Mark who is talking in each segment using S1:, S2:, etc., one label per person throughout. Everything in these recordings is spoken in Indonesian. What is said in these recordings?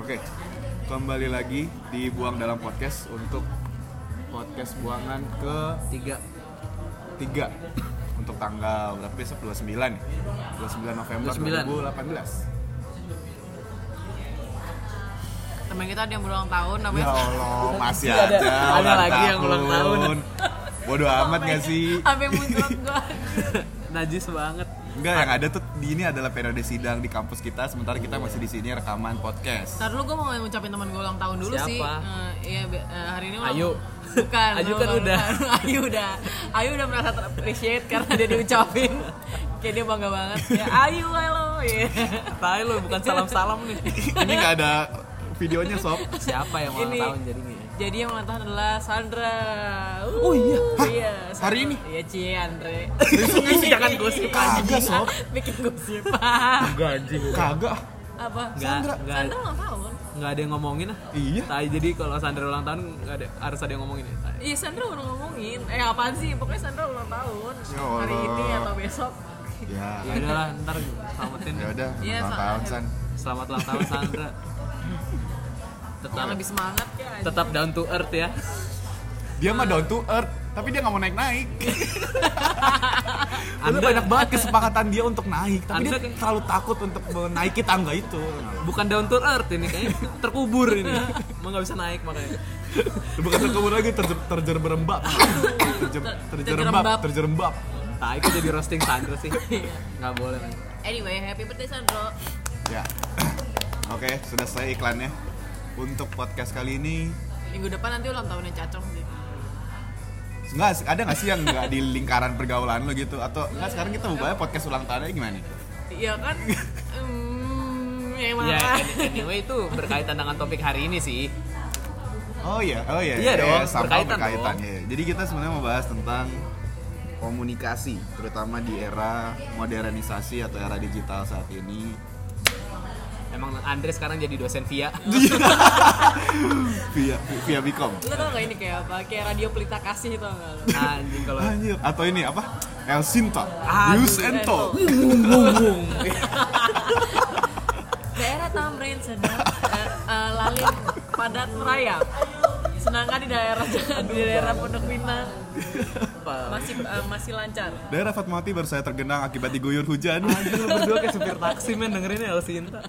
S1: Oke, kembali lagi di Buang Dalam Podcast untuk podcast buangan ke
S2: tiga
S1: tiga untuk tanggal berapa besok 29 ya? 29 November
S2: 29.
S1: 2018.
S3: teman kita ada yang berulang tahun namanya
S1: Ya Allah, masih
S2: Ada-
S1: ada.
S2: ada
S1: ulang
S2: lagi yang ulang tahun.
S1: Bodoh amat
S3: ya?
S1: gak sih?
S3: sampai muncrat gua
S2: najis banget
S1: Enggak, yang ada tuh di ini adalah periode sidang di kampus kita sementara kita masih di sini rekaman podcast.
S3: Ntar dulu gue mau ngucapin teman gue ulang tahun dulu
S2: Siapa?
S3: sih Eh, Iya, be- eh, hari ini ulang
S2: Ayu.
S3: Bukan
S2: Ayu
S3: bukan,
S2: kan udah.
S3: bukan. Ayu udah Ayu udah merasa terappreciate karena dia diucapin Kayak dia bangga banget ya, Ayu, halo Iya.
S2: tai lu bukan salam salam nih
S1: Ini nggak ada videonya sob.
S2: siapa yang ulang
S3: Ini.
S2: tahun jadinya
S3: Jadi yang ulang tahun adalah Sandra Uh,
S2: Oh, iya. kan
S1: Hah?
S3: iya
S1: Hari ini?
S3: Iya, Cie, Andre
S2: jangan gosip
S1: Kagak sob.
S3: Bikin gosip Apa?
S2: enggak anjing
S1: Kagak. Sandra.
S2: enggak enggak
S3: Sandra ulang tahun kan?
S2: enggak ada yang ngomongin ah
S1: Iya.
S2: tai jadi kalau Sandra ulang tahun enggak ada harus ada yang ngomongin ya tai.
S3: Iya Sandra udah ngomongin Eh apaan sih? Pokoknya Sandra ulang tahun
S1: Ya
S3: Hari
S1: Allah.
S3: ini atau besok
S1: Ya.
S2: ya udahlah ntar selamatin
S1: Ya udah,
S3: Iya,
S1: ulang
S3: soalnya-
S1: tahun San.
S2: selamat ulang tahun Sandra tetap
S3: Yang lebih semangat ya anjing.
S2: tetap down to earth ya
S1: Dia mah down to earth, tapi dia nggak mau naik-naik. Anda banyak banget kesepakatan dia untuk naik, tapi
S2: Anda
S1: dia
S2: kayak-
S1: terlalu takut untuk menaiki tangga itu.
S2: bukan down to earth ini kayaknya terkubur ini emang nggak bisa naik makanya
S1: Bukan terkubur lagi, terjer, terjer berembab. Terjer, terjerembab,
S3: terjerembab.
S1: terjerembab.
S2: tai itu jadi roasting Sandra sih nggak boleh men.
S3: Anyway, happy birthday Sandro
S1: Ya. Oke, sudah selesai iklannya. Untuk podcast kali ini,
S3: Minggu depan nanti ulang tahunnya Cacong sih
S1: enggak ada nggak sih yang nggak di lingkaran pergaulan lo gitu atau enggak sekarang kita bukanya podcast ulang tahunnya gimana?
S3: Iya kan? Hmm, ya
S2: Ya,
S3: mana?
S2: anyway itu berkaitan dengan topik hari ini sih.
S1: Oh iya, oh iya.
S2: Iya
S1: Ya,
S2: dong,
S1: somehow
S2: berkaitan
S1: berkaitan,
S2: dong.
S1: ya. Jadi kita sebenarnya membahas tentang komunikasi, terutama di era modernisasi atau era digital saat ini.
S2: Emang Andre sekarang jadi dosen via.
S1: Via via Bicom.
S3: Lo tau gak ini kayak apa? Kayak radio pelita kasih tau gak lo?
S2: Anjing kalau
S1: Anjir, atau ini apa? El Sinta,
S2: Ah,
S1: News
S2: News
S1: and
S3: and
S1: Talk.
S2: Bung-bung.
S3: Daerah Tamrin sedang eh, eh, lalin padat merayap Senangkan di daerah di daerah Pondok Pinang masih eh, masih lancar.
S1: Daerah Fatmawati baru saya tergenang akibat diguyur hujan.
S2: Anjing lu berdua kayak supir taksi men dengerin El Sinta.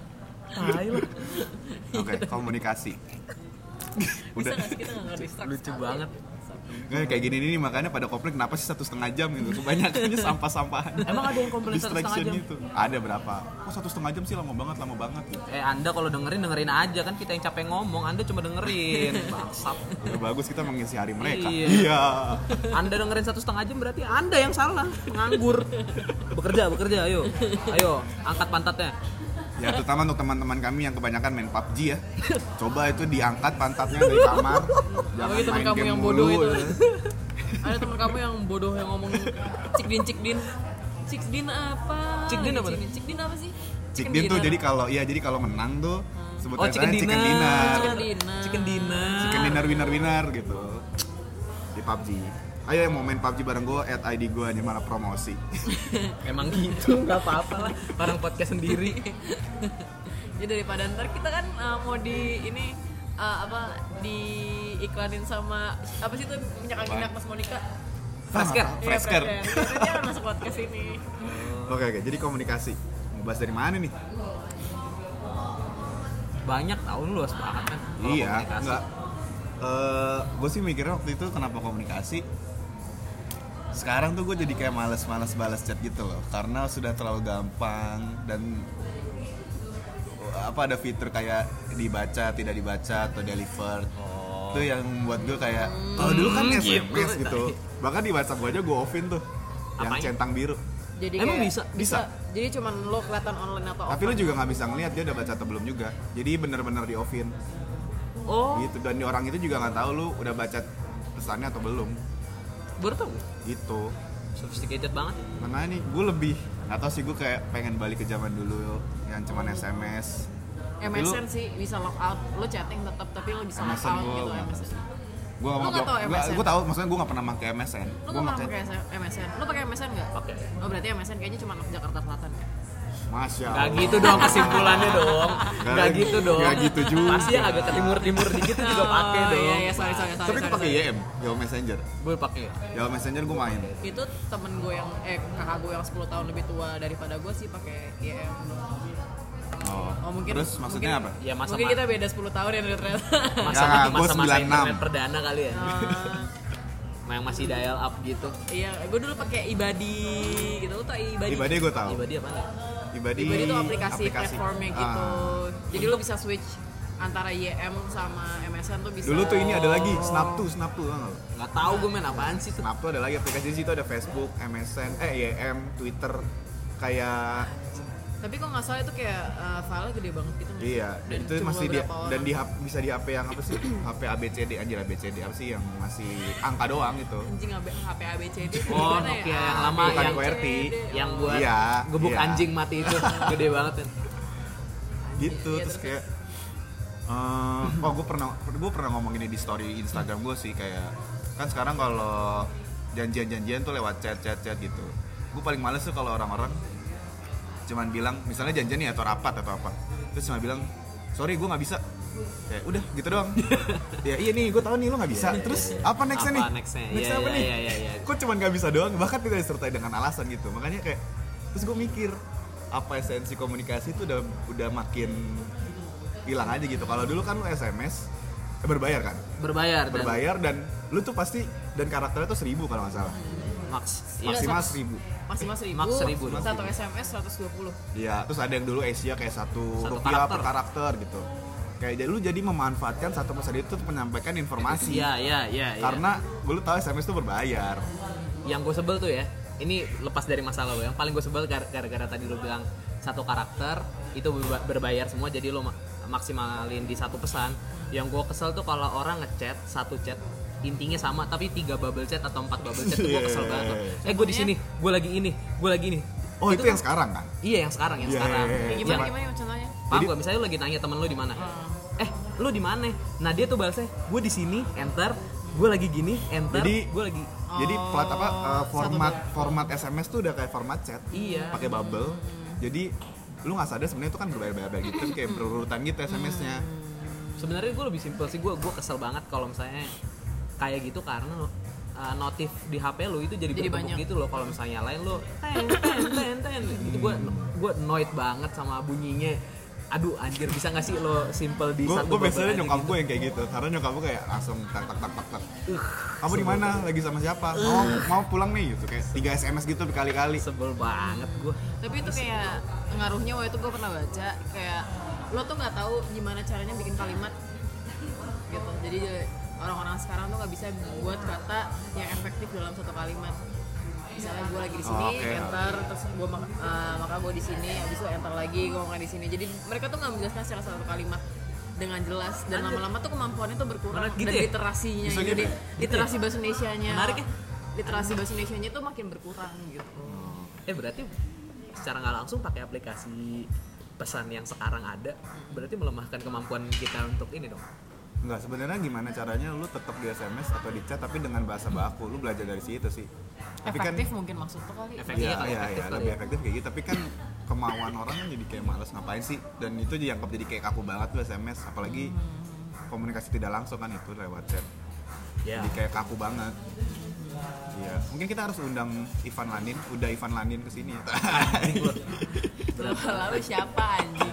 S2: Tai lu.
S1: Oke, komunikasi.
S3: Bisa
S1: Udah,
S3: nggak sih kita nggak distract?
S2: Lucu banget.
S1: Nggak, kayak gini nih makanya pada komplek kenapa sih satu setengah jam gitu? Kebanyakannya sampah-sampahan.
S2: Emang ada yang komplain satu setengah
S1: Distraction
S2: jam?
S1: itu. Ada berapa? Kok satu setengah jam sih lama banget, lama banget gitu.
S2: Eh Anda kalau dengerin dengerin aja kan kita yang capek ngomong, Anda cuma dengerin. Bangsat.
S1: Ya, bagus kita mengisi hari mereka.
S2: Iya. Anda dengerin satu setengah jam berarti Anda yang salah, nganggur. Bekerja, bekerja, ayo. Ayo, angkat pantatnya.
S1: Ya terutama untuk teman-teman kami yang kebanyakan main PUBG ya. Coba itu diangkat pantatnya dari kamar.
S2: Oh,
S1: Jangan
S3: Apalagi teman
S1: main
S3: kamu
S1: game
S3: yang
S1: mulu.
S3: bodoh itu. Ada teman kamu yang bodoh yang ngomong cikdin cikdin. Cikdin apa?
S2: Cikdin apa?
S3: Cikdin, Cikdin apa sih? Chicken
S1: Cikdin tuh
S3: dinner.
S1: jadi kalau iya jadi kalau menang tuh
S2: Oh,
S1: sebutnya
S2: chicken
S1: chicken,
S2: dinner.
S1: dinner.
S3: Chicken dinner.
S2: Chicken dinner.
S1: Chicken dinner winner winner gitu. Di PUBG. Ayo yang mau main PUBG bareng gue, add ID gue nih mana promosi.
S2: Emang gitu, nggak apa-apa lah. Barang podcast sendiri.
S3: Ya daripada ntar kita kan uh, mau di ini uh, apa diiklanin sama apa sih tuh minyak angin
S1: Apaan?
S3: Mas Monica?
S2: Fresker.
S1: Sama,
S3: Iya,
S1: Fresker.
S3: Fresker. Dia kan masuk podcast ini.
S1: Oke oke, jadi komunikasi. Mau bahas dari mana
S2: Oh,
S1: nih?
S2: Eh, Banyak tahun luas banget kan. kalau
S1: iya,
S2: komunikasi.
S1: enggak. gue sih mikirnya waktu itu kenapa komunikasi sekarang tuh gue jadi kayak males-males balas chat gitu loh karena sudah terlalu gampang dan apa ada fitur kayak dibaca tidak dibaca atau delivered
S2: Oh.
S1: itu yang membuat gue kayak kalau dulu kan
S2: Hmm,
S1: SMS
S2: gitu.
S1: gitu bahkan di WhatsApp gue aja gue offin tuh yang
S2: Apanya?
S1: centang biru
S2: Oh,
S3: Jadi
S2: Emang bisa?
S1: Bisa.
S3: Jadi cuman lo kelihatan online atau
S1: tapi lu juga nggak bisa ngeliat dia udah baca atau belum juga jadi bener-bener di offin
S2: Oh,
S1: gitu dan di orang itu juga nggak tahu lu udah baca pesannya atau belum
S2: baru tau.
S1: gitu
S2: Sophisticated banget.
S1: makanya nih gue lebih atau sih gue kayak pengen balik ke zaman dulu yang cuman sms
S3: MSN Ya, sih bisa lock out. Lo chatting tetap tapi lo bisa lock
S1: MSN
S3: out
S1: gue
S3: gitu MSN.
S1: gue
S3: Lu nggak
S1: nggak
S3: tahu MSN?
S1: gue tahu maksudnya gue nggak pernah pakai msn
S3: Lo
S1: gue
S3: nggak pernah pakai MSN? Lo pakai MSN nggak?
S2: Pakai.
S3: Oh berarti MSN kayaknya cuma anak Jakarta Selatan ya?
S1: Masya
S2: Gak
S1: Allah.
S2: gitu dong kesimpulannya dong.
S1: Gak-
S2: Gak gitu dong.
S1: gak gitu juga.
S2: Pasti yang agak ke timur-timur dikit tuh juga pakai
S3: Oh,
S2: dong.
S3: Iya, iya, sorry, sorry, sorry.
S1: Tapi gue
S3: sorry,
S1: pakai ya.
S3: sorry.
S1: YM, Yahoo Messenger.
S2: Gue pakai.
S1: Yahoo Messenger gue main.
S3: Itu temen gue yang eh kakak gue yang 10 tahun lebih tua daripada gue sih pakai IM.
S1: Oh.
S3: Oh, mungkin
S1: Terus maksudnya
S3: mungkin-
S1: apa?
S2: Ya masa
S3: mungkin kita beda 10 tahun ya ternyata.
S2: masa
S1: Nggak,
S2: masa
S1: gua
S2: masa
S1: 96.
S2: internet perdana kali ya.
S3: Eh,
S2: Yang masih dial up gitu.
S3: Iya, gue dulu pakai Ibadi gitu. Lo tau Ibadi?
S1: Ibadi gue tahu.
S2: Tiba dia apa? ya?
S1: Ibadi, Ah.
S3: Ibadi itu aplikasi, platformnya gitu. Jadi lo bisa switch antara YM sama MSN tuh bisa.
S1: Dulu tuh ini ada lagi, Snap tuh, Snap tuh. tau nggak lo?
S2: Nggak tahu gue main apaan sih tuh.
S1: Snap tuh ada lagi aplikasi di situ ada Facebook, MSN, eh YM, Twitter, kayak
S3: Tapi kok nggak salah itu kayak eh, file gede banget gitu. nggak sih?
S1: iya
S3: Dan
S1: itu
S3: cuma
S1: masih di
S3: beberapa orang.
S1: dan di hap- bisa di HP yang apa sih HP ABCD anjir ABCD apa sih yang masih angka doang gitu
S3: anjing AB, HP ABCD.
S2: Oh,
S3: gimana ya?
S2: Nokia yang lama,
S1: bukan
S2: yang-
S1: QWERTY
S2: Yang buat
S1: Iya,
S2: gebuk
S1: iya.
S2: anjing mati itu gede banget kan.
S1: gitu
S3: Iya,
S1: terus
S3: terus.
S1: kayak eh, oh gue pernah gue pernah ngomong ini di story Instagram gue sih kayak kan sekarang kalau janjian-janjian tuh lewat chat chat chat gitu gue paling males tuh kalau orang-orang cuman bilang misalnya janjian nih atau rapat atau apa terus cuma bilang sorry gue nggak bisa kayak udah gitu doang ya iya nih gue tahu nih lo nggak bisa terus apa nextnya
S2: iya, Apa
S1: nih
S2: nextnya?
S1: nextnya
S2: Iya,
S1: apa
S2: iya,
S1: nih
S2: iya, iya, iya.
S1: kok cuman nggak bisa doang bahkan tidak disertai dengan alasan gitu makanya kayak terus gue mikir apa esensi komunikasi itu udah udah makin hilang aja gitu kalau dulu kan lu SMS eh, berbayar kan
S2: Berbayar dan
S1: berbayar dan lu tuh pasti dan karakternya tuh seribu kalau nggak salah
S2: max. Iya.
S3: Iya.
S1: maksimal seribu
S3: maksimal seribu,
S2: Max seribu dong.
S3: satu SMS 120
S1: Iya, terus ada yang dulu Asia kayak satu,
S2: Satu
S1: rupiah
S2: karakter.
S1: per karakter gitu. Kayak jadi lu jadi memanfaatkan satu pesan itu untuk menyampaikan informasi.
S2: Iya, iya, iya. iya.
S1: Karena gue lu tahu SMS itu berbayar.
S2: yang gue sebel tuh ya ini lepas dari masalah lo yang paling gue sebel gar- gara-gara tadi lo bilang satu karakter itu berba- berbayar semua jadi lo ma- maksimalin di satu pesan yang gue kesel tuh kalau orang ngechat satu chat intinya sama tapi tiga bubble chat atau empat bubble chat tuh gue
S1: Iya.
S2: kesel banget tuh. eh gue di sini gue lagi ini gue lagi ini
S1: Oh, itu, yang sekarang kan?
S2: iya yang sekarang yang
S1: Iya,
S2: sekarang
S1: iya, iya.
S3: Kayak
S1: Eh,
S3: gimana
S1: cuma-
S3: gimana contohnya
S2: paham
S1: Jadi-
S2: gue misalnya lo lagi nanya temen lo di mana eh lo di mana nah dia tuh balasnya gue di sini enter gue lagi gini enter
S1: Jadi-
S2: gue lagi
S1: Jadi plat apa eh,
S3: satu
S1: format
S3: doang.
S1: format SMS tuh udah kayak format chat.
S2: Iya.
S1: Pakai bubble. Jadi lu nggak sadar sebenarnya itu kan berbayar-bayar gitu terus kayak berurutan gitu SMS-nya.
S2: sebenarnya gue lebih simpel sih gue gue kesel banget kalau misalnya kayak gitu karena uh, notif di HP lo itu jadi,
S3: Jadi
S2: berbentuk
S3: banyak.
S2: gitu loh kalau misalnya lain lo ten ten ten ten itu gue gue annoyed banget sama bunyinya aduh anjir bisa gak sih lo simple di
S1: Gue gue
S2: satu bubble
S1: biasanya
S2: aja
S1: nyokap
S2: gitu?
S1: gue yang kayak gitu. Karena nyokap gue kayak langsung tak tak tak tak tak. Kamu di mana? Lagi sama siapa? Mau mau pulang nih gitu kayak tiga SMS gitu berkali-kali.
S2: sebel banget gue
S3: tapi itu kayak ngaruhnya waktu itu gue pernah baca kayak lo tuh nggak tahu gimana caranya bikin kalimat gitu jadi orang-orang sekarang tuh nggak bisa buat kata yang efektif dalam satu kalimat misalnya gue lagi di sini
S1: Oh, oke.
S3: enter terus gue mak eh, maka gue di sini habis itu enter lagi gue makan di sini jadi mereka tuh nggak menjelaskan secara satu kalimat dengan jelas dan lama-lama tuh kemampuannya tuh berkurang
S2: Menarik gitu
S3: dan
S2: ya?
S3: literasinya
S1: Bisa
S3: itu
S1: gitu
S3: di-
S1: ya?
S3: literasi bahasa Indonesia-nya
S2: Menarik ya?
S3: literasi bahasa Indonesia-nya tuh makin berkurang gitu
S2: eh berarti secara nggak langsung pakai aplikasi pesan yang sekarang ada berarti melemahkan kemampuan kita untuk ini dong
S1: Enggak, sebenarnya gimana caranya lu tetap di SMS atau di chat tapi dengan bahasa baku. Lu belajar dari situ sih. Tapi kan
S3: efektif mungkin maksud tuh kali
S2: Efektif.
S1: Iya,
S2: Efektifnya kali
S1: iya,
S2: efektif
S1: iya,
S2: kali
S1: lebih
S2: ya.
S1: efektif kayak gitu. Tapi kan kemauan orang kan jadi kayak males ngapain sih? Dan itu dianggap jadi kayak kaku banget tuh SMS, apalagi
S2: Hmm.
S1: komunikasi tidak langsung kan itu lewat chat.
S2: ya
S1: Jadi kayak kaku banget. Iya, mungkin kita harus undang Ivan Lanin, udah Ivan Lanin ke sini ya.
S3: lalu siapa anjing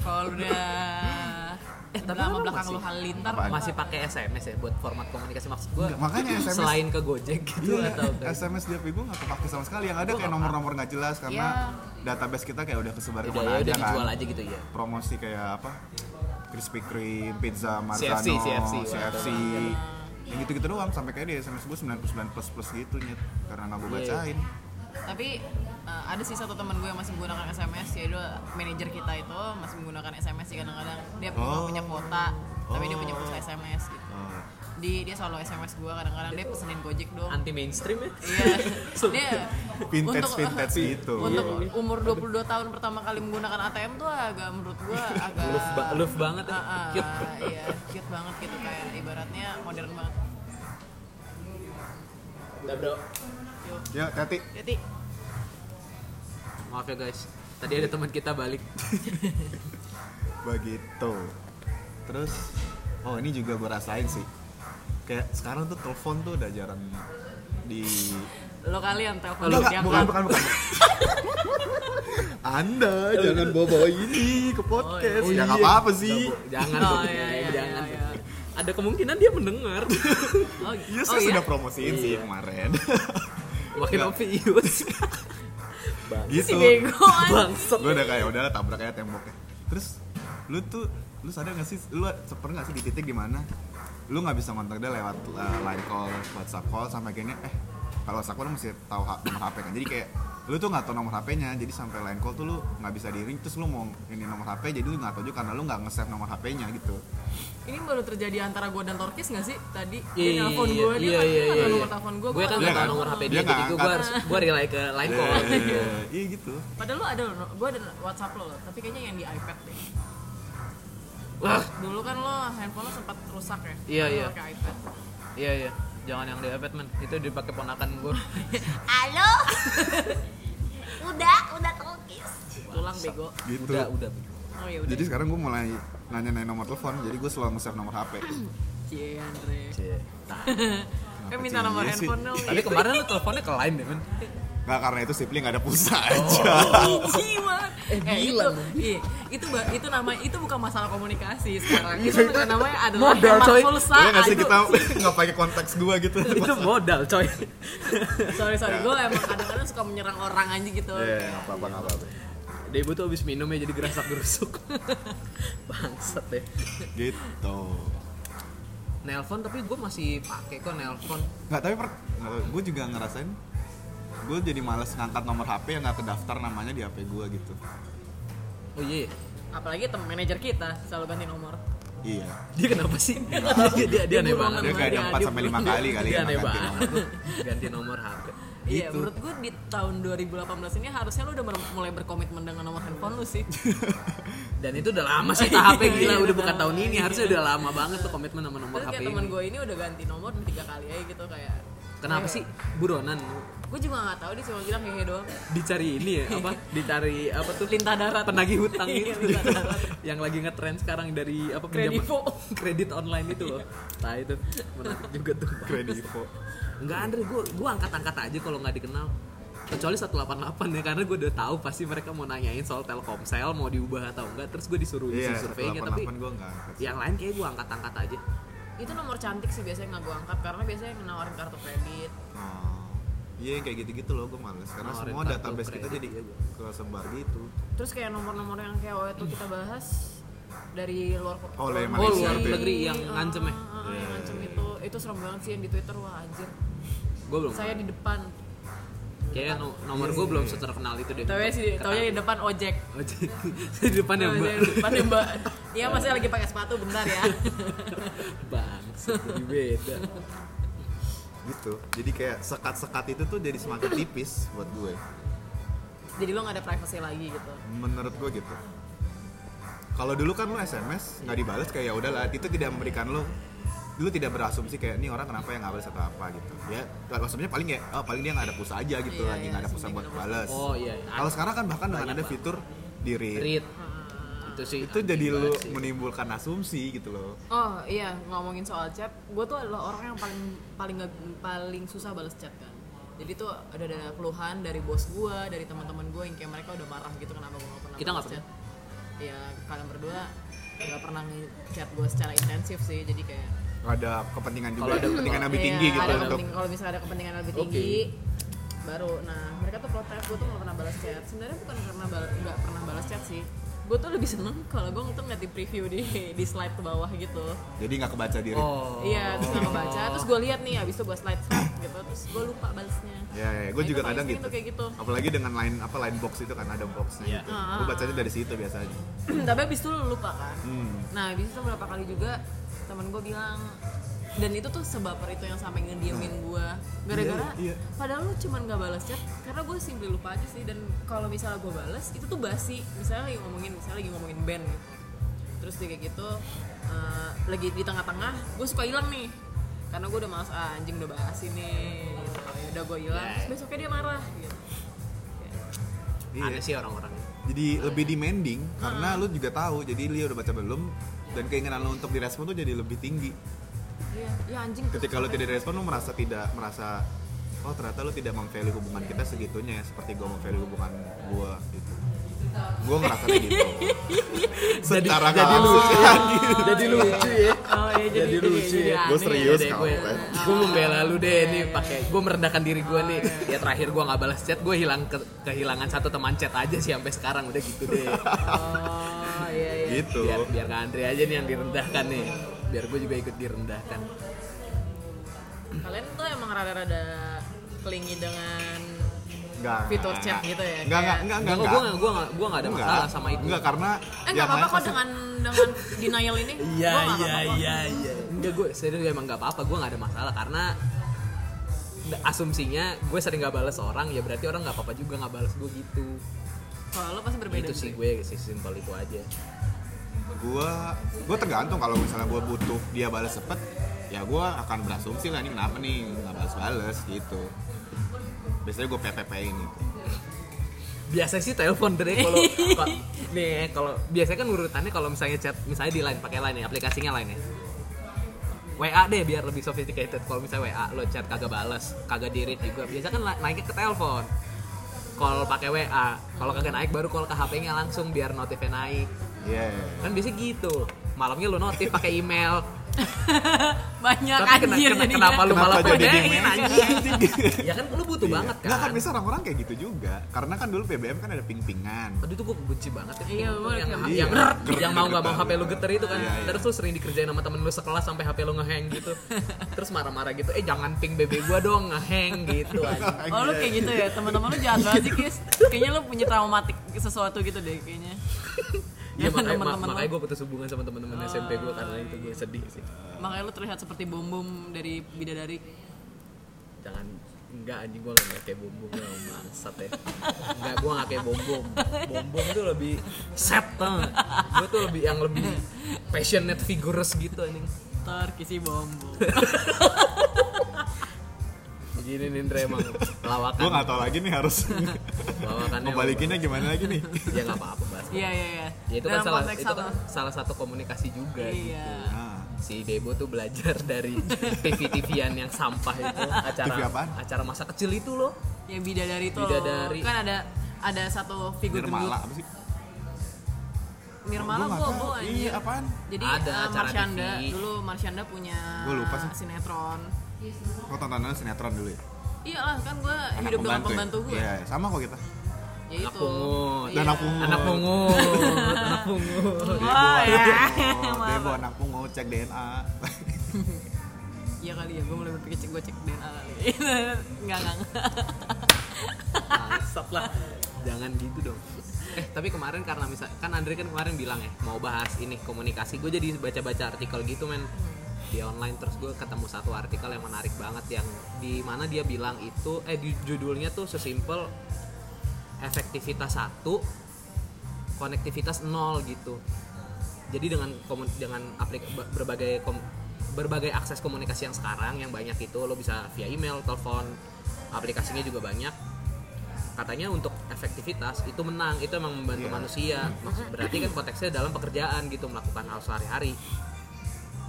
S3: kalau udah
S2: Eh, tapi
S3: lama
S2: lu masih-
S3: belakang lu halilintar
S1: Apaan?
S2: masih pakai SMS ya buat format komunikasi maksud gue
S1: Nggak, makanya SMS.
S2: selain ke Gojek gitu
S1: Iya,
S2: atau ke
S1: SMS dia gue nggak kepake sama sekali. Yang ada kayak nomor-nomor nggak jelas karena database kita kayak udah kesebar
S2: Iya. udah ya
S1: kemana
S2: udah
S1: aja
S2: dijual
S1: kan.
S2: aja gitu ya
S1: promosi kayak apa Krispy Kreme, Pizza Marzano,
S2: CFC, CFC.
S1: CFC. yang gitu-gitu doang sampai kayak di SMS gue 99 plus plus gitu nyet karena nggak gue
S2: Iya, iya.
S1: bacain
S3: tapi eh, ada sih satu teman gue yang masih menggunakan SMS yaitu manajer kita itu masih menggunakan SMS sih kadang-kadang dia punya,
S1: Oh.
S3: punya kuota tapi dia punya
S1: Oh.
S3: pulsa SMS gitu
S1: Oh.
S3: di dia selalu SMS gue kadang-kadang dia pesenin gojek dong
S2: anti mainstream ya
S3: iya dia
S1: vintage
S3: untuk-
S1: vintage gitu
S3: untuk umur 22 tahun pertama kali menggunakan ATM tuh agak menurut gua agak
S2: Luf ba- luf banget ya.
S3: Ah, ah,
S2: Cute.
S3: iya, cute banget gitu kayak ibaratnya modern banget.
S2: udah bro
S1: ya Tati
S3: Jadi
S2: maaf ya guys Tadi ada teman kita balik.
S1: begitu terus oh ini juga gue rasain sih kayak sekarang tuh telepon tuh udah jarang di
S3: Lo kalian telepon
S2: Enggak,
S3: lu
S1: Enggak, bukan, bukan bukan Anda jangan bawa bawa ini ke podcast
S2: Oh,
S1: ya
S2: iya.
S1: nggak apa apa sih
S2: jangan
S3: Oh,
S2: dong,
S3: iya, iya,
S2: jangan.
S3: iya, iya.
S2: Ada kemungkinan dia mendengar.
S3: Oh,
S1: Iya,
S3: oh,
S1: saya sudah promosiin sih
S2: Iya.
S1: kemarin.
S2: Makin
S3: Iya.
S1: Nggak.
S2: obvious.
S3: Si
S1: gitu.
S3: bego
S2: Bangsat.
S1: Gue udah kayak udah tabrak aja temboknya. Terus lu tuh lu sadar gak sih lu pernah gak sih di titik dimana lu nggak bisa kontak dia lewat uh, line call, WhatsApp call sampai akhirnya eh kalau WhatsApp call lu mesti tahu ha- nomor HP kan. Jadi kayak lu tuh nggak tahu nomor HP-nya, jadi sampai line call tuh lu nggak bisa di ring terus lu mau ini nomor HP jadi lu nggak tahu juga karena lu nggak nge-save nomor HP-nya gitu.
S3: Ini baru terjadi antara gue dan Torkis gak sih? Tadi
S2: Iya,
S3: dia nelpon
S2: iya,
S3: gue, dia
S2: iya,
S3: kan
S2: iya, iya,
S3: nggak tahu
S2: iya.
S3: nomor telepon gue.
S2: Gue kan
S1: Dia
S2: nggak tahu
S1: nggak-
S2: nomor HP
S1: dia
S2: dia, jadi
S1: nggak
S2: gue
S1: angkat.
S2: harus gue relay ke line call.
S1: Iya, Iya gitu.
S3: Padahal lo ada, gue ada WhatsApp lo, tapi kayaknya yang di iPad deh.
S2: Wah,
S3: Dulu kan lo handphone lo sempat rusak ya?
S2: Iya,
S3: Lo
S2: iya.
S3: Pakai iPad.
S2: iya iya. Jangan yang di iPad man, itu dipakai ponakan gue.
S4: Halo? udah, udah terlukis.
S3: Tulang bego.
S1: Gitu.
S2: Udah udah.
S3: Oh ya udah.
S1: Jadi sekarang gue mulai nanya-nanya nomor telepon, jadi gue selalu nge-save nomor HP.
S3: Cie Andre.
S2: Nah,
S3: Kan minta nomor
S1: Cie sih?
S3: handphone dong.
S2: tapi kemarin lu teleponnya ke ya, line deh man.
S1: Nggak, karena itu sipli nggak ada pulsa
S2: Oh.
S1: aja.
S3: Benci banget.
S2: Eh,
S3: Eh, itu,
S2: gila lu.
S3: iya, itu ba- itu nama itu bukan masalah komunikasi sekarang. Itu namanya adalah
S2: Modal,
S3: hemat
S2: coy.
S3: pulsa.
S1: Boleh Iya nggak sih
S3: Aduh,
S1: kita nggak pakai konteks gue gitu?
S2: itu modal coy.
S3: Sorry sorry, gue
S1: Iya.
S3: emang kadang-kadang suka menyerang orang aja gitu.
S1: Ya, nggak apa-apa, nggak apa-apa.
S2: Debu tuh abis minum ya jadi gerasak gerusuk. Bangsat deh.
S1: Gitu.
S2: Nelpon tapi gue masih pakai kok nelpon.
S1: Nggak, tapi per, gue juga ngerasain gue jadi males ngangkat nomor HP yang nggak kedaftar namanya di HP gue gitu.
S2: Oh iya. ya.
S3: Apalagi teman manajer kita selalu ganti nomor.
S1: Iya.
S2: Dia kenapa sih? dia, dia, dia aneh banget.
S1: Dia kayak ada
S3: Iya,
S1: 4
S3: dia
S1: sampai 5
S3: belum-
S1: kali kali
S2: Dia
S1: yang
S2: aneh
S1: ganti nomor.
S2: banget. Ganti nomor HP.
S3: Iya,
S1: Gitu.
S3: menurut gue di tahun 2018 ini harusnya lu udah mer- mulai berkomitmen dengan nomor handphone lu sih.
S2: Dan itu udah lama sih tahapnya
S3: Iya,
S2: gila,
S3: iya,
S2: udah
S3: udah
S2: bukan
S3: lama.
S2: tahun ini, harusnya udah lama banget tuh komitmen sama nomor
S3: Terus
S2: HP
S3: kayak
S2: ini.
S3: teman gue ini udah ganti nomor udah tiga kali aja gitu kayak.
S2: Kenapa sih buronan?
S3: Gue juga nggak tahu dia cuma bilang hehe doang.
S2: Dicari ini ya, apa? Dicari apa tuh?
S3: Lintah darat.
S2: Penagih hutang
S3: Iya,
S2: gitu.
S3: lintah darat.
S2: Yang lagi ngetren sekarang dari apa
S3: Kredivo.
S2: kredit online itu loh. Nah, itu menarik juga tuh.
S1: Kredivo.
S2: Enggak Andre, gue gue angkat-angkat aja kalau nggak dikenal. Kecuali 188 ya karena gue udah tahu pasti mereka mau nanyain soal Telkomsel mau diubah atau enggak. Terus gue disuruh isi
S1: Iya,
S2: surveinya tapi iya.
S1: 188 gue nggak angkat.
S2: yang lain kayak gue angkat-angkat aja.
S3: Itu nomor cantik sih biasanya nggak gue angkat karena biasanya nawarin kartu kredit.
S1: Oh. Iya yang kayak gitu-gitu loh gue males karena
S2: Nawarin
S1: semua
S2: kartu
S1: database kita
S2: kredit,
S1: jadi
S2: iya, gua.
S1: kesebar gitu.
S3: Terus kayak nomor-nomor yang kayak waktu itu kita bahas dari luar kota. Iya, eh,
S1: Oh, dari
S2: Oh, luar
S1: Malaysia.
S2: negeri yang ngancem ya.
S3: yang ngancem itu itu serem banget sih yang di Twitter wah anjir.
S2: Gue belum.
S3: Saya di depan.
S2: Kayaknya no- nomor gue belum seterkenal itu deh.
S3: Taunya sih, taunya ya, di depan ojek.
S2: Oh, jadi- di depan ya mbak.
S3: Di depan ya, Mbak. Iya, masih lagi pakai sepatu bentar ya.
S2: Bang, jadi beda.
S1: gitu jadi kayak sekat-sekat itu tuh jadi semakin tipis buat gue
S3: Jadi lo nggak ada privacy lagi gitu.
S1: menurut gue gitu kalau dulu kan lu sms nggak dibalas kayak ya udahlah itu tidak memberikan lu lu tidak berasumsi kayak ini orang kenapa yang nggak balas atau apa gitu ya maksudnya paling ya oh, paling dia nggak ada pulsa aja gitu
S3: Iya,
S1: lagi
S3: iya,
S1: nggak ada pulsa
S3: asumsi
S1: buat
S3: nggak ada
S1: balas
S2: Oh iya.
S1: kalau sekarang kan bahkan dengan ada fitur di read,
S2: Read. Itu sih.
S1: Iya. itu jadi
S2: anjing
S1: lu
S2: banget sih.
S1: menimbulkan asumsi gitu loh
S3: Oh iya ngomongin soal chat, gue tuh adalah orang yang paling paling nggak- paling susah balas chat kan. Jadi tuh ada ada keluhan dari bos gue, dari teman-teman gue yang kayak mereka udah marah gitu kenapa gue nggak pernah
S2: Kita nggak
S3: balas chat. Iya kalian berdua nggak pernah chat gue secara intensif sih, jadi kayak
S1: ada kepentingan juga
S2: Kalau ada
S1: kepentingan lebih tinggi
S3: Iya,
S1: gitu
S3: ada
S1: untuk
S3: kepenting- Kalau misalnya ada kepentingan lebih tinggi, baru. Nah mereka tuh protes gue tuh nggak pernah balas chat. Sebenarnya bukan karena bal- nggak pernah balas chat sih. Gue tuh lebih seneng kalau gue tuh ngeliat di preview di di slide ke bawah gitu.
S1: jadi nggak kebaca diri
S2: Oh.
S3: Iya, terus nggak kebaca. Terus gue lihat nih, abis itu gue slide slide gitu. Terus gue lupa balesnya.
S1: Ya, ya, gue
S3: Nah,
S1: juga kadang
S3: itu paling
S1: gitu.
S3: sering tuh kayak gitu.
S1: Apalagi dengan line apa line box itu kan ada boxnya.
S2: Iya.
S1: Gitu. Gue bacanya dari situ biasanya.
S3: Tapi abis itu lu lupa kan.
S1: Hmm.
S3: Nah, abis itu berapa kali juga temen gue bilang dan itu tuh sebaper itu yang sampai ngediemin gue
S1: Nah.
S3: gara-gara
S1: Iya, iya.
S3: padahal lu cuman gak balas chat karena gue simply lupa aja sih dan kalau misalnya gue balas itu tuh basi misalnya lagi ngomongin misalnya lagi ngomongin band gitu terus dia kayak gitu eh, lagi di tengah-tengah gue suka hilang nih karena gue udah malas ah, anjing udah bahas ini gitu. Ya udah gue hilang terus besoknya dia marah gitu
S1: Iya.
S2: Aneh sih orang-orang.
S1: jadi lebih demanding
S3: Hmm.
S1: karena lu juga tahu jadi dia udah baca belum dan keinginan lu untuk direspon tuh jadi lebih tinggi
S3: Iya, iya anjing.
S1: ketika lu tidak direspon lu merasa tidak merasa oh ternyata lu tidak memvalue hubungan kita segitunya ya, seperti gua memvalue hubungan gua gitu gua ngerasa gitu secara
S2: jadi
S1: nggak
S2: lucu.
S1: langsung.
S2: jadi lucu ya
S3: Oh, iya, jadi,
S2: Jadi lucu ya.
S1: Gua
S3: aneh
S1: serius
S2: deh,
S1: kau
S2: gue,
S1: Pet.
S2: gue membela lu deh nih pakai gue merendahkan diri gue nih ya terakhir gue nggak balas chat gue hilang ke- kehilangan satu teman chat aja sih sampai sekarang udah gitu deh
S3: Oh, iya iya.
S1: gitu
S2: biar biar ke Andre aja nih yang direndahkan nih biar gue juga ikut direndahkan
S3: Kalian tuh emang rada-rada kelingi dengan
S1: Nggak,
S3: Fitur
S1: nggak,
S3: chat
S1: nggak.
S3: gitu ya,
S1: nggak nggak
S3: kayak-
S1: nggak
S2: Enggak,
S1: nggak
S2: gue
S1: nggak.
S2: gak, gue gak, gue gak ada
S1: Enggak.
S2: masalah sama itu.
S1: Enggak karena ya
S3: Eh
S1: yang
S3: nggak apa-apa
S1: lain
S3: kok
S1: pasti-
S3: dengan dengan denial ini.
S2: Iya,
S3: Gua nggak
S2: iya,
S3: apa-apa kok.
S2: iya, iya. Enggak, gue serius emang gak apa-apa. Gue gak ada masalah karena asumsinya gue sering gak balas orang ya berarti orang gak apa-apa juga gak balas gue gitu.
S3: Kalau lo pasti berbeda.
S2: itu sih
S3: gitu.
S2: gue sesimpel itu aja.
S1: gua gua tergantung kalau misalnya gua butuh dia balas cepet ya gua akan berasumsi lah ini kenapa nih nggak balas balas gitu biasanya gitu. gue PPP ini
S2: Biasa sih telepon dari kalau kalau- nih kalau biasanya kan urutannya kalau misalnya chat misalnya di line pakai line ya aplikasinya line ya. WA deh biar lebih sophisticated. Kalau misalnya WA lo chat kagak balas, kagak di read juga. Biasa kan la- naiknya ke telepon. Call pakai WA. Kalau kagak naik baru call ke HP-nya langsung biar notifnya naik.
S1: Iya.
S2: Kan biasanya gitu. Malamnya lo notif pakai email.
S3: Banyak
S2: Tapi kena-
S3: anjir
S2: kena-
S3: jadinya.
S2: kenapa lu malah
S1: Kenapa jadi
S2: godain
S1: dia
S2: anjing? Ya kan lo butuh banget kan.
S1: Nggak kan biasa orang-orang kayak gitu juga. Karena kan dulu PBM kan ada ping-pingan.
S2: Aduh itu gue benci banget ya.
S3: Iya, bener,
S2: yang,
S3: kayak-
S2: yang,
S1: Iya.
S2: yang, yang mau nggak mau HP lu geter itu kan.
S1: Iya, iya.
S2: Terus lu sering dikerjain sama temen lu sekelas sampai HP lu ngehang gitu. Terus marah-marah gitu, eh jangan ping BB gua dong ngehang gitu anjing.
S3: Oh lu kayak gitu ya, teman-teman lu jahat banget sih, Kis. Kayaknya lu punya traumatik sesuatu gitu deh kayaknya.
S1: Iya,
S2: Ya,
S3: Jangan
S2: makanya,
S3: teman-teman
S2: makanya
S3: lu.
S2: gue putus hubungan sama temen-temen SMP gue karena itu gue sedih sih.
S3: Makanya lu terlihat seperti bom-bom dari bidadari.
S2: Jangan enggak anjing gue nggak kayak bombong ya bangsat ya. Enggak gue nggak kayak bombong. Bombong tuh lebih set tau Gue tuh lebih yang lebih passionate vigorous gitu anjing.
S3: Terkisi bom-bom.
S2: Begini nih Indra emang
S1: Gue
S2: lawakan.
S1: nggak tahu lagi nih harus
S2: Lawakannya
S1: mau balikinnya gimana lagi nih.
S2: ya nggak apa-apa bahas
S3: Iya, iya, iya.
S2: ya itu kan
S3: Dalam
S2: salah
S3: konteks
S2: itu kan
S3: apa?
S2: salah satu komunikasi juga gitu.
S3: Iya.
S1: Nah,
S2: si Debo tuh belajar dari TV-TVan yang sampah itu acara
S1: TV apaan?
S2: acara masa kecil itu loh
S3: Ya bidadari tuh.
S2: Bidadari.
S3: Kan ada ada satu figur
S1: Nirmala
S3: gendut.
S1: apa sih?
S3: Nirmala
S1: Gua nggak
S3: gua
S1: tahu.
S3: gua
S1: Iya,
S3: anjir.
S1: apaan?
S3: Jadi
S2: Ada
S3: eh,
S2: acara
S3: Marsyanda
S2: TV.
S3: dulu Marsyanda punya
S1: Gua lupa sih.
S3: sinetron.
S1: Kok tontonan sinetron dulu ya?
S3: Iyalah kan gua
S1: Anak
S3: hidup dengan
S1: ya?
S3: pembantu gua.
S1: Iya, iya. sama kok kita.
S3: Ya
S2: Anak
S3: itu.
S2: pungut.
S1: Dan
S3: Iya.
S1: aku
S2: anak pungut anak pungut
S1: Iya,
S3: Wah, ya.
S1: Oh, Debo
S3: Maaf.
S1: anak pungut cek DNA.
S3: Iya kali ya, gue mulai berpikir cek gue cek DNA kali. Enggak enggak.
S2: Bangsat lah jangan gitu dong eh tapi kemarin karena misal kan Andre kan kemarin bilang ya mau bahas ini komunikasi gue jadi baca-baca artikel gitu men di online terus gue ketemu satu artikel yang menarik banget yang di mana dia bilang itu eh di judulnya tuh sesimpel efektivitas satu konektivitas nol gitu jadi dengan komun- dengan aplik berbagai kom- berbagai akses komunikasi yang sekarang yang banyak itu lo bisa via email telepon aplikasinya juga banyak katanya untuk efektivitas itu menang itu emang membantu
S1: Iya.
S2: manusia Maksud- berarti kan konteksnya dalam pekerjaan gitu melakukan hal sehari-hari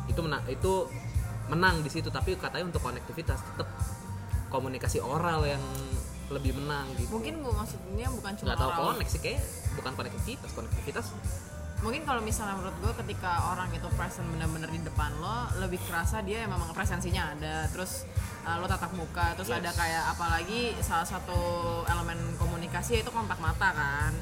S2: itu menang itu menang di situ tapi katanya untuk konektivitas tetap komunikasi oral yang lebih menang gitu
S3: Mungkin gue maksudnya bukan cuma
S2: nggak tahu
S3: orang.
S2: konek sih kayak bukan konektivitas konektivitas
S3: Mungkin kalau misalnya menurut gue ketika orang itu present benar-benar di depan lo, lebih kerasa dia memang presensinya ada. Terus uh, lo tatap muka, terus
S2: Yes.
S3: ada kayak apalagi salah satu elemen komunikasi itu kontak mata kan.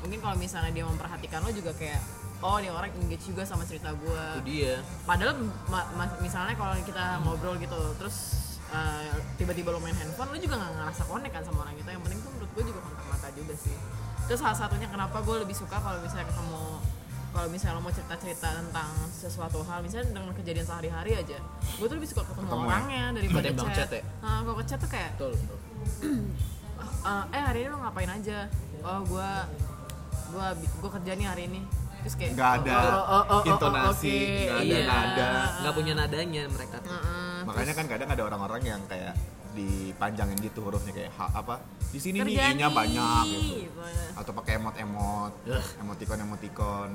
S3: Mungkin kalau misalnya dia memperhatikan lo juga kayak oh ini orang engage juga sama cerita gue.
S2: itu dia
S3: padahal ma- ma- misalnya kalau kita ngobrol gitu terus eh, tiba-tiba lo main handphone lo juga nggak ngerasa connect kan sama orang itu yang penting tuh menurut gue juga kontak mata juga sih itu salah satunya kenapa gue lebih suka kalau misalnya ketemu kalau misalnya lo mau cerita-cerita tentang sesuatu hal misalnya dengan kejadian sehari-hari aja gue tuh lebih suka ketemu,
S1: Ketemu ya?
S3: orangnya daripada
S2: Ketimbang
S3: chat,
S2: chat ya?
S3: Nah, kalau ke chat tuh kayak
S2: betul, betul.
S3: Eh, eh hari ini lo ngapain aja oh gue gue gue kerja nih hari ini terus kayak
S1: Nggak ada
S3: oh, oh, oh, oh, oh,
S1: intonasi,
S3: oke.
S1: nggak ada
S3: Iya.
S1: nada.
S2: nggak punya nadanya mereka tuh.
S3: Heeh,
S1: makanya kan kadang ada orang-orang yang kayak dipanjangin gitu hurufnya kayak H apa di sini nih
S3: Kerjaan
S1: i-nya
S3: nih.
S1: banyak gitu
S3: Banyak.
S1: atau pakai emot emot
S2: Ugh.
S1: emoticon emoticon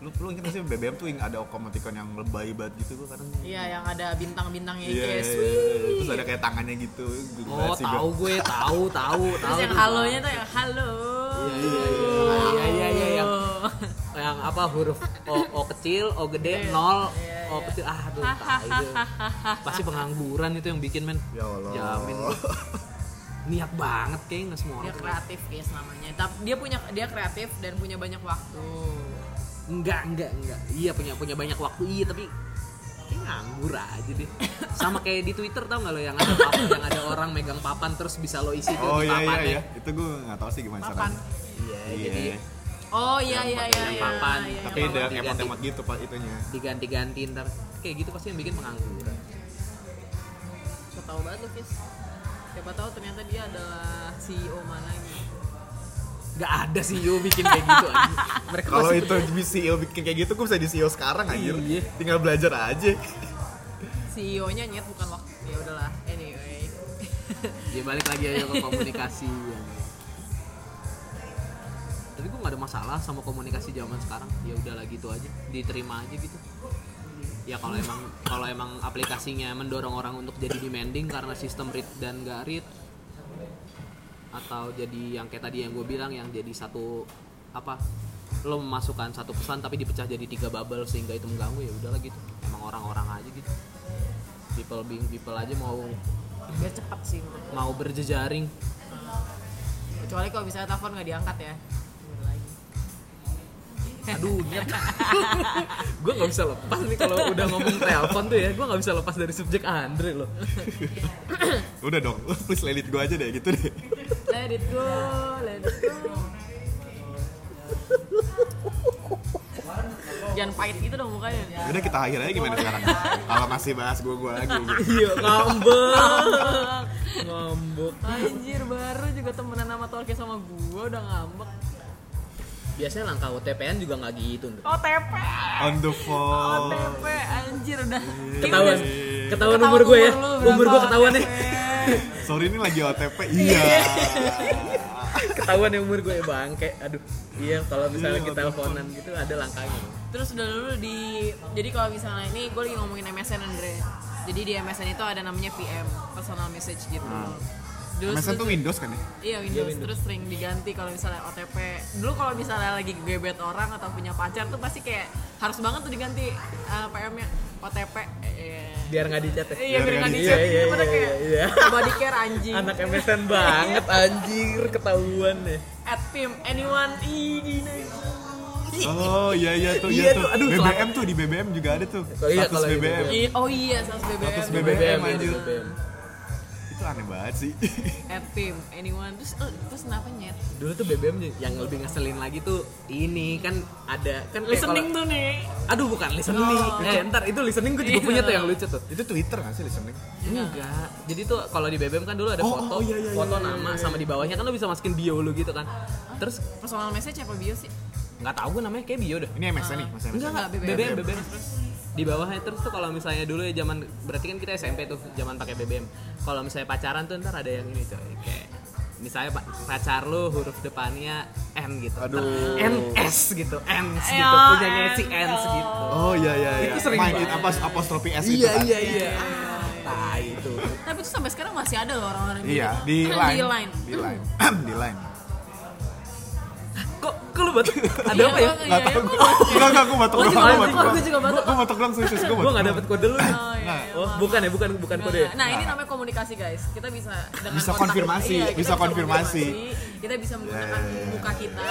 S1: lu lu inget gak sih BBM tuh yang ada emoticon yang lebay banget gitu gua kadang
S3: Iya, yang ada bintang-bintangnya ya.
S1: Iya,
S3: yeah,
S1: iya, iya. terus ada kayak tangannya gitu Gila
S2: Oh,
S1: banget sih gua.
S2: tahu gue, tahu, tahu, tahu.
S3: Terus yang
S2: tuh.
S3: halonya tuh yang halo. Oh.
S2: Iya, iya, iya, iya, iya. Yang apa huruf o, o kecil, o gede,
S3: Iya,
S2: nol,
S3: iya,
S2: o
S3: iya.
S2: kecil. Ah, aduh, tai itu. Pasti pengangguran itu yang bikin, men.
S1: ya Allah
S2: Jamin. Niat banget kayaknya nggak semua
S3: Dia
S2: orang. tuh.
S3: kreatif guys namanya. Tapi dia punya dia kreatif dan punya banyak waktu.
S2: Enggak, enggak, enggak. Iya punya punya banyak waktu. Iya, tapi kayak nganggur aja deh. Sama kayak di Twitter tau nggak lo yang ada papan, yang ada orang megang papan terus bisa lo isi tuh
S1: oh
S2: di
S1: iya iya
S2: papannya.
S1: iya itu gue nggak tahu sih gimana
S3: Papan.
S1: caranya
S2: Iya, ya? jadi
S1: iya
S3: Oh iya iya iya.
S2: yang
S3: iya,
S2: papan.
S3: iya,
S1: tapi
S3: iya,
S2: Yang
S1: ada
S2: diganti.
S1: emot-emot gitu pak itunya
S2: diganti-ganti ntar kayak gitu pasti yang bikin pengangguran.
S3: So tau banget lu, Fis. Siapa tahu ternyata dia adalah CEO mana gitu.
S2: Gak ada sih yo bikin kayak gitu. anjing. Mereka
S1: kalau
S2: pasti-
S1: itu CEO bikin kayak gitu gue bisa di CEO sekarang anjir
S2: Iya.
S1: tinggal belajar aja
S3: CEO-nya E nyet bukan waktu. Ya udahlah. Anyway.
S2: Ya balik lagi aja ke komunikasi. anjing. Tapi gue gak ada masalah sama komunikasi zaman sekarang. Ya udahlah gitu aja, diterima aja gitu. Ya kalau emang kalau emang aplikasinya mendorong orang untuk jadi demanding karena sistem read dan gak read atau jadi yang kayak tadi yang gue bilang yang jadi satu apa lo memasukkan satu pesan tapi dipecah jadi tiga bubble sehingga itu mengganggu ya udahlah gitu emang orang-orang aja gitu people being people aja mau
S3: Biar cepat sih. menurut gua.
S2: mau berjejaring
S3: Kecuali kalau bisa telepon nggak diangkat ya. Gimana lagi?
S2: aduh nyet gue nggak bisa lepas nih kalau udah ngomong telepon tuh ya gue nggak bisa lepas dari subjek Andre loh
S1: udah dong please lelit gue aja deh gitu deh
S3: Let it go, let it go. Jangan pahit gitu dong mukanya.
S1: udah kita akhir aja gimana sekarang kalau masih bahas gue gue lagi
S2: iya ngambek ngambek
S3: Anjir baru juga temenan sama Tolke sama gua udah ngambek.
S2: biasanya langkah OTPN juga nggak gitu Ndre.
S3: OTP,
S1: on the phone
S3: OTP, Oh, anjir udah.
S2: ketahuan Iya. ketahuan
S3: Ketahuan
S2: umur gue ya
S3: umur lu berapa,
S2: umur gue ketahuan ya? nih
S1: sorry ini lagi OTP iya
S2: ketahuan ya umur gue ya bangke aduh iya kalau misalnya
S1: Iya,
S2: kita teleponan gitu ada langkahnya
S3: Terus udah dulu di jadi kalau misalnya ini gue lagi ngomongin MSN Andre. Jadi di MSN itu ada namanya PM, personal message gitu.
S2: Hmm.
S3: Dulu
S1: MSN
S3: tuh-
S1: tuh Windows kan ya
S3: Iya Windows, terus sering diganti kalau misalnya OTP. Dulu kalau misalnya lagi gebet orang atau punya pacar tuh pasti kayak harus banget tuh diganti eh, PM-nya OTP. Eh,
S2: biar nggak dicat ya
S3: Iya, biar nggak
S1: Iya,
S3: dicat.
S2: iya,
S3: Itu pada
S2: iya,
S3: kayak
S2: iya.
S3: body care anjing.
S2: anak MSN banget anjir ketahuan ya
S3: At PIM, anyone, ih, gini.
S1: oh iya iya tuh
S2: Iya
S1: iya tuh
S2: tuh, aduh,
S1: BBM
S2: selamat.
S1: tuh di BBM juga ada tuh
S2: Kalau iya,
S1: status
S2: kalau iya,
S1: BBM
S2: BBM.
S3: Ih, Oh iya, saus BBM.
S1: Status
S2: Di
S1: BBM,
S2: ya, di
S1: anjir.
S2: BBM.
S1: itu aneh banget sih
S3: At PIM, anyone. Terus, eh, terus kenapa nyet?
S2: dulu tuh BBM yang lebih ngeselin lagi tuh ini kan ada kan kayak
S3: Listening
S2: kalau-
S3: tuh nih.
S2: aduh bukan listening
S3: Oh.
S1: iya.
S2: eh ntar itu listening gue juga
S3: Iya.
S2: punya tuh yang lucu tuh
S1: itu Twitter nggak sih listening
S2: enggak jadi tuh kalau di BBM kan dulu ada
S1: Iya. Oh,
S2: foto
S1: oh, iya, iya,
S2: foto
S1: iya, iya,
S2: nama sama di bawahnya kan lo bisa masukin bio lu gitu kan terus
S3: Personal message apa bio sih?
S2: nggak tahu gue namanya kayak bio deh
S1: ini MSN nih masih MSN
S2: enggak enggak BBM BBM, di bawahnya terus tuh kalau misalnya dulu ya zaman berarti kan kita SMP tuh zaman pakai BBM kalau misalnya pacaran tuh ntar ada yang ini coy kayak misalnya pa- pacar lu huruf depannya N gitu Ntar
S1: Aduh.
S2: NS gitu Ns
S3: Ya,
S2: gitu punyanya si
S3: N,
S2: Ns gitu
S1: oh iya iya iya
S2: Itu sering
S1: main
S2: banget.
S1: apa apostrofi S itu
S2: iya
S1: kan
S2: iya iya Ah, tai itu
S3: Tapi itu sampai sekarang masih ada loh orang-orang yang
S1: iya
S3: gitu.
S1: di line
S3: Di line.
S1: di line di line
S2: kok kok lu batuk ada
S3: Iya,
S2: apa ya
S3: gua-
S1: Gak tau,
S3: iya, iya,
S1: gue
S3: gua-
S1: Enggak, enggak, gue batuk
S3: Gua
S1: doang
S3: juga
S1: gua
S3: batuk,
S1: batuk doang.
S3: gua juga batuk.
S1: Gua batuk doang, serius, gue
S2: gua
S1: batuk
S2: nggak
S1: doang.
S2: dapet kode lu nih
S3: Oh, iya, iya,
S2: oh
S3: maaf.
S2: bukan ya bukan bukan kode ya
S3: Nah, ini namanya komunikasi guys. Kita bisa dengan
S1: Bisa
S3: kontak-
S1: konfirmasi,
S3: iya, kita
S1: bisa konfirmasi.
S3: konfirmasi, Kita bisa menggunakan
S1: Iya, iya, iya.
S3: muka kita.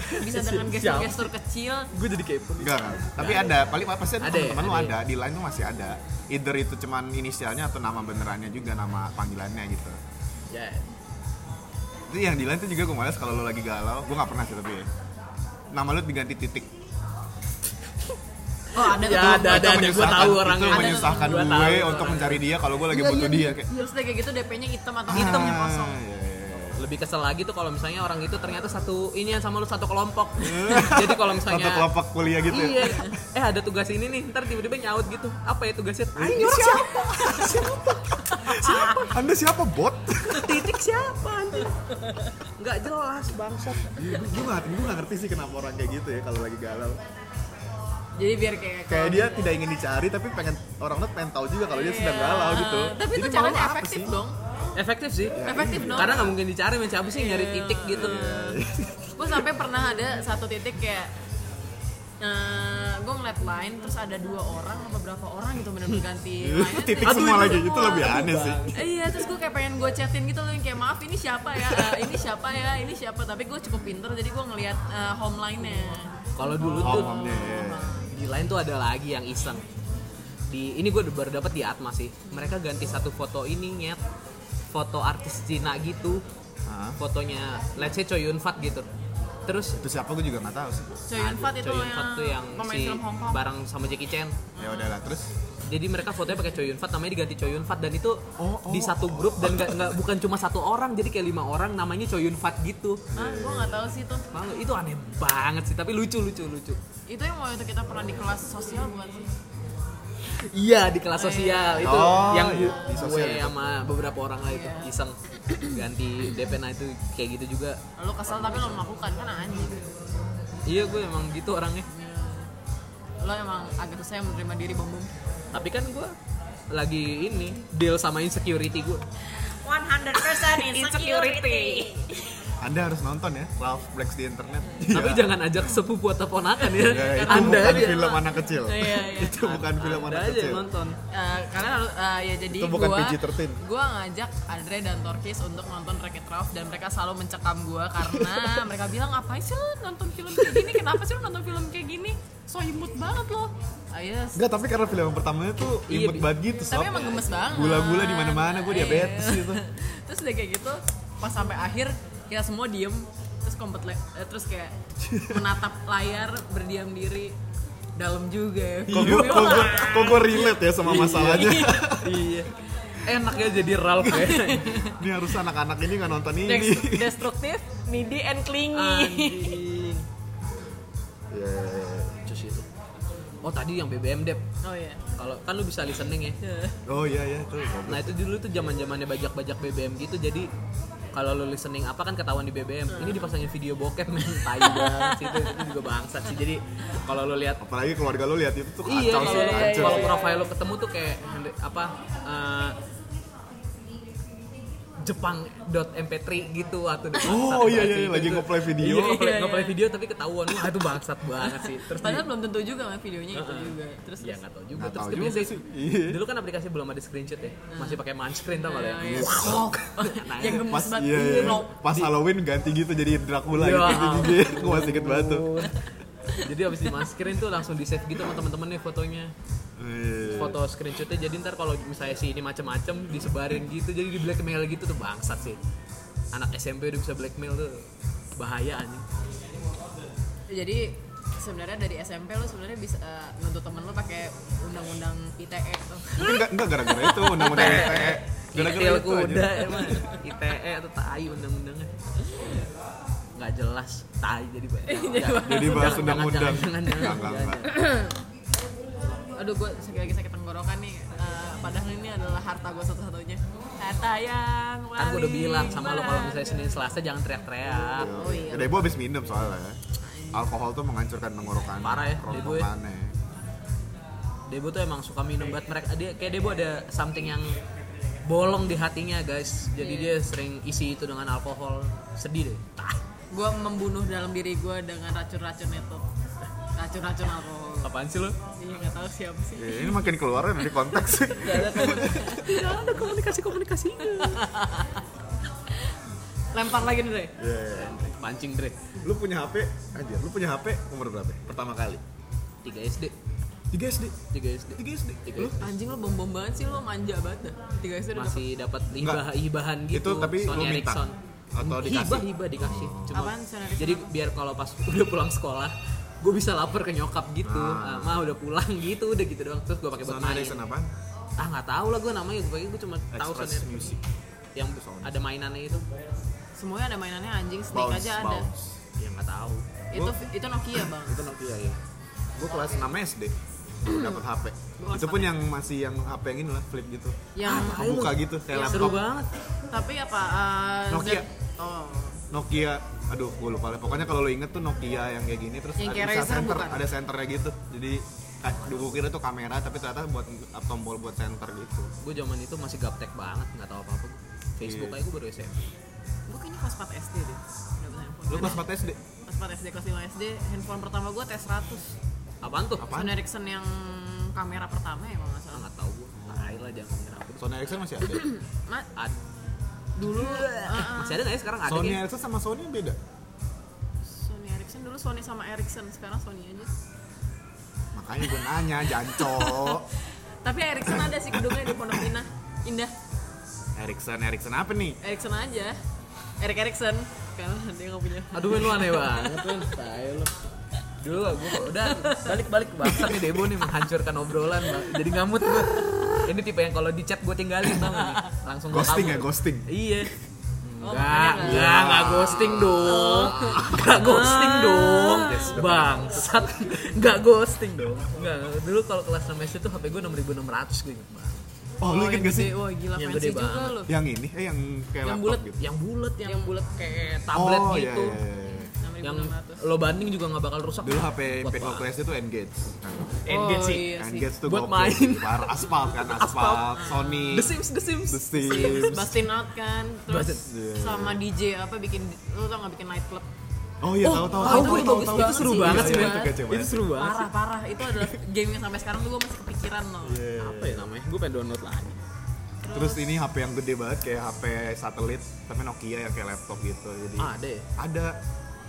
S3: Bisa dengan
S2: Siap.
S3: gestur-gestur kecil.
S2: gue jadi kepo nih.
S1: Enggak, enggak. Tapi ada, paling pasti ada
S2: Ada ya,
S1: teman lu
S2: ada
S1: ada, di line tuh masih ada. Either itu cuman inisialnya atau nama benerannya juga, nama panggilannya gitu.
S2: ya
S1: Itu yang di line tuh juga gue males kalau lu lagi galau. Gue nggak pernah sih tapi ya. Nama lu diganti titik.
S3: Oh, ada
S2: Ya, ada,
S3: tuh.
S2: ada, ada. Gua
S1: menyusahkan-
S2: tahu orangnya.
S1: Itu
S3: Ada,
S1: menyusahkan
S2: gua tahu
S1: gue
S2: orangnya.
S3: Iya,
S1: untuk mencari dia kalau gue lagi butuh dia kayak.
S3: Terus udah kayak gitu DP-nya hitam atau
S1: ah,
S3: hitamnya kosong.
S1: iya, iya, iya.
S2: lebih kesel lagi tuh kalau misalnya orang itu ternyata satu ini yang sama lu satu kelompok jadi kalau misalnya
S1: Hmm. Satu kelompok kuliah gitu
S2: iya
S1: ya.
S2: eh ada tugas ini nih ntar tiba-tiba nyaut gitu apa ya tugasnya
S1: Ini
S2: ini orang siapa
S1: siapa? siapa? Siapa? Anda siapa bot?
S2: titik siapa anjir nggak jelas bangsat
S1: Iya, gue gak, gue gak ngerti sih kenapa orang kayak gitu ya kalau lagi galau.
S3: jadi biar kayak
S1: Kayak dia tidak ingin dicari tapi pengen orang tuh pengen tahu juga kalau dia sedang galau gitu.
S3: Iya. Ah. tapi itu
S1: Jadi mau
S3: caranya
S1: apa
S3: efektif
S1: sih? Iya.
S3: dong
S2: efektif sih
S3: efektif dong
S2: karena nggak mungkin dicari men siapa sih nyari titik gitu
S3: gue sampai pernah ada satu titik kayak gue ngeliat line terus ada dua orang apa berapa orang gitu bener-bener
S1: Itu
S3: ganti line-nya.
S1: Iya, titik
S3: Aduh,
S1: semua
S3: itu
S1: lagi itu
S3: semua.
S1: lebih aneh sih.
S3: Eh, iya terus gue kayak pengen gue chatin gitu loh yang kayak maaf ini siapa ya Eh, ini siapa ya ini siapa tapi gue cukup pinter jadi gue ngeliat eh, home line-nya
S2: kalau dulu tuh
S1: Omongnya. iya.
S2: di lain tuh ada lagi yang iseng di ini gue baru dapat di Atma sih mereka ganti satu foto ini nyet foto artis Cina gitu
S1: Hah?
S2: fotonya let's say Choi Yun Fat gitu terus
S1: Itu siapa gue juga gak tahu sih.
S3: Choi Yun
S2: aduh,
S3: Fat itu
S2: Choi Yun
S3: yang,
S2: Fat tuh yang
S3: pemain
S2: si
S3: film Hong Kong
S2: bareng sama Jackie Chan
S1: Ya udahlah terus.
S2: jadi mereka fotonya pakai Choi Yun Fat namanya diganti Choi Yun Fat dan itu
S1: Oh, oh,
S2: di satu grup dan nggak nggak bukan cuma satu orang jadi kayak lima orang namanya Choi Yun Fat gitu
S3: ah gue nggak tahu sih tuh
S2: Malu, itu aneh banget sih tapi lucu lucu lucu
S3: itu yang waktu itu kita pernah di kelas sosial bukan sih
S2: Iya di kelas sosial itu
S1: Oh,
S2: yang
S1: iya, di
S2: gue
S1: sosial itu.
S2: sama beberapa orang lah itu iseng ganti DP nah itu kayak gitu juga.
S3: lo kesel tapi lo melakukan kan anjing
S2: Iya gue emang gitu orangnya.
S3: lo emang agak susah yang menerima diri bom bom
S2: Tapi kan gue lagi ini deal sama insecurity gue.
S4: 100% insecurity.
S1: Anda harus nonton ya Love Breaks di internet.
S2: Tapi
S1: Iya.
S2: jangan ajak sepupu atau ponakan ya.
S1: Ya, itu
S2: Anda
S1: bukan
S2: aja.
S1: film anak kecil.
S3: iya iya
S1: itu bukan film
S2: Anda
S1: anak
S2: aja
S1: kecil. Iya
S2: nonton.
S3: Eh, karena lalu- eh, ya jadi
S1: Itu bukan
S3: gua,
S1: PG-13.
S3: gua ngajak Andre dan Torkis untuk nonton Wreck-It Ralph dan mereka selalu mencekam gua karena mereka bilang ngapain sih lo nonton film kayak gini kenapa sih lo nonton film kayak gini so imut banget lo ah, yes.
S1: Enggak, tapi karena film yang pertamanya tuh
S2: Iya,
S1: imut
S2: Bi.
S1: banget gitu,
S3: tapi
S1: Sob.
S3: emang gemes banget
S1: Gula-gula di mana-mana, gua diabetes
S3: Iya.
S1: gitu.
S3: terus udah kayak gitu pas sampai akhir kita semua diem terus kompet le- eh, terus kayak menatap layar berdiam diri dalam juga ya
S1: Kok gua, kok gua, kok gua relate ya sama masalahnya.
S2: iya. Enak ya jadi Ralph ya.
S1: ini harus anak-anak ini nggak nonton ini.
S3: Dex- destruktif needy and clingy
S2: Anjing.
S1: Iya, iya, iya.
S2: Cus itu. Oh tadi yang BBM Dep.
S3: oh iya
S2: Kalau kan lu bisa listening ya.
S1: Oh iya iya tuh.
S2: Nah itu dulu tuh zaman zamannya bajak-bajak BBM gitu jadi kalau lu listening apa kan ketahuan di BBM. Ini dipasangin video bokep men tai banget sih itu, itu juga bangsat sih. Jadi kalau lu lihat
S1: Apalagi keluarga lu lihat itu tuh kacau sih,
S2: iya kalau
S1: kacau.
S2: kalau profil lu ketemu tuh kayak Henry- apa eh, Jepang.mp3 gitu atau gitu.
S1: Oh, iya, iya, iya, lagi ngeplay video.
S2: Iya, ngeplay,
S3: Iya, iya.
S2: ngeplay video tapi ketahuan wah itu bangsat banget sih. Terus
S3: Padahal belum tentu juga kan videonya itu
S2: Heeh.
S3: juga. Terus
S2: ya nggak tahu juga
S1: Nggak
S2: terus
S1: tahu
S2: dia
S1: juga
S2: biasanya-
S1: sih. Iya.
S2: dulu kan aplikasi belum ada screenshot ya masih pakai touchscreen tau kalau ya
S3: Iya, iya.
S2: Nah,
S3: yang
S1: Pas
S3: gemes banget
S1: iya,
S3: iya,
S1: iya.
S3: no.
S1: Pas Halloween ganti gitu jadi Dracula
S2: Ya
S1: gitu gigi. Gua masih inget banget tuh.
S2: jadi abis dimasukin tuh langsung di save gitu sama temen-temen nih fotonya
S1: Iya.
S2: foto screenshotnya jadi ntar kalau misalnya si ini macem-macem disebarin gitu jadi di blackmail gitu tuh bangsat sih anak SMP udah bisa blackmail tuh bahaya anjing
S3: Jadi sebenarnya dari SMP lo sebenarnya bisa eh, nuntut temen lo pakai undang-undang ITE tuh.
S1: Tapi nggak nggak gara-gara itu undang-undang
S2: Iya.
S1: ITE. Gara-gara
S2: Itil
S1: itu aja.
S2: kuda emang ITE atau tai undang-undangnya nggak jelas tai jadi bahaya
S1: Jadi bahas undang-undang.
S2: jangan, jangan,
S1: Nggak,
S2: jangan,
S1: nggak,
S2: jangan.
S1: nggak.
S3: Aduh gue sekali lagi sakit tenggorokan nih. Eh, padahal ini adalah harta gue satu-satunya. Harta yang
S2: kan gue udah
S3: paling
S2: bilang sama lo kalau misalnya
S3: berharga.
S2: Senin Selasa jangan teriak-teriak
S3: Oh iya.
S1: Debo habis minum soalnya. Alkohol tuh menghancurkan tenggorokan.
S2: Parah ya,
S1: rongga
S2: Debo ya.
S1: mana.
S2: Debo tuh emang suka minum banget mereka dia kayak Debo ada something yang bolong di hatinya guys jadi
S1: Iya.
S2: dia sering isi itu dengan alkohol sedih deh Tah,
S3: Gue membunuh dalam diri gue dengan racun-racun itu. Racun-racun alkohol.
S2: apaan sih lo
S3: Iya nggak tahu siapa sih.
S1: Ya, ini makin keluarnya dari konteks
S2: Iya.
S1: sih.
S2: tidak ada komunikasi komunikasi
S3: Lempar lagi nih Dre.
S1: Iya.
S2: pancing Dre
S1: Lu punya HP? Anjir, lu punya HP umur berapa? ya? Pertama kali.
S2: 3 SD
S1: 3 SD.
S2: 3 SD
S1: 3 SD.
S2: Tiga
S1: Lu?
S3: Anjing lo bom-bom banget sih lo manja banget dah. Tiga SD udah
S2: masih dapat
S1: Enggak.
S2: hibah hibahan gitu
S1: Itu tapi
S2: Sony
S1: lu minta
S2: Ericsson.
S1: atau dikasih? Oh.
S2: hibah hibah dikasih cuma
S3: Apaan Sony Ericsson?
S2: jadi biar kalau pas udah pulang sekolah gue bisa lapar ke nyokap gitu
S1: Ah.
S2: ah. mah udah pulang gitu udah gitu doang terus gue pakai buat
S1: Sony
S2: main
S1: Ericsson apa?
S2: ah nggak tahu lah gue namanya gue pakai gue cuma tahu Sony
S1: Express
S2: Ericsson.
S1: Music.
S2: yang
S1: Sony.
S2: ada mainannya itu
S3: semuanya ada mainannya anjing snake
S1: bounce
S3: aja ada
S1: bounce
S2: ya nggak tahu
S3: itu itu Nokia bang
S1: itu Nokia ya gue kelas 6 SD dapat HP
S3: Gua
S1: itu pun
S3: kelas
S1: yang masih yang HP yang ini lah flip gitu
S2: Ya,
S3: yang
S1: kebuka gitu kayak
S2: seru
S1: laptop
S2: banget
S3: tapi apa uh,
S1: Nokia.
S3: Z- oh
S1: Nokia aduh gue lupa lah pokoknya kalau lo inget tuh Nokia yang kayak gini terus
S3: Yang
S1: ada
S3: kayak
S1: bisa
S3: Razer
S1: center
S3: bukan?
S1: ada senternya gitu jadi gue kira tuh kamera tapi ternyata buat tombol buat center gitu
S2: gue zaman itu masih gaptek banget nggak tahu apa apa Facebook
S1: Iya.
S2: aja gue baru SMP
S3: gue kayaknya kelas 4 SD deh dapet handphone
S1: lu kelas 4 SD
S3: kelas 4 SD kelas 5 SD handphone pertama gue T100
S2: apaan tuh
S1: Apaan?
S3: Sony Ericsson yang kamera pertama ya kalau nggak
S2: Ah,
S3: salah
S2: nggak tahu gue
S1: Oh.
S2: tai lah jangan ngomongin aku
S1: Sony Ericsson masih ada
S3: Mat,
S2: Ad-
S3: dulu uh-uh.
S2: masih ada nggak ya sekarang ada
S1: Sony
S2: kayaknya.
S1: Ericsson sama Sony beda
S3: Sony Ericsson dulu Sony sama Ericsson sekarang Sony aja
S1: makanya gue nanya jancok
S3: tapi Ericsson ada sih gedungnya di Pondok Indah Indah
S1: Ericsson Ericsson apa nih
S3: Ericsson aja Erik Ericsson karena dia nggak punya
S2: aduh Win, lu aneh banget Win. tai lu dulu gue udah balik balik ke bangsat nih Debo nih menghancurkan obrolan Bang. jadi ngamut gue ini tipe yang kalau di chat gue tinggalin tau gak nih langsung gua
S1: ghosting ya
S2: kabur.
S1: ghosting
S2: Iya. Enggak,
S3: Oh, makanya
S2: enggak, enggak ghosting dong. Enggak ghosting dong. Bangsat. Enggak ghosting dong. Enggak, dulu kalau kelas 6 SD tuh HP gue 6600 gue inget banget.
S1: oh lu
S3: Oh,
S1: inget
S3: yang
S1: gak sih
S3: gede. wah gila
S2: Yang
S3: fancy
S2: gede
S3: juga
S2: banget.
S3: loh
S1: yang ini eh yang kayak
S3: Yang
S1: laptop
S3: bulat.
S1: gitu
S2: Yang bulat yang,
S3: yang bulat kayak
S2: tablet
S1: oh, iya,
S2: gitu.
S1: iya, iya.
S2: Yang
S3: 6600
S2: lo banding juga nggak bakal rusak.
S1: dulu HP
S2: Buat Oh,
S1: PKO
S2: banget.
S1: kelas itu Engage
S2: Engage sih.
S3: Iya sih.
S1: Engage tuh
S2: Buat
S1: gokil
S2: main.
S1: sih. Bar aspal kan aspal Sony
S2: The Sims, The Sims.
S1: The Sims.
S3: Bustin out kan terus
S2: Bustin.
S1: Iya.
S3: sama DJ apa bikin lu tau nggak bikin nightclub
S1: oh iya tahu tahu
S2: Oh,
S1: tahu
S2: itu
S1: tahu
S2: bagus
S1: tahu
S2: banget
S1: tahu.
S2: seru
S1: Iya,
S2: banget
S1: iya,
S2: sih.
S1: iya,
S2: Bang.
S1: itu kece
S2: Itu
S1: banget.
S2: seru banget.
S3: parah parah itu adalah game yang sampai sekarang tuh gue masih kepikiran loh
S1: Iya.
S2: Apa ya namanya? Gue pengen download lagi.
S1: terus ini HP yang gede banget kayak HP satelit tapi Nokia yang kayak laptop gitu jadi
S2: Ah, ada ya?
S1: ada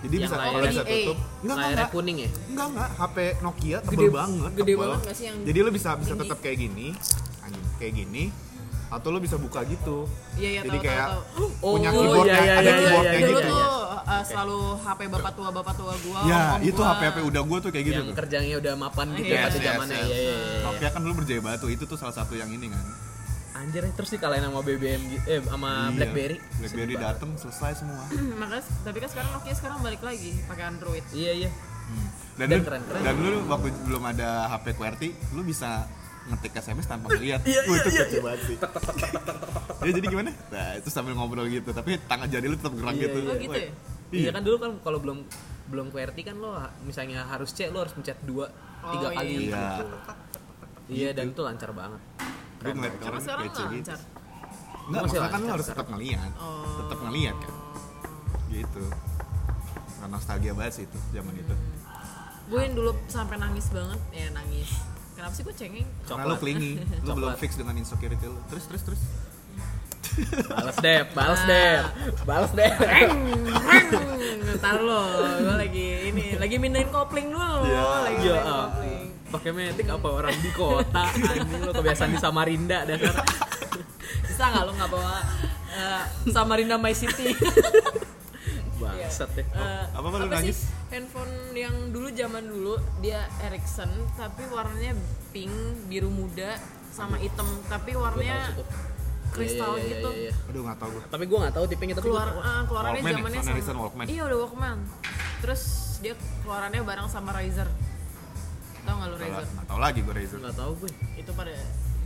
S1: jadi
S2: Yang
S1: bisa
S2: layarnya-
S1: kalau bisa
S3: LDA.
S1: tutup enggak enggak,
S2: Layarnya
S1: enggak
S2: kuning ya?
S1: Enggak enggak, HP Nokia tebel
S2: Gede-
S1: banget.
S3: gede
S1: tebel.
S3: banget nggak sih yang
S1: Jadi lo bisa bisa
S3: tinggi?
S1: tetap kayak gini, anjing, kayak gini atau lo bisa buka gitu.
S3: Iya, iya,
S1: Jadi
S3: tahu,
S1: kayak
S3: tahu,
S1: punya
S2: Oh,
S1: keyboard
S2: iya, iya,
S1: ada
S2: iya,
S1: keyboard
S2: iya,
S1: kayak
S2: iya,
S3: dulu
S1: gitu.
S2: iya.
S3: tuh uh, selalu HP bapak tua bapak tua gua
S1: Ya,
S3: om-om
S1: itu
S3: gua.
S1: HP HP udah gue tuh kayak gitu.
S2: yang
S1: tuh.
S2: kerjanya udah mapan gitu
S3: Yes,
S2: ya pada
S1: yes,
S2: zamannya.
S1: yes.
S2: Iya, iya, iya.
S1: Nokia kan dulu berjaya batu, itu tuh salah satu yang ini kan.
S2: Anjir eh, terus dikalahin sama BBM gi- eh
S3: Ah,
S2: sama
S1: Iya.
S2: BlackBerry.
S1: Blackberry
S2: Sedih banget.
S1: dateng selesai semua.
S3: makanya tapi kan sekarang Nokia sekarang balik lagi pakai Android
S2: Iya iya.
S1: Dan,
S2: Dan
S1: lu-
S2: keren-keren.
S1: dan dulu waktu belum ada HP QWERTY, lu bisa ngetik SMS tanpa ngeliat.
S2: Iya,
S1: Wah,
S2: iya,
S1: itu
S2: iya,
S1: kece banget sih. Ya jadi gimana? Nah, itu sambil ngobrol gitu, tapi tangan jari lu tetap gerak
S2: Iya,
S1: gitu.
S2: iya.
S3: Oh, gitu ya?
S2: Iya kan dulu kan kalau belum belum QWERTY kan lo ha- misalnya harus C lo harus pencet dua tiga
S3: Oh,
S2: kali.
S1: Iya. Gitu.
S2: Iya, dan itu lancar banget.
S1: Gue ngeliat
S3: cuma
S1: orang
S3: sekarang
S1: kece
S3: nggak
S1: gitu.
S3: lancar
S1: Enggak,
S2: Masih
S1: maksudnya kan lu
S2: lancar
S1: harus tetap
S2: sekarang.
S1: ngeliat.
S3: Oh.
S1: Tetap ngeliat kan. Gitu. Karena nostalgia banget sih itu zaman itu.
S3: gue yang dulu sampai nangis banget ya nangis kenapa sih gue cengeng
S1: Karena lu
S2: Coklat.
S1: clingy, lu
S2: Coklat.
S1: belum fix dengan insecurity lu. Terus terus terus.
S2: Balas deh,
S3: Nah.
S2: balas deh. Balas deh.
S3: ntar lo gue lagi ini lagi mindahin kopling dulu
S1: Iya.
S2: Iya.
S3: lagi mindahin
S2: ah.
S3: kopling
S2: Pakai metik apa orang di kota anjing lo kebiasaan di Samarinda dasar.
S3: bisa nggak lo nggak bawa eh, Samarinda My City
S2: Bangsat deh.
S3: Eh,
S1: Apa, apa lu nangis?
S3: sih handphone yang dulu zaman dulu dia Ericsson tapi warnanya pink biru muda sama hitam tapi warnanya kristal
S2: Iya, iya, iya,
S3: gitu
S2: iya, iya.
S1: Aduh nggak tahu gue.
S2: Tapi gue nggak tahu tipenya tapi
S3: keluar
S2: gua-
S3: ah, keluarannya
S1: Walkman ya?
S3: zamannya
S1: Sony
S3: sama-
S1: Ericsson Walkman.
S3: iya udah Walkman terus dia keluarannya bareng sama Razer tau nggak lu Razer
S1: Nggak tahu lagi gue Razer.
S2: nggak tahu gue.
S3: Nah, itu pada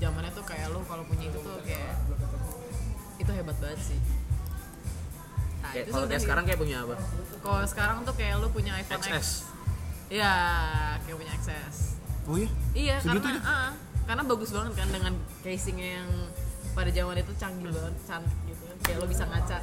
S3: zamannya tuh kayak lu kalau punya itu tuh kayak itu hebat banget sih nah,
S2: Kayak kalau
S3: itu sudah
S2: kayak
S3: gitu.
S2: sekarang kayak punya apa?
S3: kalau sekarang tuh kayak lu punya iPhone X
S2: XS.
S3: ya kayak punya XS
S1: Oh iya.
S3: Iya,
S1: Segitu
S3: karena ah, karena bagus banget kan dengan casingnya yang pada zaman itu canggih banget, cantik gitu. Kayak lo bisa ngaca.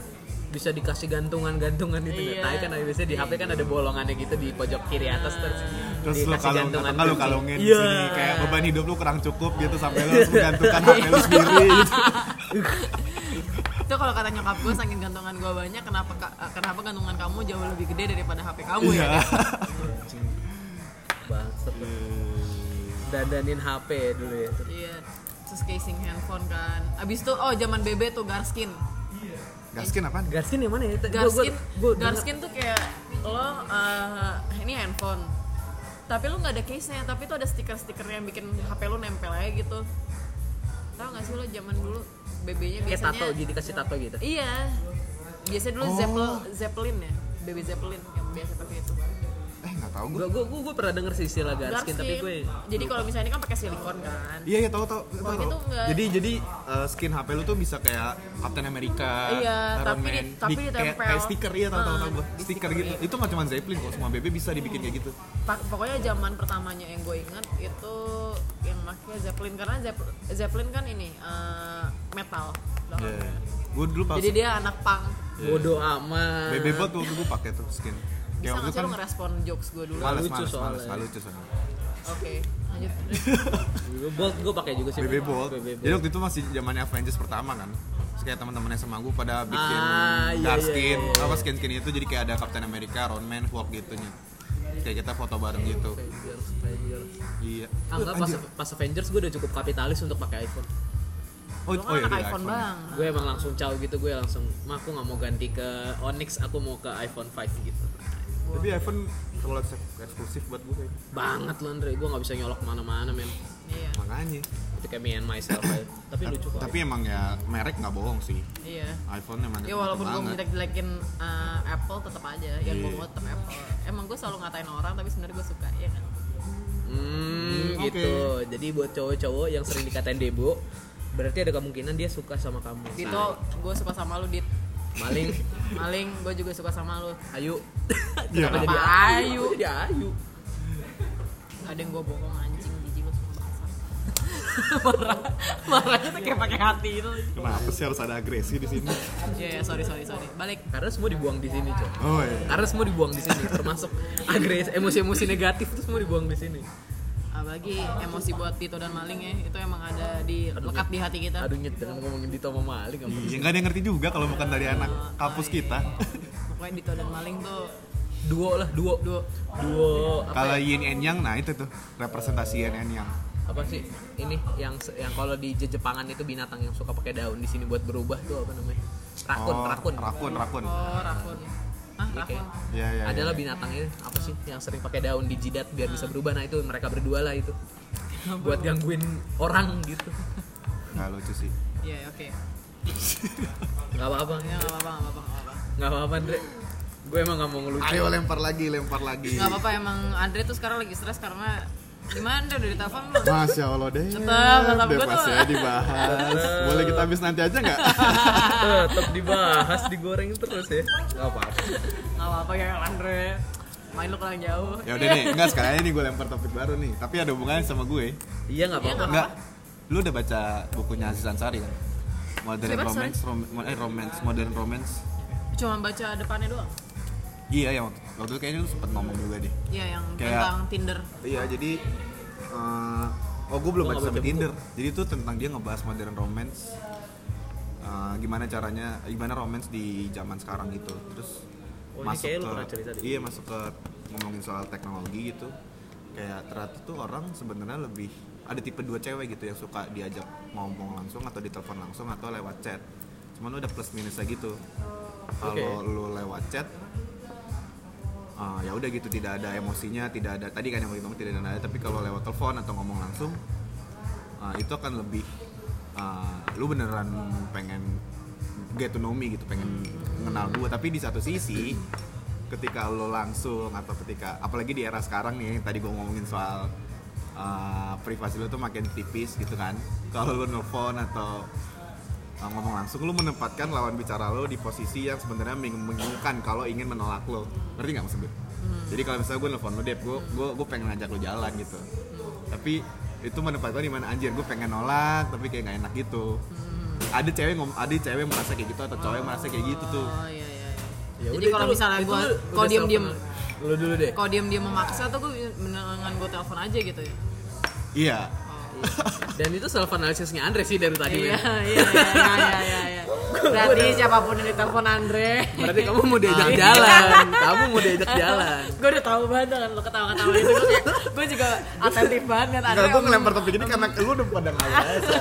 S2: Bisa dikasih gantungan-gantungan gitu.
S3: Iya.
S2: Nah, kan biasanya di HP kan ada bolongannya gitu di pojok kiri atas terus.
S3: Ah.
S1: Terus lu
S2: dikasih
S1: kalung
S2: gantungan
S1: kalau
S2: kunci.
S1: kalungin di
S2: Iya.
S1: sini kayak beban hidup lu kurang cukup gitu sampai lu harus menggantungkan
S3: Iya.
S1: HP lu sendiri gitu.
S3: Itu kalau kata nyokap gue saking gantungan gue banyak, kenapa ka- eh, kenapa gantungan kamu jauh lebih gede daripada HP kamu
S1: Iya.
S3: ya?
S2: Bangsat. tuh. Dandanin HP dulu ya.
S3: Iya. Terus casing handphone kan. Abis itu oh zaman BB tuh Garskin.
S1: Gaskin apaan?
S2: Garskin yang mana ya? Gua- gua-
S3: Garskin,
S2: gua- gua-
S3: Garskin tuh kayak lo eh, ini handphone. Tapi lu nggak ada case-nya, tapi tuh ada stiker-stikernya yang bikin HP lu nempel aja gitu. Tahu nggak sih lo zaman dulu BB-nya
S2: kayak
S3: biasanya
S2: tato gitu, dikasih tato gitu.
S3: Iya. Biasanya dulu
S1: Oh.
S3: Zeppel- Zeppelin ya, BB Zeppelin yang biasa pakai itu.
S1: eh nggak tahu gue
S2: Gue gue gue pernah denger sih istilah Garskin
S3: Garskin.
S2: tapi ya gue
S3: Jadi kalau misalnya ini kan pakai silikon kan.
S1: iya iya tahu tahu tahu,
S3: Kalau
S1: tahu.
S3: gitu nggak-
S1: jadi jadi eh, skin HP lu tuh bisa kayak Captain America
S3: Iya,
S1: Iron
S3: tapi
S1: Man
S3: di- tapi
S1: kayak-
S3: ditempel.
S1: kayak, stiker iya tahu tahu tahu gue
S3: Ah, di
S1: stiker
S3: stiker,
S1: gitu
S3: iya.
S1: itu nggak cuma Zeppelin kok semua BB bisa dibikin kayak gitu
S3: Pa- pokoknya zaman pertamanya yang gue ingat itu yang pakai Zeppelin karena Zepp- Zeppelin kan ini eh, metal.
S2: Iya,
S3: belakangnya.
S1: gue Iya. dulu pas
S3: Jadi dia anak punk.
S2: bodoh amat.
S1: BB bot waktu gue pakai tuh skin kayak
S3: Bisa
S1: waktu itu
S3: nggak
S1: kan
S3: sih lu ngerespon jokes gue dulu? Oke,
S1: males
S2: Lucu
S1: males males
S2: soalnya.
S1: nggak lucu soalnya
S3: lanjut.
S2: Bolt gue pakai juga sih.
S1: BB Bolt. Jadi
S2: Bolt.
S1: waktu itu masih zamannya Avengers pertama kan. Terus kayak teman-temannya sama gue pada bikin
S2: Ah, iya,
S1: dark
S2: iya,
S1: skin,
S2: iya, iya.
S1: apa skin skin itu jadi kayak ada Captain America, Iron Man, Hulk gitu nya. Kayak kita foto bareng gitu.
S2: Avengers, Avengers.
S1: Iya.
S2: Angga pas,
S1: Anjir.
S2: pas Avengers gue udah cukup kapitalis untuk pakai iPhone.
S1: Oh,
S3: Lu
S1: oh
S3: kan
S1: iya,
S3: anak
S1: iya,
S3: iPhone
S1: iPhone.
S3: bang.
S2: Gue emang langsung caw gitu gue langsung, mah aku nggak mau ganti ke Onyx, aku mau ke iPhone 5 gitu.
S1: Tapi iPhone terlalu eks- eksklusif buat gue kayaknya.
S2: Banget loh Andre, gue nggak bisa nyolok kemana-mana men.
S3: Iya.
S1: Makanya.
S2: Itu kayak me and myself aja. Tapi lucu kok.
S1: Tapi emang ya merek nggak bohong sih.
S3: Iya.
S1: iPhone emang
S3: Ya walaupun gue
S1: banget. Iya.
S3: menjelek-jelekin eh, Apple tetap aja yang gue mau tetap Apple. Emang gue selalu ngatain orang tapi sebenarnya gue suka ya kan.
S2: Hmm,
S1: Oke.
S2: gitu. Jadi buat cowok-cowok yang sering dikatain debo, berarti ada kemungkinan dia suka sama kamu. Nah,
S3: Dito, gue suka sama lu Dit.
S2: Maling,
S3: Maling, gue juga suka sama lu.
S2: ayu.
S1: Iya.
S2: Kenapa jadi
S3: Ayu.
S2: Kenapa Jadi ayu.
S3: Ada yang gue bohong anjing jijik lu suka basah. Marah, marahnya tuh kayak pakai hati itu.
S1: Kenapa sih harus ada agresi di sini?
S3: Iya, iya, sorry sorry sorry. Balik.
S2: Karena semua dibuang di sini, Cok.
S1: Oh iya.
S2: Karena semua dibuang di sini, termasuk agresi, emosi-emosi negatif itu semua dibuang di sini.
S3: Apalagi emosi buat Tito dan maling ya, itu emang ada di
S2: Aduh,
S3: lekat di hati kita.
S2: Aduh nyet, jangan ngomongin Dito sama Malik kamu.
S1: Ya nggak ada yang ngerti juga kalau bukan dari anak kampus kita.
S3: Pokoknya Dito dan maling tuh
S2: Duo lah, duo. Duo. Duo apa, ya?
S1: kalau Yin and Yang, nah itu tuh representasi Yin and Yang.
S2: apa sih? Ini yang se- yang kalau di Je- Jepangan itu binatang yang suka pakai daun di sini buat berubah tuh apa namanya? Rakun,
S1: Oh,
S2: rakun.
S1: rakun, rakun.
S3: oh rakun. Hah,
S2: Iya,
S3: rakun.
S2: kayak-
S1: Iya, iya. iya.
S2: adalah binatangnya apa sih yang sering pakai daun di jidat biar bisa berubah nah itu mereka berdua lah itu buat gangguin orang gitu
S1: Nggak lucu sih.
S3: Iya, oke.
S2: nggak apa-apa
S3: Ya enggak apa-apa, enggak apa-apa, enggak apa-apa.
S2: nggak apa-apa Andre gue emang nggak mau ngelucu
S1: Ayo lempar lagi, lempar lagi.
S3: Enggak apa-apa emang Andre tuh sekarang lagi stres karena gimana udah ditelepon belum?
S1: Masya Allah deh.
S3: Tetep, tetep gua
S1: Bebas
S3: tuh.
S1: ya dibahas. Boleh kita habis nanti aja nggak?
S2: tetap dibahas digoreng terus ya nggak apa-apa
S3: Enggak apa-apa ya Andre. Main lu kurang jauh.
S1: ya udah nih, enggak sekalian nih gue lempar topik baru nih. Tapi ada hubungannya sama gue.
S2: iya nggak apa-apa
S1: Enggak. Lu udah baca bukunya Aziz Ansari kan? Modern
S3: Siapa, sorry?
S1: Romance, rom- mo- eh, Romance, Modern Romance.
S3: Cuma baca depannya doang.
S1: Iya, yang waktu, waktu itu kayaknya lu sempet ngomong juga deh.
S3: Iya, yang
S1: Kayak-
S3: tentang Tinder.
S1: Iya, jadi eh, oh gue belum
S2: Lu
S1: baca
S2: nggak
S1: sampai
S2: baca buku?
S1: Tinder. Jadi itu tentang dia ngebahas modern romance. eh, gimana caranya, gimana romance di zaman sekarang gitu. Terus
S2: Oh, ini kayaknya lu pernah cerita deh.
S1: iya masuk ke ngomongin soal teknologi gitu. Kayak ternyata tuh orang sebenarnya lebih ada tipe dua cewek gitu yang suka diajak ngomong langsung atau ditelepon langsung atau lewat chat. Cuman udah plus minusnya gitu. Kalau
S2: Oke.
S1: lu lewat chat Ah, ya udah gitu tidak ada emosinya tidak ada tadi kan yang ngomong tidak ada nada tapi kalau lewat telepon atau ngomong langsung ah, itu akan lebih ah, lu beneran pengen get to know me gitu pengen kenal gue tapi di satu sisi ketika lo langsung atau ketika apalagi di era sekarang nih yang tadi gue ngomongin soal ah, privasi lo tuh makin tipis gitu kan kalau lo nelfon atau ah, ngomong langsung lu menempatkan lawan bicara lo di posisi yang sebenarnya meng- membingungkan kalau ingin menolak lo ngerti nggak maksud gue? jadi kalau misalnya gue nelfon lo deh gue gue gue pengen ngajak lo jalan gitu tapi itu menempatkan di mana anjir gue pengen nolak tapi kayak nggak enak gitu ada cewek ngom ada cewek merasa kayak gitu atau cowok yang merasa kayak gitu tuh
S3: Oh iya iya. iya.
S2: Ya
S3: Jadi
S2: udah,
S3: kalau
S2: itu lu-
S3: misalnya
S2: itu
S3: gua
S2: lu
S3: kalau
S2: udah
S3: diam-diam
S2: teleponan. lu dulu deh
S3: kalau diam-diam memaksa tuh gue mendingan gue telepon aja gitu ya.
S1: iya
S2: dan itu self analisisnya Andre sih dari tadi
S3: Iya,
S2: men.
S3: iya, iya, iya, iya, iya. Berarti siapapun yang ditelepon Andre.
S2: berarti kamu mau diajak
S3: Iya.
S2: jalan kamu mau diajak jalan
S3: gue udah tahu banget kan lo ketawa-ketawa itu gue kayak gue juga atentif banget kan
S1: Enggak, gue ngelempar topik ini karena lu udah pada ngalah aja.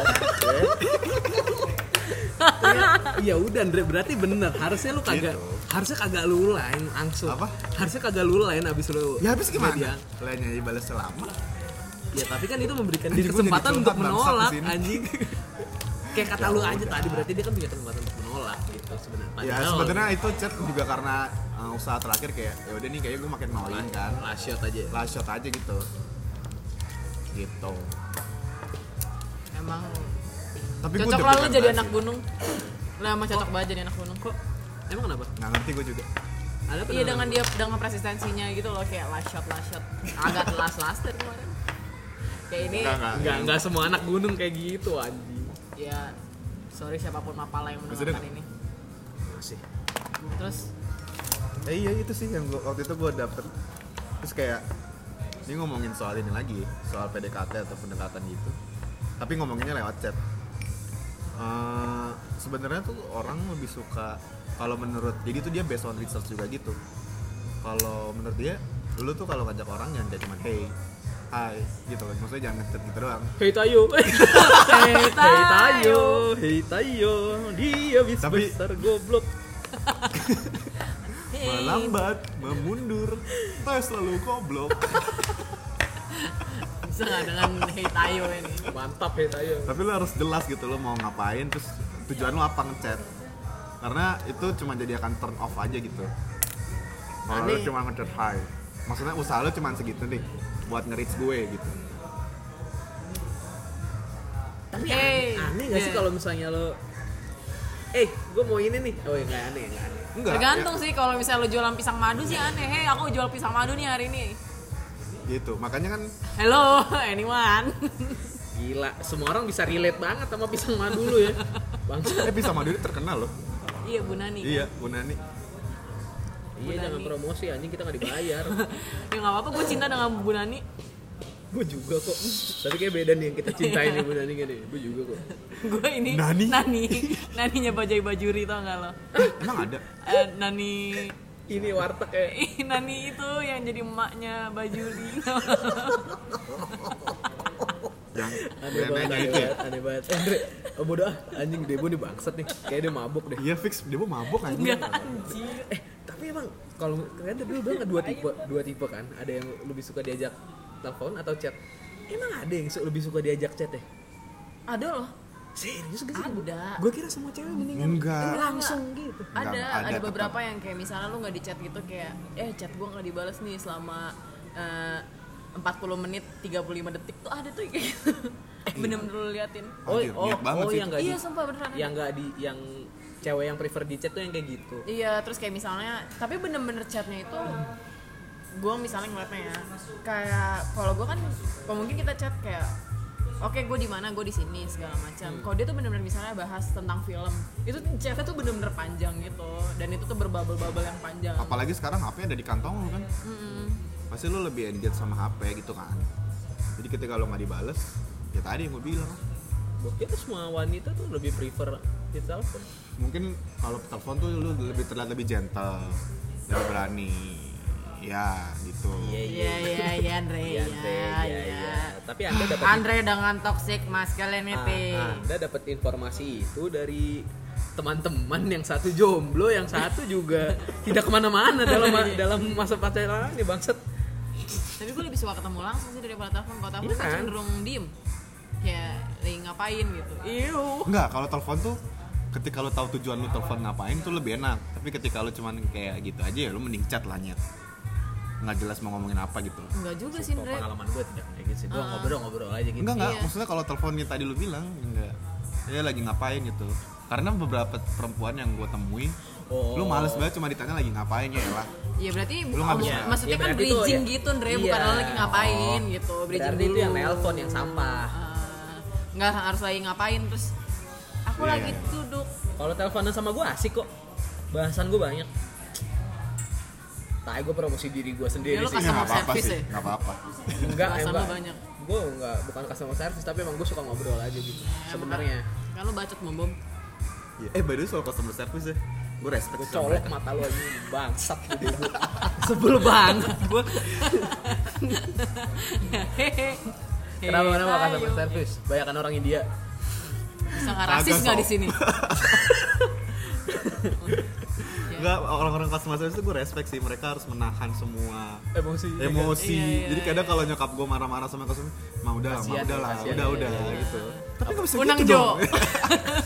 S2: Iya udah Andre, berarti bener harusnya lu kagak
S1: Gitu.
S2: harusnya kagak lu lain langsung.
S1: Apa?
S2: Harusnya kagak lu lain abis lu.
S1: Ya habis
S2: media.
S1: gimana? Lainnya aja balas selama.
S2: Ya tapi kan itu memberikan
S1: Anjing,
S2: dia
S1: gua jadi
S2: kesempatan
S1: curhat
S2: untuk
S1: bangsat
S2: menolak
S1: kesini.
S2: anjing. kayak kata lu aja tadi berarti dia kan punya kesempatan untuk menolak gitu
S1: ya
S2: sebenarnya Padahal
S1: sebenarnya itu chat juga karena uh, usaha terakhir kayak ya udah nih kayaknya gue makin nolin kan
S2: last shot aja ya.
S1: last shot aja gitu gitu
S3: Emang
S1: tapi gua
S3: cocok lah lu
S1: deg-degan
S3: jadi
S1: banget
S3: anak
S1: sih.
S3: gunung. Lah emang cocok banget jadi anak gunung kok.
S2: emang kenapa
S1: nggak ngerti gue juga
S2: ada apa
S3: Iya dengan dia dengan persistensinya gitu loh kayak last shot last shot agak last last kemarin. Kayak ini
S1: Nggak, nggak.
S2: nggak nggak semua anak gunung kayak gitu anjing
S3: ya sorry siapapun mapala yang
S1: Maksudnya
S3: mendengarkan ini.
S2: masih
S3: Terus
S1: Eh, iya itu sih yang gua, waktu itu gue dapet terus kayak ini ngomongin soal ini lagi soal PDKT atau pendekatan gitu tapi ngomonginnya lewat chat Eh, sebenarnya tuh orang lebih suka kalau menurut jadi tuh dia based on research juga gitu kalau menurut dia lu tuh kalau ngajak orang jangan kayak cuman hey hi gitu loh maksudnya jangan ngechat gitu doang
S2: Hei Tayo Hei Tayo Hei Tayo Dia bis
S1: Tapi-
S2: besar goblok
S1: melambat memundur tes selalu goblok
S3: bisa nggak dengan Hey Tayo ini?
S2: Mantap Hei Tayo
S1: tapi lo harus jelas gitu lo mau ngapain terus tujuan lo apa ngechat karena itu cuma jadi akan turn off aja gitu kalau lo
S3: Aneh.
S1: cuma ngechat hi maksudnya usaha lo cuma segitu nih buat nge-reach gue gitu
S2: Tapi
S3: Hey.
S2: aneh,
S3: Iya.
S2: aneh gak sih
S3: Yeah.
S2: kalau misalnya lo Eh gue mau ini nih Oh ya gak aneh gak aneh
S1: enggak
S3: Tergantung sih kalau misalnya lu jualan pisang madu sih aneh. Hey aku jual pisang madu nih hari ini.
S1: ya, gitu makanya kan
S3: Hello anyone.
S2: Gila semua orang bisa relate banget sama pisang madu lo ya Bangsa
S1: eh bisa mandiri terkenal loh
S3: iya Bu Nani.
S1: iya Bu Nani
S2: Iya jangan promosi anjing kita gak dibayar
S3: ya nggak apa-apa gue cinta dengan Bu Nani
S2: Gue juga kok Tapi kayak beda nih yang kita cintain nih bener nih Gue juga kok
S3: gue ini
S1: Nani?
S3: Nani Naninya Bajai Bajuri tau nggak lo
S1: emang ada
S3: Eh, Nani
S2: Ini warteg kayak
S3: Ih, Nani itu yang jadi emaknya Bajuri
S1: yang
S2: Aneh
S1: yang
S2: banget,
S1: nanya
S2: aneh
S1: itu ya
S2: banget, aneh banget. Andre, oh bodoh ah, anjing Debo nih bangsat nih. Kayak dia mabuk deh.
S1: iya fix dia mau mabok kan
S3: enggak anjir
S2: Eh, tapi emang kalau kalian tadi lu bilang kan dua tipe, dua tipe kan? Ada yang lebih suka diajak telepon atau chat. Emang ada yang su- lebih suka diajak chat ya?
S3: ada loh
S2: Serius gak sih?
S3: Ada.
S2: Gue kira semua cewek mendingan
S1: Enggak.
S2: langsung gitu.
S1: Enggak,
S3: ada
S1: ada
S3: ada,
S1: tetap.
S3: beberapa yang kayak misalnya lu nggak di chat gitu kayak eh chat gue nggak dibales nih selama eh, 40 menit 35 detik tuh ada tuh yang kayak gitu
S1: Iya.
S3: bener-bener lu liatin
S2: Oh,
S1: Anjir,
S2: oh,
S1: niat banget
S2: oh,
S1: sih.
S2: yang gak
S3: iya
S2: di,
S3: sumpah beneran ada.
S2: yang gak di, yang cewek yang prefer di chat tuh yang kayak gitu.
S3: Iya, terus kayak misalnya, tapi bener-bener chatnya itu gue misalnya ngeliatnya ya, kayak kalau gue kan, kalau mungkin kita chat kayak, oke gue di mana, gue di sini segala macam.
S2: Hmm.
S3: Kalau dia tuh bener-bener misalnya bahas tentang film, itu chatnya tuh bener-bener panjang gitu, dan itu tuh berbabel-babel yang panjang.
S1: apalagi sekarang HP ada di kantong lu kan
S3: Mm-mm.
S1: pasti lu lebih engage sama HP gitu kan jadi ketika lo nggak dibales ya tadi yang gue bilang
S2: Bukti tuh semua wanita tuh lebih prefer di telepon.
S1: mungkin kalau telepon tuh lu lebih terlihat lebih gentle lebih berani ya gitu
S3: Iya iya
S2: Iya,
S3: iya Andre, iya
S2: Andre, iya,
S3: iya.
S2: iya. Tapi Anda dapat
S3: Andre dengan toxic masculinity.
S2: Ah, Anda dapat informasi itu dari teman-teman yang satu jomblo, yang satu juga tidak kemana-mana dalam
S3: Iya.
S2: dalam masa pacaran nih bangsat.
S3: Tapi gue lebih suka ketemu langsung sih daripada telepon. Kalau telepon
S2: Iya
S3: kan
S2: kan?
S3: cenderung diem, kayak lagi ngapain gitu.
S2: Iu.
S1: enggak kalau telepon tuh ketika lu tahu tujuan lu telepon ngapain tuh lebih enak tapi ketika lu cuman kayak gitu aja ya lu mending chat lah nyet nggak jelas mau ngomongin apa gitu
S3: Enggak juga sih, Andre.
S2: Pengalaman gue tidak kayak gitu sih.
S3: Ah.
S2: Gue ngobrol-ngobrol aja gitu.
S1: enggak enggak
S3: Iya.
S1: maksudnya kalau teleponnya tadi lu bilang enggak ya lagi ngapain gitu karena beberapa perempuan yang gue temui
S2: Oh.
S1: lu males banget cuma ditanya lagi ngapain ya lah
S3: Ya berarti bu-
S1: Lu nggak
S3: bu-
S1: bisa.
S2: Iya,
S3: maksudnya kan
S2: berarti tuh
S3: bridging
S2: ya-
S3: gitu, Andre, bukan
S2: Iya.
S3: lo lagi ngapain gitu. Bridging
S2: Berarti
S3: dulu.
S2: itu yang nelpon yang sampah.
S3: Ah, Enggak harus lagi ngapain terus aku
S1: Iya.
S3: lagi duduk.
S2: Kalau teleponan sama gue asik kok. Bahasan gue banyak. Tai gue promosi diri gue sendiri
S3: Ya, lu
S2: sih.
S1: Ini nggak
S3: Customer
S1: apa-apa
S3: service
S1: sih
S3: ya?
S1: nggak apa-apa
S2: Enggak,
S3: Bahasan
S2: enggak.
S3: lu banyak.
S2: Gue enggak bukan customer service tapi emang gue suka ngobrol aja gitu. Sebenarnya.
S3: Kan lu bacot bom bom.
S1: Iya. eh by the way soal customer service ya gue respect
S2: gue
S1: sama
S2: colok mata lu aja bangsat gitu ibu sebel banget gue kenapa kenapa kata customer service banyak kan orang India
S3: Bisa nggak rasis
S1: Agak
S3: nggak di
S1: sok.
S3: sini? Ya,
S1: Enggak, orang-orang customer service itu gue respect sih mereka harus menahan semua
S2: emosi
S1: emosi.
S3: Iya, iya,
S1: Jadi
S3: iya,
S1: kadang kalau nyokap gue marah-marah sama customer, mah udah, lah, mah
S2: Kasihan,
S1: udah lah,
S2: kasihan,
S1: udah
S2: iya,
S1: udah
S2: iya.
S1: gitu. Tapi nggak bisa
S3: Unang
S1: gitu
S3: Jo.
S1: dong.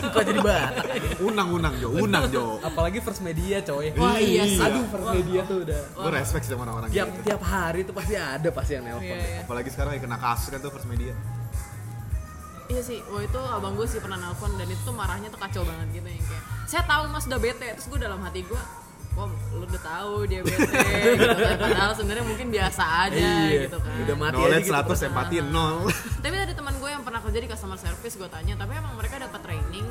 S2: kok jadi bahan
S1: unang unang Jo, unang Jo.
S2: apalagi first media coy
S3: Wah, iya sih.
S2: aduh first media tuh udah
S1: Gue respect sih sama orang-orang
S2: tiap
S1: gitu.
S2: tiap hari tuh pasti ada pasti yang nelpon
S3: Iya, iya.
S1: Apalagi sekarang yang kena kasus kan tuh first media.
S3: Iya sih, waktu itu abang gue sih pernah nelpon dan itu tuh marahnya tuh kacau banget gitu yang kayak saya tahu mas udah bete terus gue dalam hati gue Wah, lu udah tahu dia bete gitu kan. Padahal sebenarnya mungkin biasa aja
S2: Ya,
S3: gitu kan.
S2: Iya. udah mati aja
S1: Knowledge
S2: gitu
S1: 100, empati 0.
S3: tapi ada teman gue yang pernah kerja di customer service gue tanya tapi emang mereka dapat training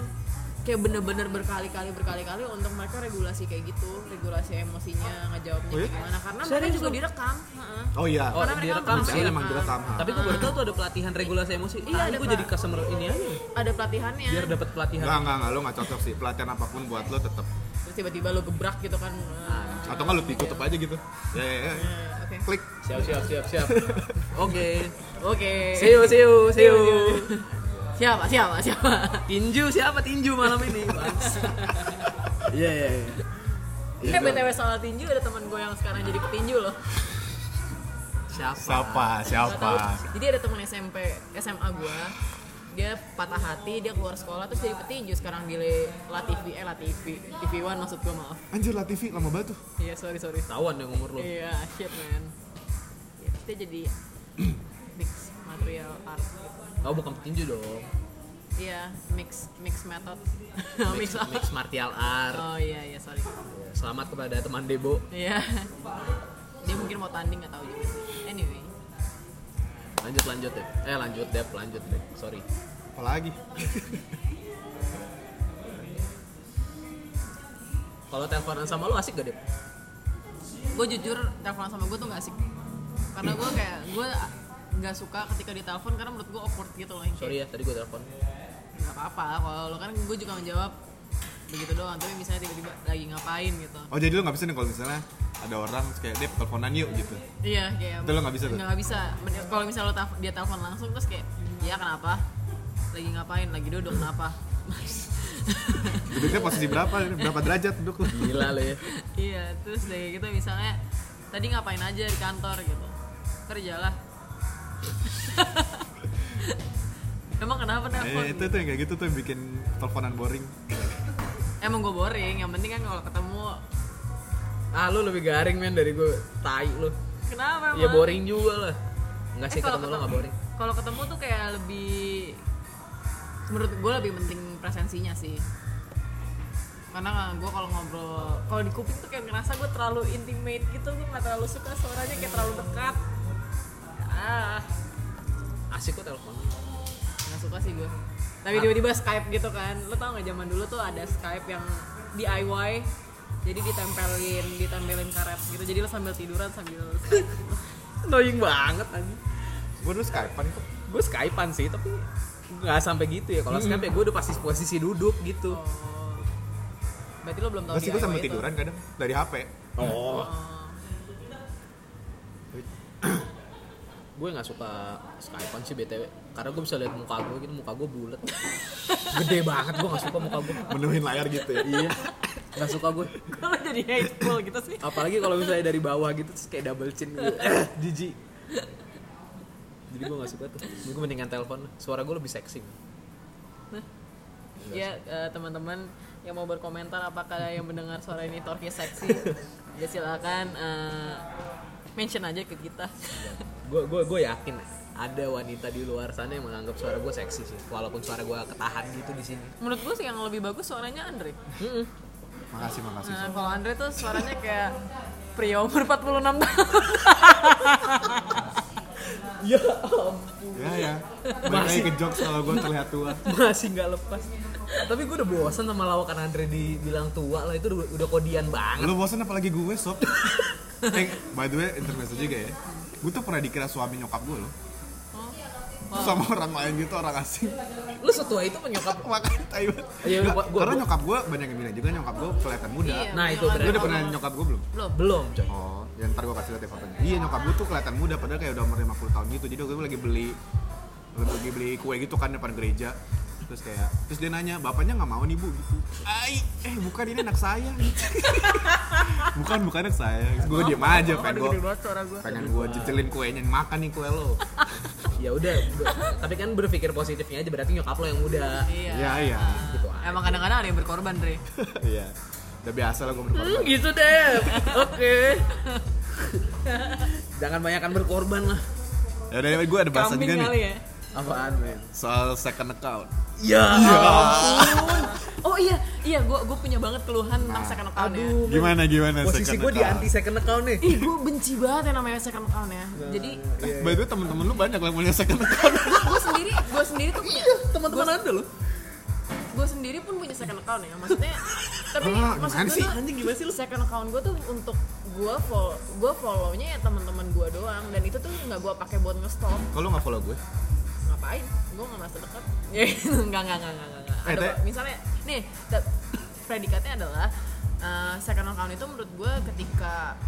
S3: kayak bener-bener berkali-kali berkali-kali untuk mereka regulasi kayak gitu regulasi emosinya ngejawabnya
S1: Oh iya?
S3: kayak gimana karena mereka
S2: Serius
S3: juga
S2: lu?
S3: direkam heeh.
S1: Oh iya.
S2: Oh,
S3: Karena mereka
S2: direkam
S3: pernah
S2: sih.
S1: Sekarang emang direkam. ha.
S2: tapi gue baru tau tuh ada pelatihan regulasi emosi
S3: Iya,
S2: iya,
S3: ada,
S2: gue
S3: Pak.
S2: jadi customer ini aja
S3: ada pelatihannya
S2: biar dapat
S3: Iya.
S2: pelatihan
S1: Enggak, enggak, enggak, lo gak cocok sih Pelatihan apapun buat lo tetep
S3: terus tiba-tiba lo gebrak gitu kan
S2: Ah.
S3: eh,
S1: Atau enggak lo dikutup aja gitu Ya, ya, ya
S3: eh, oke
S1: Klik
S2: siap siap siap siap oke
S3: oke
S2: see you see you see you
S3: siapa siapa siapa
S2: tinju siapa tinju malam ini Bans? iya iya iya
S3: eh btw soal tinju ada teman gue yang sekarang jadi petinju loh
S2: siapa
S1: Siapa,
S3: Gak tahu.
S1: siapa
S3: Jadi ada temen SMP, SMA gua dia patah hati, dia keluar sekolah terus jadi petinju sekarang di Latifi, eh Latifi, TV One maksud gua maaf.
S1: Anjir lah TV, lama banget tuh
S3: Iya sorry sorry.
S2: tahuan dong umur lu
S3: Iya shit man. Ya, kita jadi mix material art. gitu.
S2: oh bukan tinju dong
S3: Iya mix mix method, mix,
S2: mix,
S3: art.
S2: mix martial art
S3: Oh iya iya sorry.
S2: selamat kepada teman Debo
S3: Iya. dia mungkin mau tanding nggak tahu juga sih. Anyway.
S2: lanjut lanjut deh eh lanjut deh lanjut deh sorry
S1: Apalagi
S2: kalau teleponan sama lu asik gak deh
S3: gue jujur teleponan sama gue tuh gak asik karena gue kayak gue nggak suka ketika ditelepon karena menurut gue awkward gitu loh yang
S2: sorry ya tadi gue telepon
S3: nggak apa-apa kalau lo kan gue juga menjawab begitu doang tapi misalnya tiba-tiba lagi ngapain gitu
S1: Oh jadi lo gak bisa nih kalau misalnya ada orang terus kayak Dep teleponan yuk gitu
S3: iya kayak
S1: Itu lo nggak bisa tuh?
S3: nggak bisa Men- kalau misalnya lo telf- dia telepon langsung terus kayak ya kenapa lagi ngapain lagi duduk kenapa
S1: Duduknya posisi berapa, berapa derajat duduk lo
S2: gila lu ya
S3: iya terus udah kayak gitu misalnya tadi ngapain aja di kantor gitu kerjalah emang kenapa telepon
S1: Eh, itu tuh yang kayak gitu tuh yang bikin teleponan boring
S3: Emang gue boring, yang penting kan kalau ketemu
S2: ah lu lebih garing men dari gue tai lu
S3: Kenapa emang?
S2: ya boring juga lah nggak
S3: Eh,
S2: sih
S3: kalau
S2: ketemu lu nggak boring
S3: Kalau ketemu tuh kayak lebih Menurut gue lebih penting presensinya sih Karena gue kalau ngobrol kalau di kuping tuh kayak ngerasa gue terlalu intimate gitu Gue gak terlalu suka suaranya kayak terlalu dekat Ah,
S2: asik kok telepon
S3: gak suka sih gue Tapi tiba-tiba Skype gitu kan Lo tau gak zaman dulu tuh ada Skype yang DIY jadi ditempelin, ditempelin karet gitu. Jadi lo sambil tiduran sambil
S2: annoying banget anjing
S1: Gue dulu skypean kok
S2: gue skypean sih tapi nggak sampai gitu ya kalau skype ya gue udah pasti posisi duduk gitu
S3: Oh. Berarti lo belum tahu
S1: Masih gue
S3: DIY
S1: sambil
S3: itu.
S1: tiduran kadang Dari HP
S2: oh
S3: Oh.
S2: gue nggak suka skypean sih btw karena gue bisa lihat muka gue gitu muka gue bulat gede banget gue nggak suka muka gue
S1: Menuhin layar gitu ya
S2: iya nggak suka gue
S3: Kok lo jadi hateful gitu sih?
S2: apalagi kalau misalnya dari bawah gitu terus kayak double chin gitu jijik jadi gue gak suka tuh gue mendingan telepon suara gue lebih seksi
S3: ya eh, teman-teman yang mau berkomentar apakah yang mendengar suara ini Torki seksi? ya silakan eh, mention aja ke kita.
S1: Iya.
S2: gue gue gue yakin ada wanita di luar sana yang menganggap suara gue seksi sih walaupun suara gue ketahan gitu di sini
S3: Menurut gue sih yang lebih bagus suaranya Andre.
S1: Makasih, makasih
S3: Nah, kalau Andre tuh suaranya kayak pria umur 46 tahun.
S2: ya ampun
S1: Ya, ya Balik lagi ke jokes kalau gue terlihat tua
S2: masih nggak lepas tapi gue udah bosan sama lawakan Andre dibilang tua lah itu udah, udah kodian banget
S1: Lu bosan apalagi gue sob eh, By the way intermezzo juga ya Gue tuh pernah dikira suami nyokap gue loh Terus sama orang lain gitu orang asing
S2: lu setua itu penyokap
S1: makan Taiwan
S2: Iya,
S1: Nggak,
S2: gua- gua-
S1: karena
S2: gua-
S1: nyokap gue banyak yang bilang juga nyokap gue kelihatan muda
S3: Iya,
S2: nah itu
S1: lu
S3: Andre
S1: udah
S2: bener
S1: pernah nyokap gue belum
S3: Belum.
S2: belum coy
S1: oh ya ntar gue kasih lihat ya fotonya iya nyokap gue tuh kelihatan muda padahal kayak udah umur 50 tahun gitu jadi gue lagi beli lagi beli kue gitu kan depan gereja terus kayak terus dia nanya bapaknya nggak mau nih bu gitu Ai, eh bukan ini anak saya bukan bukan anak saya gue diem aja pengen gue pengen gue jejelin kuenya makan nih kue lo
S2: ya udah ber- tapi kan berpikir positifnya aja berarti nyokap lo yang muda
S1: Iya, iya.
S2: gitu aja.
S3: Emang kadang-kadang ada yang berkorban, Dre.
S1: iya udah biasa lah gue berkorban
S2: gitu deh oke jangan banyakkan berkorban lah
S1: ya udah gue ada bahasan juga nih
S3: ya.
S2: apaan men
S1: soal second account
S2: ya
S3: Ampun. Oh iya, iya gue gue punya banget keluhan tentang second account ya.
S2: aduh men.
S1: gimana gimana
S2: posisi
S1: second
S2: gue di
S1: account?
S2: anti Iya, second account Iya, nih
S3: Ih, gue benci banget yang namanya second account ya. Jadi
S1: Eh, by the way temen-temen lu banyak yang punya second account
S3: gue sendiri, gue sendiri tuh punya
S2: teman-teman anda lo
S3: gue sendiri pun punya second account ya maksudnya tapi
S1: Ah,
S3: maksud
S1: gimana
S3: gue
S1: sih?
S3: tuh anjing gimana sih lu second account gue tuh untuk gue follow gue follownya ya teman-teman gue doang dan itu tuh nggak gue pakai buat ngestalk
S1: kalau lu nggak follow gue
S3: ngapain gue nggak merasa dekat ya nggak nggak nggak nggak nggak
S1: Eh,
S3: ada
S1: Teh.
S3: kok. misalnya nih te- predikatnya adalah uh, second account itu menurut gue ketika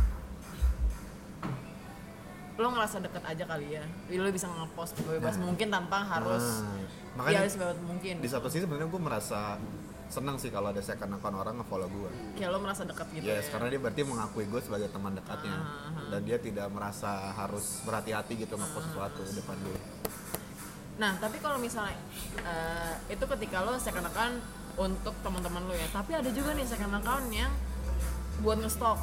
S3: lo ngerasa deket aja kali ya Jadi lo bisa ngepost bebas
S1: Nah.
S3: mungkin tanpa harus
S1: Ah,
S3: ya
S1: makanya
S3: sebebas mungkin
S1: di satu sisi sebenarnya gue merasa senang sih kalau ada second account orang nge-follow gue
S3: kayak lo merasa dekat gitu
S1: Yes,
S3: ya.
S1: karena dia berarti mengakui gue sebagai teman dekatnya
S3: Ah.
S1: dan dia tidak merasa harus berhati-hati gitu ngepost sesuatu di depan gue.
S3: Nah, tapi kalau misalnya eh, itu ketika lo second account untuk teman-teman lo ya, tapi ada juga nih second account yang buat ngestok.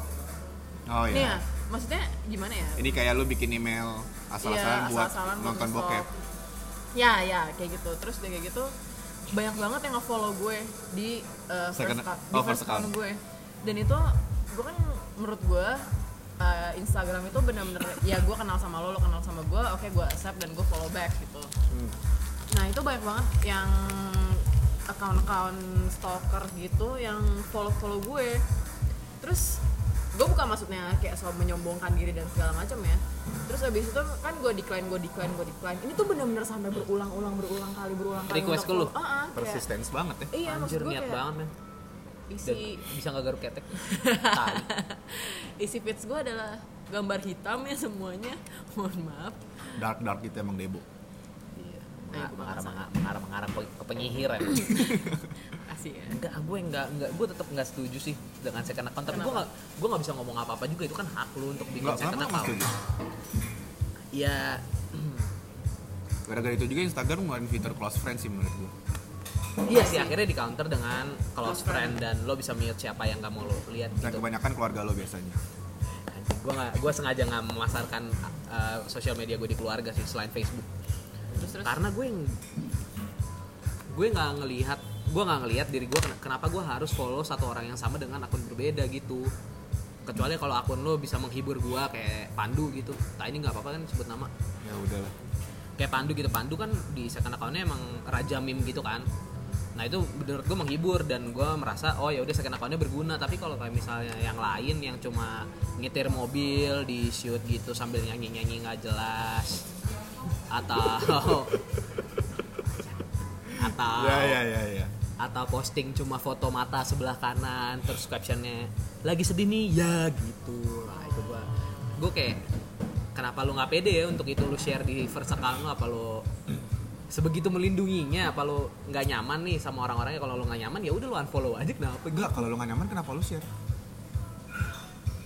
S1: Oh
S3: Nih ya, maksudnya gimana ya?
S1: Ini kayak lu bikin email asal-asalan
S3: Iya,
S1: buat
S3: asal-asalan buat
S1: nonton
S3: ngestalk.
S1: bokep.
S3: Ya, ya, kayak gitu. Terus udah kayak gitu banyak banget yang nge-follow gue di eh,
S1: Second-
S3: first, account- di
S1: oh,
S3: first
S1: first
S3: account
S1: account.
S3: gue. Dan itu gue kan menurut gue eh, Instagram itu benar-benar ya gue kenal sama lo, lo kenal sama gue, oke gue accept dan gue follow back gitu. Nah itu banyak banget yang account-account stalker gitu yang follow-follow gue. Terus gue bukan maksudnya kayak soal menyombongkan diri dan segala macam ya. Terus abis itu kan gue decline, gue decline, gue decline. Ini tuh bener-bener sampai berulang-ulang, berulang kali, berulang kali.
S2: Request
S3: untuk-
S2: ke lu?
S3: Ah, ah, kayak-
S1: Persistence banget ya.
S3: Iya, maksud
S2: anjir
S3: gue
S2: niat
S3: kayak
S2: banget men dan
S3: isi
S2: bisa nggak garuk ketek
S3: isi feeds gue adalah gambar hitam ya semuanya. Mohon maaf.
S1: Dark dark gitu emang debo.
S3: Iya.
S2: Ah,
S3: Ayo, gua
S2: mengarah
S3: masak.
S2: mengarah mengarah mengarah pe- ke penyihiran
S3: Kasih ya.
S2: enggak ah, gue enggak enggak gue tetap enggak setuju sih dengan second account tapi gue enggak gue enggak bisa ngomong apa apa juga itu kan hak lu untuk bikin
S1: Enggak
S2: second
S1: sama mas
S2: account
S1: tuh.
S2: ya
S1: Gara-gara itu juga Instagram ngeluarin fitur close friends sih menurut gue.
S2: iya sih akhirnya di counter dengan close friend dan lo bisa mute siapa yang gak mau lo lihat
S1: Dan
S2: gitu
S1: kebanyakan keluarga lo biasanya.
S2: gue nggak gue sengaja nggak memasarkan uh, sosial media gue di keluarga sih selain Facebook
S3: Terus terus.
S2: karena gue yang gue nggak ngelihat gue nggak ngelihat diri gue ken- kenapa gue harus follow satu orang yang sama dengan akun berbeda gitu kecuali kalau akun lo bisa menghibur gue kayak Pandu gitu tak ini nggak apa-apa kan sebut nama
S1: Ya udahlah.
S2: kayak Pandu gitu Pandu kan di second accountnya emang raja meme gitu kan nah itu menurut gue menghibur dan gue merasa oh ya udah second accountnya berguna tapi kalau kayak misalnya yang lain yang cuma nyetir mobil di shoot gitu sambil nyanyi nyanyi nggak jelas atau atau
S1: Ya ya ya ya.
S2: atau posting cuma foto mata sebelah kanan terus captionnya lagi sedih nih ya gitu nah itu gua gua kayak kenapa lu nggak pede ya untuk itu lu share di first account lu apa lu sebegitu melindunginya apa lu nggak nyaman nih sama orang-orangnya kalau lu nggak nyaman ya udah lu unfollow aja kenapa
S1: Enggak, kalau lo gak nyaman kenapa lo share?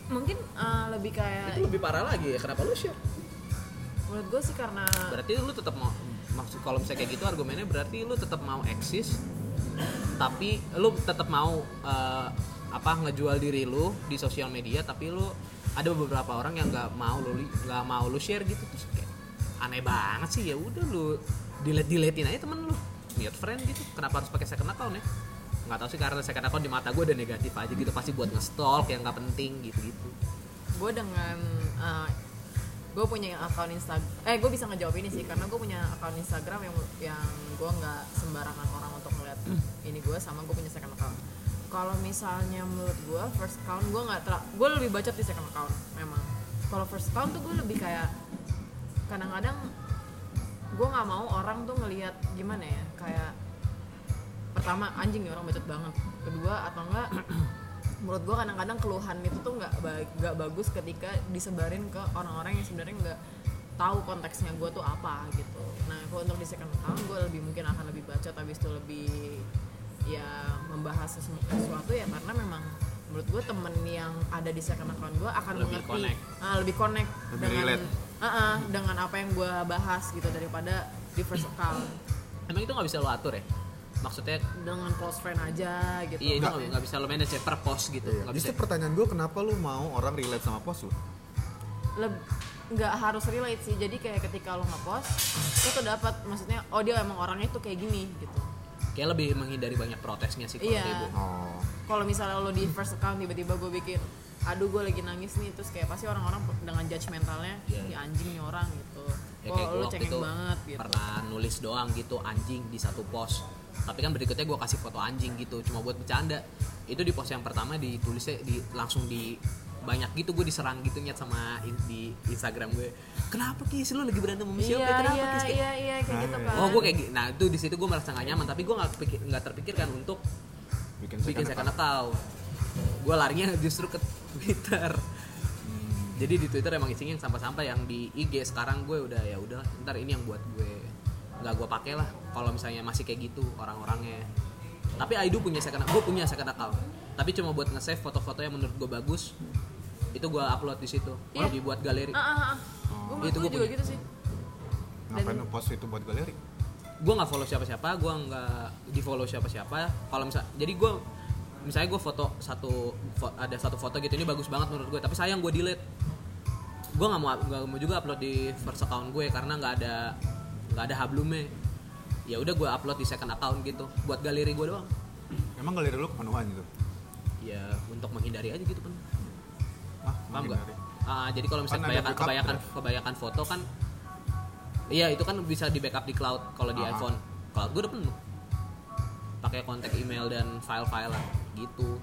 S3: Mungkin eh, lebih
S2: itu
S3: kayak
S2: lebih parah lagi ya kenapa lu share
S3: menurut gue sih karena
S2: berarti lu tetap mau maksud kalau misalnya kayak gitu argumennya berarti lu tetap mau eksis tapi lu tetap mau eh, apa ngejual diri lu di sosial media tapi lu ada beberapa orang yang nggak mau lu li- nggak mau lu share gitu terus kayak aneh banget sih ya udah lu delete deletein aja temen lu mute friend gitu kenapa harus pakai second account ya nggak tahu sih karena second account di mata gue udah negatif aja gitu pasti buat ngestalk yang nggak penting gitu gitu
S3: gue dengan gue punya akun Instagram eh gue bisa ngejawab ini sih karena gue punya akun Instagram yang yang gue nggak sembarangan orang untuk ngeliat ini gue sama gue punya second account kalau misalnya menurut gue first account gue nggak gue lebih bacot di second account memang kalau first account tuh gue lebih kayak kadang-kadang gue nggak mau orang tuh ngelihat gimana ya kayak pertama anjing nih orang bacot banget kedua atau enggak menurut gue kadang-kadang keluhan itu tuh nggak ba- nggak bagus ketika disebarin ke orang-orang yang sebenarnya nggak tahu konteksnya gue tuh apa gitu nah kalau untuk di second account gue lebih mungkin akan lebih bacot habis itu lebih ya membahas sesu- sesuatu ya karena memang menurut gue temen yang ada di second account gue akan
S2: Lebih
S3: mengerti
S2: connect.
S3: Ah, lebih connect
S1: Lebih
S3: dengan
S1: relate.
S3: Ah, ah, dengan apa yang gue bahas gitu daripada di first account
S2: Emang itu nggak bisa lo atur ya? Maksudnya
S3: dengan close friend aja gitu
S2: iya itu nggak nggak bisa lo manage ya, per post gitu.
S1: Iya.
S2: Nggak bisa.
S1: Justru pertanyaan gue kenapa lu mau orang relate sama pos lu?
S3: Leb- nggak harus relate sih jadi kayak ketika lo ngepost lo tuh dapat maksudnya oh dia emang orangnya tuh kayak gini gitu
S2: Kayak lebih menghindari banyak protesnya sih kalau gitu.
S3: Iya.
S2: ibu.
S1: Oh.
S3: kalau misalnya lo di first account tiba-tiba gue bikin aduh gue lagi nangis nih terus kayak pasti orang-orang dengan judgmentalnya
S2: Iya.
S3: ya anjing nih orang gitu
S2: Ya,
S3: Wah,
S2: kayak gue
S3: lo
S2: waktu
S3: cengeng
S2: itu
S3: banget gitu
S2: pernah nulis doang gitu anjing di satu post. Tapi kan berikutnya gue kasih foto anjing gitu, cuma buat bercanda. Itu di post yang pertama ditulisnya di langsung di banyak gitu gue diserang gitu nyet sama in- di Instagram gue. Kenapa Kis lu lagi berantem sama siapa?
S3: iya
S2: Kenapa
S3: iya
S2: Kis? Kayak-
S3: iya iya kayak gitu kan
S2: Oh gue kayak gitu. Nah itu di situ gue merasa nggak nyaman, tapi gue nggak pikir- nggak terpikirkan untuk
S1: Bikin
S2: bikin
S1: second
S2: second account. Gue larinya justru ke Twitter. Jadi di Twitter emang isinya yang sampah-sampah yang di IG sekarang gue udah ya udah ntar ini yang buat gue nggak gue pakai lah kalau misalnya masih kayak gitu orang-orangnya. Tapi Aidu punya second gue punya second account. Tapi cuma buat nge-save foto-foto yang menurut gue bagus itu gue upload di situ
S3: Iya.
S2: lebih buat galeri.
S3: ah ah ah
S2: Oh,
S3: gue
S2: itu
S3: gue
S2: gua
S3: juga
S2: punya.
S3: gitu sih
S1: Ngapain lu post itu buat galeri?
S2: gue nggak follow siapa-siapa, gue nggak di follow siapa-siapa. Kalau misal, jadi gue misalnya gue foto satu fo- ada satu foto gitu ini bagus banget menurut gue, tapi sayang gue delete. Gue nggak mau nggak mau juga upload di first account gue karena nggak ada nggak ada hablumnya. Ya udah gue upload di second account gitu buat galeri gue doang.
S1: Emang galeri lu kepenuhan gitu?
S2: Ya untuk menghindari aja gitu kan.
S1: Hah?
S2: Paham nggak?
S1: galeri?
S2: Ah, jadi kalau misalnya
S1: Kan ada
S2: kebanyakan
S1: backup
S2: kebanyakan
S1: drive.
S2: kebanyakan foto kan Iya, itu kan bisa di backup di cloud kalau di
S1: Ah.
S2: iPhone. Cloud gue udah penuh. Pakai kontak email dan file-file lah, gitu.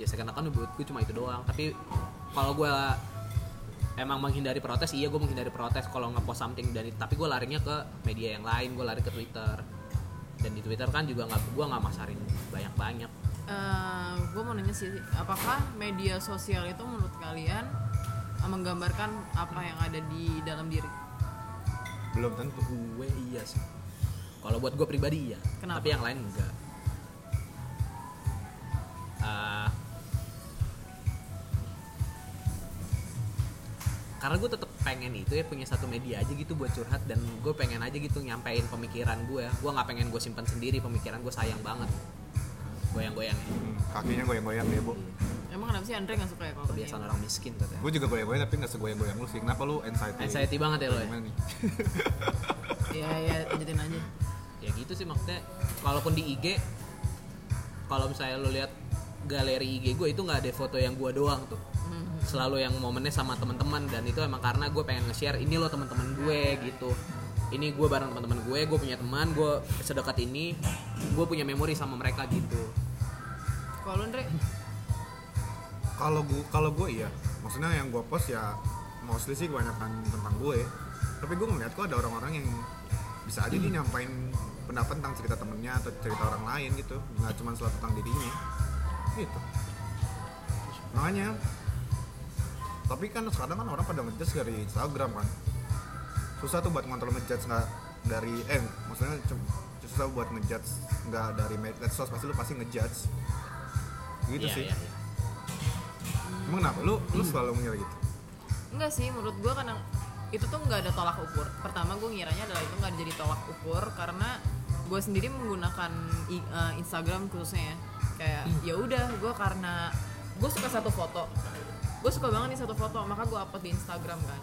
S2: Biasanya kan buat gue cuma itu doang, tapi kalau gue emang menghindari protes, iya gue menghindari protes kalau nge-post something dari tapi gue larinya ke media yang lain, gue lari ke Twitter. Dan di Twitter kan juga nggak gue nggak masarin banyak-banyak.
S3: gue Eh, mau nanya sih apakah media sosial itu menurut kalian eh, menggambarkan apa yang ada di dalam diri
S1: Belum tentu.
S2: gue iya sih kalau buat gue pribadi iya
S3: Kenapa?
S2: tapi yang lain enggak Ah. karena gue tetap pengen itu ya punya satu media aja gitu buat curhat dan gue pengen aja gitu nyampein pemikiran gue gue nggak pengen gue simpan sendiri pemikiran gue sayang banget goyang-goyang
S1: Hmm, Kakinya goyang-goyang ya, Bu.
S3: emang kenapa sih Andre nggak suka ya kalau
S2: kebiasaan orang miskin katanya
S1: Gue juga goyang-goyang tapi nggak segoyang-goyang lu sih. Kenapa lu anxiety?
S2: anxiety banget ya lo ya
S1: Gimana nih?
S3: Iya iya lanjutin aja.
S2: ya gitu sih maksudnya walaupun di IG kalau misalnya lo lihat galeri IG gue itu nggak ada foto yang gue doang tuh
S3: Hmm.
S2: selalu yang momennya sama teman-teman dan itu emang karena gue pengen nge-share ini lo teman-teman gue gitu ini gue bareng teman-teman gue gue punya teman gue sedekat ini gue punya memori sama mereka gitu
S3: Kalau lu, Andre
S1: Kalau gue kalau gue iya. Maksudnya yang gue post ya mostly sih kebanyakan tentang gue. Tapi gue ngeliat kok ada orang-orang yang bisa aja
S2: Hmm.
S1: dia nyampain pendapat tentang cerita temennya atau cerita orang lain gitu. Nggak cuma selalu tentang dirinya. Gitu. Makanya tapi kan sekarang kan orang pada ngejudge dari Instagram kan susah tuh buat ngontrol ngejudge nggak dari eh maksudnya cum- susah buat ngejudge nggak dari medsos pasti lu pasti ngejudge gitu
S2: Iya,
S1: sih
S2: iya, iya.
S1: Emang kenapa? Lu, lu selalu mengira gitu?
S3: enggak sih menurut gue karena itu tuh nggak ada tolak ukur. Pertama gue ngiranya adalah itu nggak jadi tolak ukur karena gue sendiri menggunakan i- eh, Instagram khususnya ya. kayak ya udah gue karena gue suka satu foto gue suka banget nih satu foto maka gue upload di Instagram kan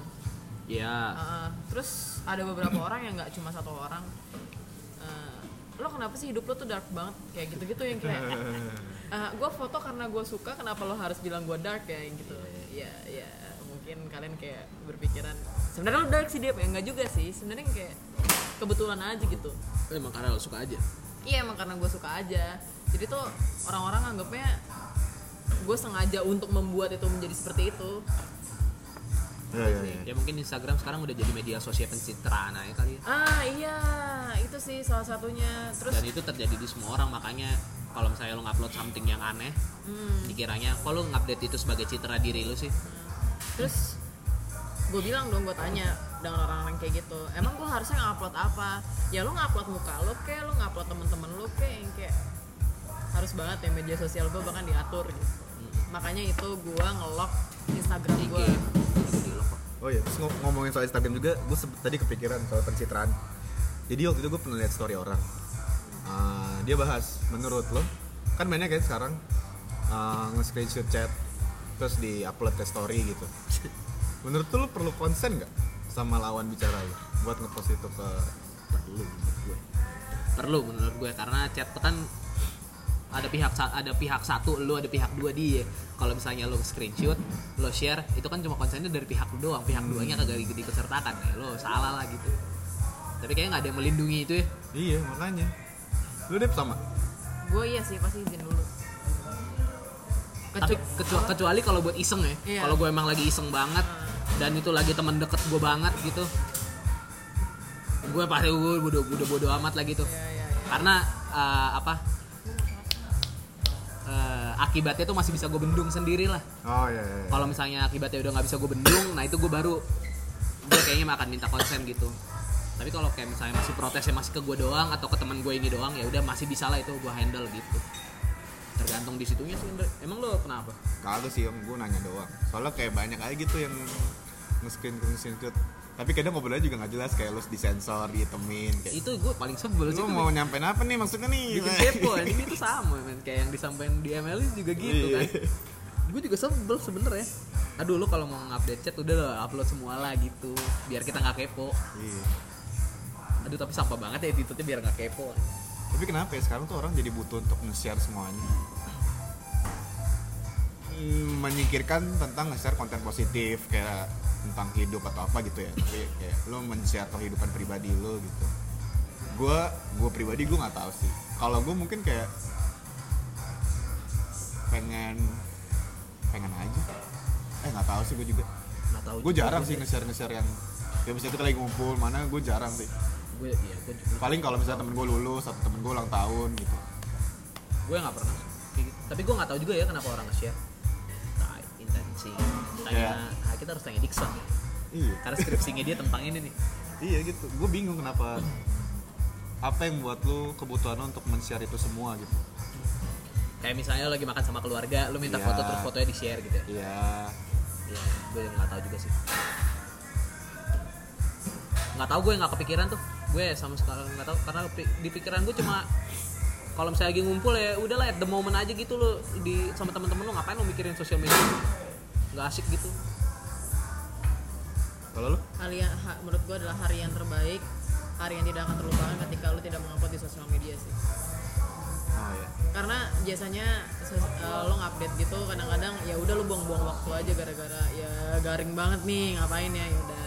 S2: ya
S3: Uh, terus ada beberapa orang yang nggak cuma satu orang Uh, lo kenapa sih hidup lo tuh dark banget kayak gitu-gitu yang kayak gue foto karena gue suka kenapa lo harus bilang gue dark ya yang gitu ya ya mungkin kalian kayak berpikiran sebenarnya lo dark sih dia ya nggak juga sih sebenarnya kayak kebetulan aja gitu
S1: Ah.
S2: emang karena lo suka aja
S3: iya emang karena gue suka aja jadi tuh orang-orang anggapnya gue sengaja untuk membuat itu menjadi seperti itu
S1: Iya, iya, iya.
S2: ya mungkin Instagram sekarang udah jadi media sosial pencitraan aja kali ya
S3: ah iya itu sih salah satunya terus
S2: dan itu terjadi di semua orang makanya kalau misalnya lo ngupload something yang aneh
S3: hmm,
S2: dikiranya kok lo ngupdate itu sebagai citra diri lo sih
S3: terus gue bilang dong gue tanya dengan orang-orang kayak gitu emang gue harusnya ngupload apa ya lo ngupload muka lo kayak lo ngupload temen-temen lo kayak yang kayak harus banget ya media sosial gue bahkan diatur gitu. makanya itu gue ngelock Instagram
S2: Dikit.
S3: gue
S2: Di lo Gitu kok.
S1: Oh iya, terus ngom- ngomongin soal Instagram juga, gue sempet tadi kepikiran soal pencitraan. Jadi waktu itu gue pernah lihat story orang. Ah, dia bahas, menurut lo, kan banyak kan sekarang ah, nge-screenshot chat, terus di-upload ke story gitu. Menurut lo, lo perlu konsen nggak sama lawan bicara lo buat ngepost itu ke perlu menurut gue.
S2: perlu menurut gue karena chat tuh kan ada pihak sa- ada pihak satu lu ada pihak dua dia kalau misalnya lu screenshot lu share itu kan cuma konsennya dari pihak lu doang pihak duanya kagak di- dikesertakan ya lo salah lah gitu tapi kayaknya nggak ada yang melindungi itu ya
S1: Iya, makanya. Lu deh sama.
S3: gue iya sih pasti izin dulu
S2: tapi
S3: Kecu-
S2: kecu- kecuali kalau buat iseng ya
S3: Iya. Ah.
S2: kalau gue emang lagi iseng banget dan itu lagi teman deket gue banget gitu gue pasti gue bodo bodo bodo amat lagi tuh
S3: Iya, iya, iya.
S2: karena eh, apa eh, akibatnya tuh masih bisa gue bendung sendiri lah
S1: Oh iya, iya.
S2: kalau misalnya akibatnya udah nggak bisa gue bendung nah itu gue baru gue kayaknya akan minta konsen gitu tapi kalau kayak misalnya masih protesnya masih ke gue doang atau ke teman gue ini doang ya udah masih bisa lah itu gue handle gitu tergantung di situnya sih Indra. emang lo kenapa
S1: Kagak sih om, gue nanya doang. Soalnya kayak banyak aja gitu yang nge-screen screenshot. Tapi kadang ngobrolnya juga nggak jelas kayak lu disensor, ditemin kayak.
S2: Ya, itu gue paling sebel sih
S1: Lu
S2: tuh.
S1: mau nyampein apa nih maksudnya nih?
S2: bikin kepo anjing itu sama men kayak yang disampaikan di ML juga gitu kan
S1: Iya.
S2: gue juga sebel sebenernya aduh lu kalau mau update chat udah lo upload semua lah gitu biar kita nggak kepo
S1: Iya.
S2: aduh tapi sampah banget ya attitude-nya biar nggak kepo
S1: Tapi kenapa ya sekarang tuh orang jadi butuh untuk nge-share semuanya? Hmm, menyingkirkan tentang nge-share konten positif kayak tentang hidup atau apa gitu ya tapi kayak lo men-share kehidupan pribadi lo gitu gue gue pribadi gue nggak tahu sih kalau gue mungkin kayak pengen pengen aja eh nggak tahu sih gue juga
S2: nggak tahu
S1: gue jarang sih nge-share nge-share yang ya misalnya kita lagi ngumpul mana gue jarang sih
S2: gue iya gue juga
S1: paling kalau misalnya temen gue lulus atau temen gue ulang tahun gitu
S2: gue nggak pernah kayak gitu. tapi gue nggak tahu juga ya kenapa orang nge-share nah, intensi tanya ah, kita harus tanya Dixon
S1: iya
S2: karena skripsinya dia tentang ini nih
S1: iya gitu gue bingung kenapa apa yang buat lu kebutuhan lu untuk men-share itu semua gitu
S2: kayak misalnya lo lagi makan sama keluarga lu minta
S1: Iya.
S2: foto terus fotonya di share gitu ya
S1: iya
S2: Iya, gue nggak tahu juga sih. Nggak tahu gue nggak kepikiran tuh. Gue sama sekali nggak tahu karena pi- di pikiran gue cuma kalau misalnya lagi ngumpul ya udahlah at the moment aja gitu lo di sama temen-temen lo ngapain lo mikirin sosial media? Nggak asik gitu.
S1: kalau lu
S3: hari yang ha- menurut gue adalah hari yang terbaik hari yang tidak akan terlupakan ketika lu tidak mengupload di sosial media sih
S1: oh iya
S3: karena biasanya sos- eh, lo ngupdate gitu kadang-kadang ya udah lo buang-buang waktu aja gara-gara ya garing banget nih ngapain ya ya udah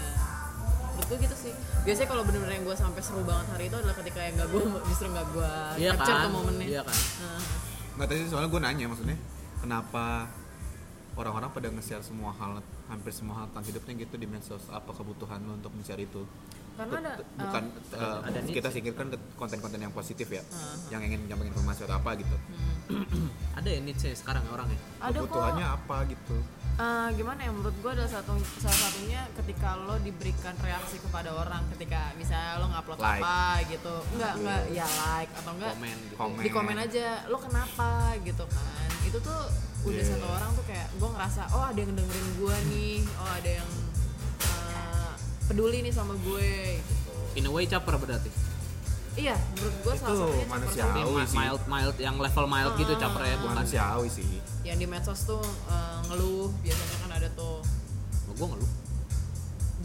S3: menurut gue gitu sih biasanya kalau bener-bener yang gue sampai seru banget hari itu adalah ketika yang gak gue justru gak gue
S2: Iya
S3: Eh, capture
S2: kan?
S3: tuh momennya
S2: Iya kan?
S3: Nah,
S1: nggak tadi soalnya gue nanya maksudnya kenapa orang-orang pada nge-share semua hal hampir semua hal tentang hidupnya gitu di medsos apa kebutuhan lu untuk men-share itu
S3: karena ada
S1: Tut- bukan eh,
S2: ada nih.
S1: kita singkirkan ke konten-konten yang positif ya
S3: Ah.
S1: yang ingin menyampaikan informasi atau apa gitu
S3: eh, hmm.
S2: Ada ya niche sekarang orang ya.
S3: ada kok
S1: kebutuhannya apa gitu
S3: Eh, gimana ya menurut gue adalah satu salah satunya ketika lo diberikan reaksi kepada orang ketika misalnya lo ngupload
S1: Like.
S3: apa gitu enggak enggak ya like atau enggak
S2: Komen gitu.
S1: Komen.
S3: di komen aja lo kenapa gitu kan itu tuh udah
S1: Yeah.
S3: satu orang tuh kayak gue ngerasa oh ada yang dengerin gue nih oh ada yang eh, peduli nih sama gue gitu
S2: In a way caper berarti.
S3: iya menurut gue
S1: Itu
S3: salah satunya caper
S1: manusia.
S2: Ini
S1: Tahu
S2: ma-
S1: sih.
S2: mild mild yang level mild gitu
S3: Ah.
S2: caper ya bukan.
S1: manusiawi sih
S3: sama- yang di medsos tuh eh, ngeluh biasanya kan ada tuh
S2: Oh, gue ngeluh.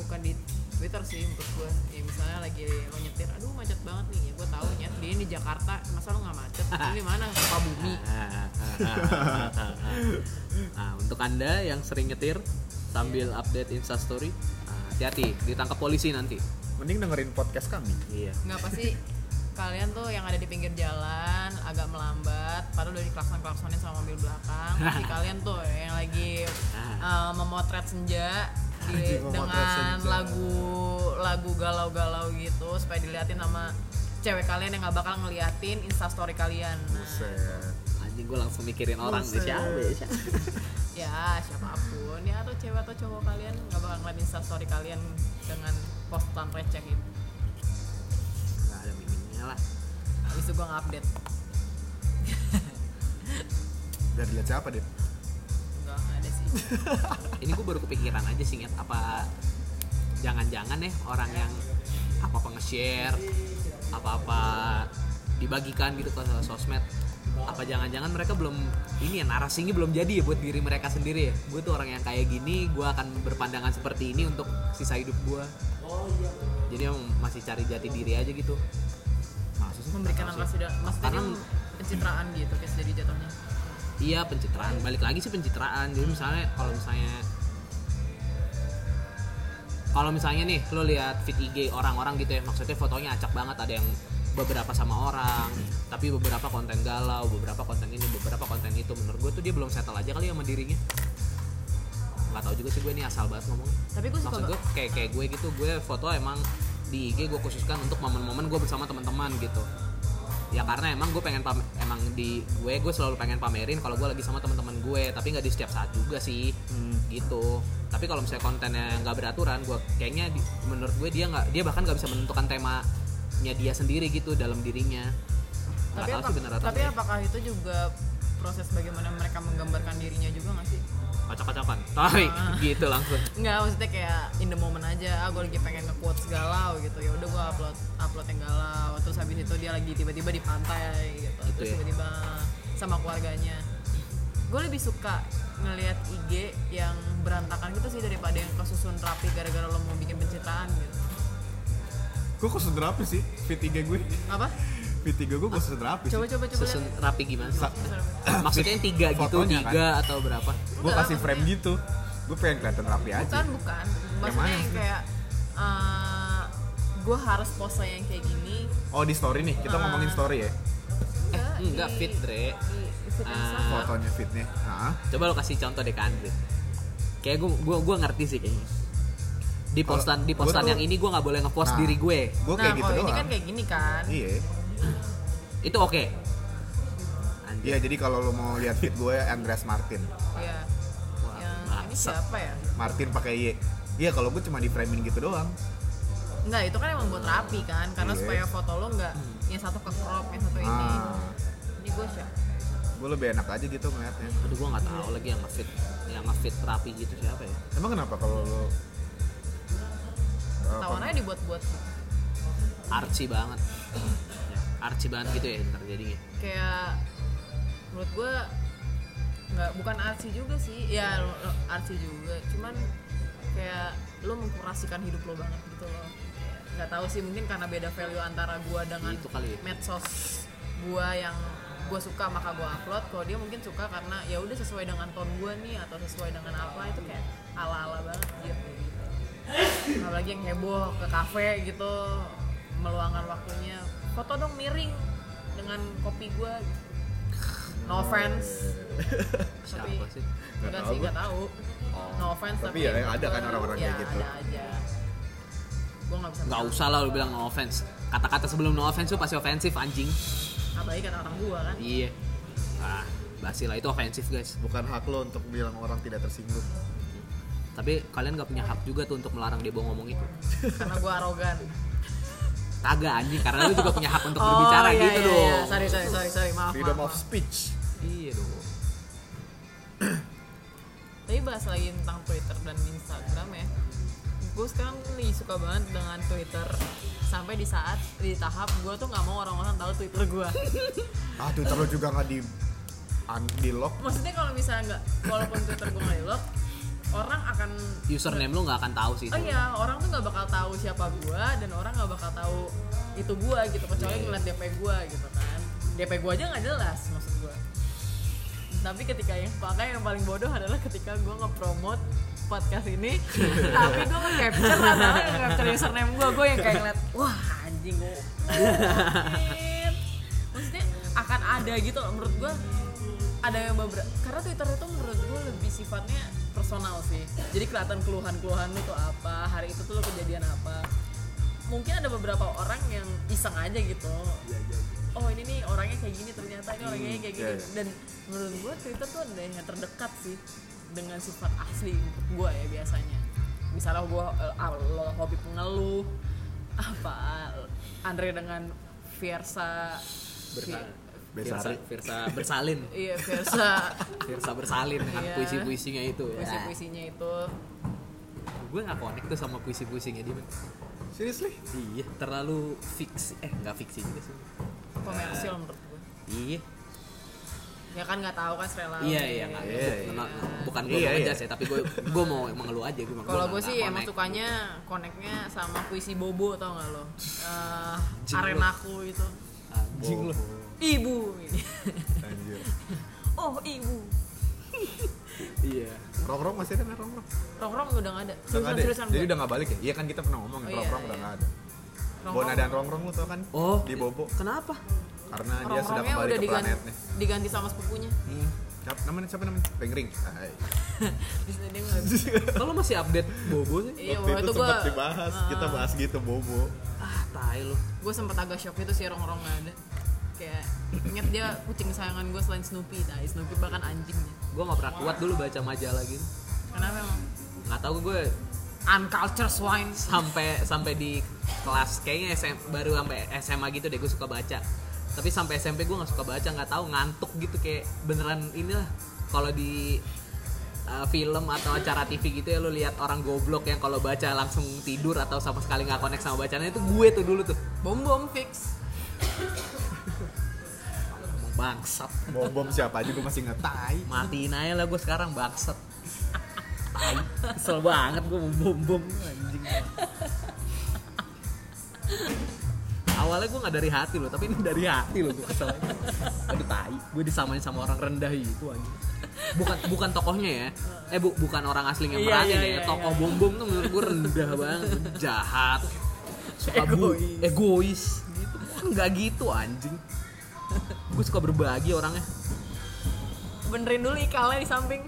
S3: bukan di Twitter sih menurut gue ya misalnya lagi lo nyetir aduh macet banget nih ya gue tahu nyet dia ini di Jakarta masa lo nggak macet ini di mana Sukabumi
S2: Ah, nah, ah, untuk anda yang sering nyetir sambil update instastory ah, hati-hati ditangkap polisi nanti
S1: mending dengerin podcast kami
S2: iya
S3: nggak pasti kalian tuh yang ada di pinggir jalan agak melambat padahal udah diklakson klaksonin sama mobil belakang pasti kalian tuh yang lagi uh, memotret senja di,
S1: Anjing, Ah. memotret
S3: dengan
S1: senja.
S3: lagu lagu galau-galau gitu supaya diliatin sama cewek kalian yang nggak bakal ngeliatin instastory kalian Nah,
S1: Buset.
S2: anjing gue langsung mikirin orang sih siapa ya, siapa?
S3: ya siapapun ya atau cewek atau cowok kalian nggak bakal ngeliat instastory kalian dengan postan receh gitu. itu
S2: nggak ada minimnya lah
S3: habis itu gue update
S1: Udah dilihat siapa, Dit?
S3: nggak ada sih
S2: ini gue baru kepikiran aja sih Nyet. apa jangan-jangan ya orang yang apa apa nge-share apa-apa dibagikan gitu ke sosmed apa jangan-jangan mereka belum ini ya narasinya belum jadi ya buat diri mereka sendiri ya gue tuh orang yang kayak gini gue akan berpandangan seperti ini untuk sisa hidup gue jadi emang masih cari jati diri aja gitu maksudnya
S3: memberikan angka sudah maksudnya dia
S2: Karena-
S3: pencitraan gitu kayak jadi jatuhnya
S2: Iya pencitraan. Balik lagi sih pencitraan. Jadi misalnya kalau misalnya kalau misalnya nih lo lihat feed IG orang-orang gitu ya maksudnya fotonya acak banget ada yang beberapa sama orang tapi beberapa konten galau beberapa konten ini beberapa konten itu menurut gue tuh dia belum settle aja kali ya sama dirinya nggak tahu juga sih gue ini asal banget ngomongnya
S3: tapi gue suka
S2: maksud gue kayak kayak gue gitu gue foto emang di IG gue khususkan untuk momen-momen gue bersama teman-teman gitu ya karena emang gue pengen pam- emang di gue gue selalu pengen pamerin kalau gue lagi sama teman-teman gue tapi nggak di setiap saat juga sih
S1: Hmm.
S2: gitu tapi kalau misalnya kontennya nggak beraturan gue kayaknya di- menurut gue dia nggak dia bahkan nggak bisa menentukan temanya dia sendiri gitu dalam dirinya nggak
S3: tapi,
S2: tahu
S3: apa-
S2: sih bener atau
S3: tapi
S2: enggak. ya.
S3: apakah itu juga proses bagaimana mereka menggambarkan dirinya juga nggak sih
S2: kocak-kocakan Toy,
S3: Ah.
S2: gitu langsung
S3: Nggak, maksudnya kayak in the moment aja ah gue lagi pengen nge quotes galau gitu ya udah gue upload upload yang galau terus habis itu dia lagi tiba-tiba di pantai gitu,
S2: Gitu
S3: terus
S2: ya.
S3: tiba-tiba sama keluarganya gue lebih suka ngelihat IG yang berantakan gitu sih daripada yang kesusun rapi gara-gara lo mau bikin pencitraan gitu
S1: Gue kok sederhana sih, feed IG gue.
S3: apa
S1: Feed IG gue kok sederhana sih.
S3: coba coba coba
S2: susun rapi gimana
S1: Sa-
S2: maksudnya yang tiga gitu
S1: Fotonya kan?
S2: tiga atau berapa
S1: gue kasih frame gitu. Gue pengen kelihatan rapi aja.
S3: bukan bukan maksudnya
S1: mana?
S3: yang kayak gue harus pose yang kayak gini
S1: Oh, di story nih.
S3: Ah.
S1: Kita ngomongin story ya.
S2: Eh, enggak,
S3: di-
S2: fit, Dre.
S3: di- di fit yang
S2: Ah.
S3: sama.
S1: Fotonya fitnya. Nah, Hah?
S2: Coba lo kasih contoh deh ke Andre. Kayak gue gua gua ngerti sih kayaknya. Di
S1: Kalau
S2: postan di
S1: gua
S2: postan
S1: tuh-
S2: yang ini gue nggak boleh ngepost
S1: Nah.
S2: diri gue.
S1: Gue
S3: nah
S1: kayak gitu
S3: kalau ini
S1: doang.
S3: kan kayak gini kan
S1: Iya.
S2: Itu oke. Anjir.
S1: Iya, jadi kalau lo mau lihat feed gue Andreas Martin.
S3: Iya.
S2: Wah,
S3: Yang ini
S2: maksa.
S3: siapa ya?
S1: Martin pakai Y. Iya, kalau gue cuma di framing gitu doang.
S3: Enggak, itu kan emang buat rapi kan, karena
S1: Iya.
S3: supaya foto lo enggak yang satu ke crop, yang satu Oh, ini.
S1: Ah,
S3: Ini gue siapa?
S1: gue lebih enak aja gitu ngeliatnya.
S2: Aduh gue nggak tahu lagi yang ngefit yang ngefit rapi gitu siapa ya.
S1: Emang kenapa kalau lo Apa?
S3: Tawaran aja dibuat-buat
S2: Arci banget. Ya, Arci banget gitu ya ntar jadinya.
S3: kayak menurut gue nggak bukan artsy juga sih. Ya lo- lo artsy juga, cuman kayak lo mengkurasikan hidup lo banget gitu loh. Kayak Nggak tahu sih mungkin karena beda value antara gue dengan
S2: Itu kali ya.
S3: medsos gue yang gue suka maka gue upload kalau dia mungkin suka karena ya udah sesuai dengan tone gue nih atau sesuai dengan apa itu kayak ala ala banget dia kayak gitu apalagi yang heboh ke kafe gitu meluangkan waktunya foto dong miring dengan kopi gue gitu. no offense tapi
S2: Siapa sih?
S3: enggak
S1: tahu
S3: sih
S1: gua.
S3: nggak tahu no offense
S1: Tapi
S3: tapi,
S1: ya, ada kan
S3: gua-
S1: orang-orang kayak
S3: ya,
S1: gitu.
S3: ada aja gue nggak bisa
S2: Nggak
S3: bilang.
S2: usah lah lo bilang no offense. Kata-kata sebelum no offense tuh pasti ofensif anjing.
S3: apalagi kan orang gue kan
S2: Iya. Ah, basi lah itu ofensif guys.
S1: bukan hak lo untuk bilang orang tidak tersinggung.
S2: Tapi kalian nggak punya hak juga tuh untuk melarang dia bawa ngomong itu.
S3: karena gue arogan
S2: Kagak anjing karena lu juga punya hak untuk berbicara
S3: iya,
S2: gitu
S3: iya,
S2: dong.
S3: Iya. Sorry, sorry, sorry, sorry. Maaf,
S1: Freedom
S3: maaf,
S1: of
S3: maaf.
S1: speech.
S2: Iya dong.
S3: Tapi bahas lagi tentang Twitter dan Instagram ya. Gue sekarang nih suka banget dengan Twitter sampai di saat di tahap gue tuh nggak mau orang-orang tahu Twitter gue.
S1: Ah, Twitter lo juga nggak di un- di lock.
S3: Maksudnya kalau misalnya nggak, walaupun Twitter gue nggak di-lock, orang akan
S2: Username lu nggak akan tahu sih. itu.
S3: Oh iya, orang tuh nggak bakal tahu siapa gue dan orang nggak bakal tahu itu gue gitu kecuali
S2: Iya.
S3: ngeliat DP gue gitu kan. DP gue aja nggak jelas maksud gue. Tapi ketika yang pakai yang paling bodoh adalah ketika gue nge-promote podcast ini tapi gue nge-capture adalah nge-capture username gue gue yang kayak ngeliat wah anjing gue maksudnya akan ada gitu loh, menurut gue ada yang beberapa karena Twitter itu menurut gue lebih sifatnya personal sih jadi kelihatan keluhan-keluhan lu tuh apa hari itu tuh lu kejadian apa mungkin ada beberapa orang yang iseng aja gitu oh ini nih orangnya kayak gini ternyata ini orangnya kayak gini
S1: iya, iya.
S3: dan menurut gue Twitter tuh ada yang terdekat sih dengan sifat asli gue ya biasanya misalnya gue lo hobi pengeluh apa Andre dengan Fiersa
S2: Bersalin.
S1: Besari.
S2: Firsa bersalin.
S3: iya Fiersa
S2: Firsa bersalin dengan
S3: Iya.
S2: puisi-puisinya itu ya.
S3: puisi-puisinya itu
S2: Gue gak connect tuh sama puisi-puisinya dia. men.
S1: Seriously?
S2: Iya, terlalu fiksi eh nggak fiksi juga sih.
S3: komersil menurut gue
S2: Iya.
S3: ya kan nggak tahu kan rela
S2: Iya iya, nggak-
S1: Iya, iya.
S2: nggak- bukan
S1: Iya,
S2: gue mau
S1: iya.
S2: ngejas ya, tapi gue gue mau mengeluh aja gue.
S3: Kalau
S2: nggak-
S3: gue
S2: nggak
S3: sih emang
S2: connect.
S3: sukanya koneknya sama puisi Bobo tau gak lo? Eh,
S2: Anjing lo.
S3: arenaku itu.
S2: Anjing lu.
S1: Oh,
S3: Ibu.
S1: Anjir.
S4: Oh ibu.
S2: Iya.
S1: Rong-rong masih ada nggak rong-rong?
S3: Rong-rong udah gak ada.
S1: Udah nggak ada.
S3: Seriusan-seriusan
S1: Jadi
S3: gue.
S1: udah nggak balik ya? Iya kan kita pernah ngomong ya,
S3: Oh, iya,
S1: rong-rong udah
S3: iya.
S1: nggak ada.
S3: Rong-rong-
S1: Bona dan rong-rong lu tau kan?
S2: Oh,
S1: Di Bobo.
S2: Kenapa?
S1: Karena dia sudah
S3: Rong-rongnya
S1: kembali
S3: udah
S1: ke
S3: digan-
S1: planetnya.
S3: diganti sama sepupunya.
S1: Hmm. Siapa namanya? Siapa namanya? Pengring. Hai.
S3: Di sini dia nggak bisa.
S2: Kalau lu masih update bobo sih?
S3: Iya,
S1: Waktu
S3: waktu Ah.
S1: itu
S3: gue
S1: sempat dibahas, kita bahas gitu Bobo.
S2: Ah, tai lu.
S3: gue sempet agak shock itu sih rong-rong gak ada. Kayak inget dia kucing kesayangan gue selain Snoopy, tai Snoopy bahkan ya. anjingnya.
S2: Gue nggak pernah kuat dulu baca majalah gitu.
S3: Kenapa emang?
S2: Nggak tahu gue
S3: Uncultured swine.
S2: sampai sampai di kelas kayaknya SM, baru sampai SMA gitu deh gue suka baca tapi sampai SMP gue nggak suka baca nggak tahu ngantuk gitu kayak beneran inilah kalau di uh, film atau acara TV gitu ya lo lihat orang goblok yang kalau baca langsung tidur atau sama sekali nggak connect sama bacaan itu gue tuh dulu tuh
S3: Bom-bom fix.
S2: Emang bangsat
S1: Bom bom siapa aja gue masih ingat. Tai.
S2: matiin aja lah gue sekarang bangsat Tai. kesel banget gue mau bom bom anjing awalnya gue nggak dari hati loh tapi ini dari hati loh gue kesel aduh tai gue disamain sama orang rendah itu anjing bukan bukan tokohnya ya eh bu, bukan orang aslinya
S3: Iya,
S2: meranin
S3: iya,
S2: ya
S3: iya,
S2: tokoh bom bom tuh menurut gue rendah banget jahat suka bu-
S3: Egois.
S2: egois gitu Wah, nggak gitu anjing gue suka berbagi orangnya
S3: Benerin dulu ikalnya di samping.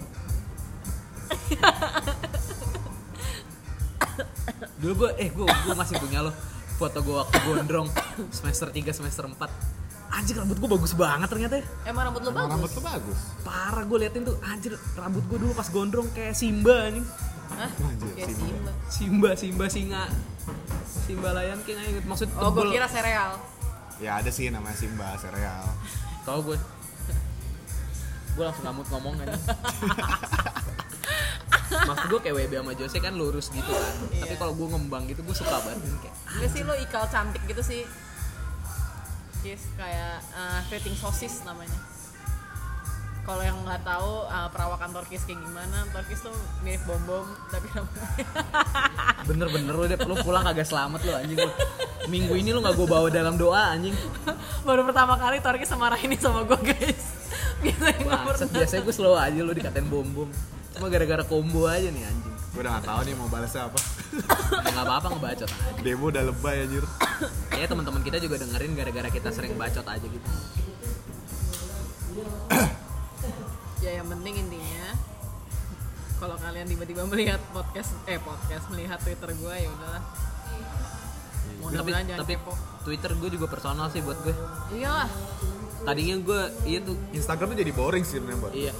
S2: dulu gue eh gue gue masih punya lo foto gue waktu gondrong semester 3 semester 4 anjir rambut gue bagus banget ternyata ya
S3: Emang rambut lo
S1: Emang
S3: bagus?
S1: Rambut lu bagus.
S2: parah gue liatin tuh anjir rambut gue dulu pas gondrong kayak Simba anjing
S3: Hah?
S1: Anjir,
S3: Kayak
S1: Simba.
S3: Ya, Simba.
S2: Simba Simba singa Simba Lion King aja maksud
S3: Oh, gue
S2: tebel.
S3: kira sereal.
S1: Ya ada sih namanya Simba sereal.
S2: tau gue gue langsung ngamut ngomong aja maksud gue kayak WB sama Jose kan lurus gitu kan tapi
S3: Iya.
S2: kalau gue ngembang gitu gue suka banget kayak
S3: Enggak sih lo ikal cantik gitu sih. Yes, kayak eh, fitting sosis namanya. Kalau yang nggak tahu eh, perawakan Torkis kayak gimana, Torkis tuh mirip bom bom tapi rambutnya
S2: Bener-bener lu deh, lu pulang kagak selamat lu anjing lu. Minggu ini lu gak gue bawa dalam doa anjing.
S3: baru pertama kali Torkis semarah ini sama gue guys. Biasanya nggak
S2: Bangsat,
S3: pernah.
S2: biasanya gue slow aja lu dikatain bom-bom. Cuma gara-gara combo aja nih anjing.
S1: Gue udah gak tau nih mau balasnya apa.
S2: Ya, gak apa-apa ngebacot.
S1: Demo udah lebay anjir.
S2: Ya teman-teman kita juga dengerin gara-gara kita sering bacot aja gitu.
S3: Ya yang penting intinya kalau kalian tiba-tiba melihat podcast eh podcast melihat Twitter gue ya udahlah.
S2: tapi
S3: Mudah-mudahan jangan
S2: tapi
S3: kepo.
S2: Twitter gue juga personal sih buat gue.
S3: Iyalah,
S2: Tadinya gue iya tuh
S1: Instagram tuh jadi boring sih sebenarnya buat.
S2: iya.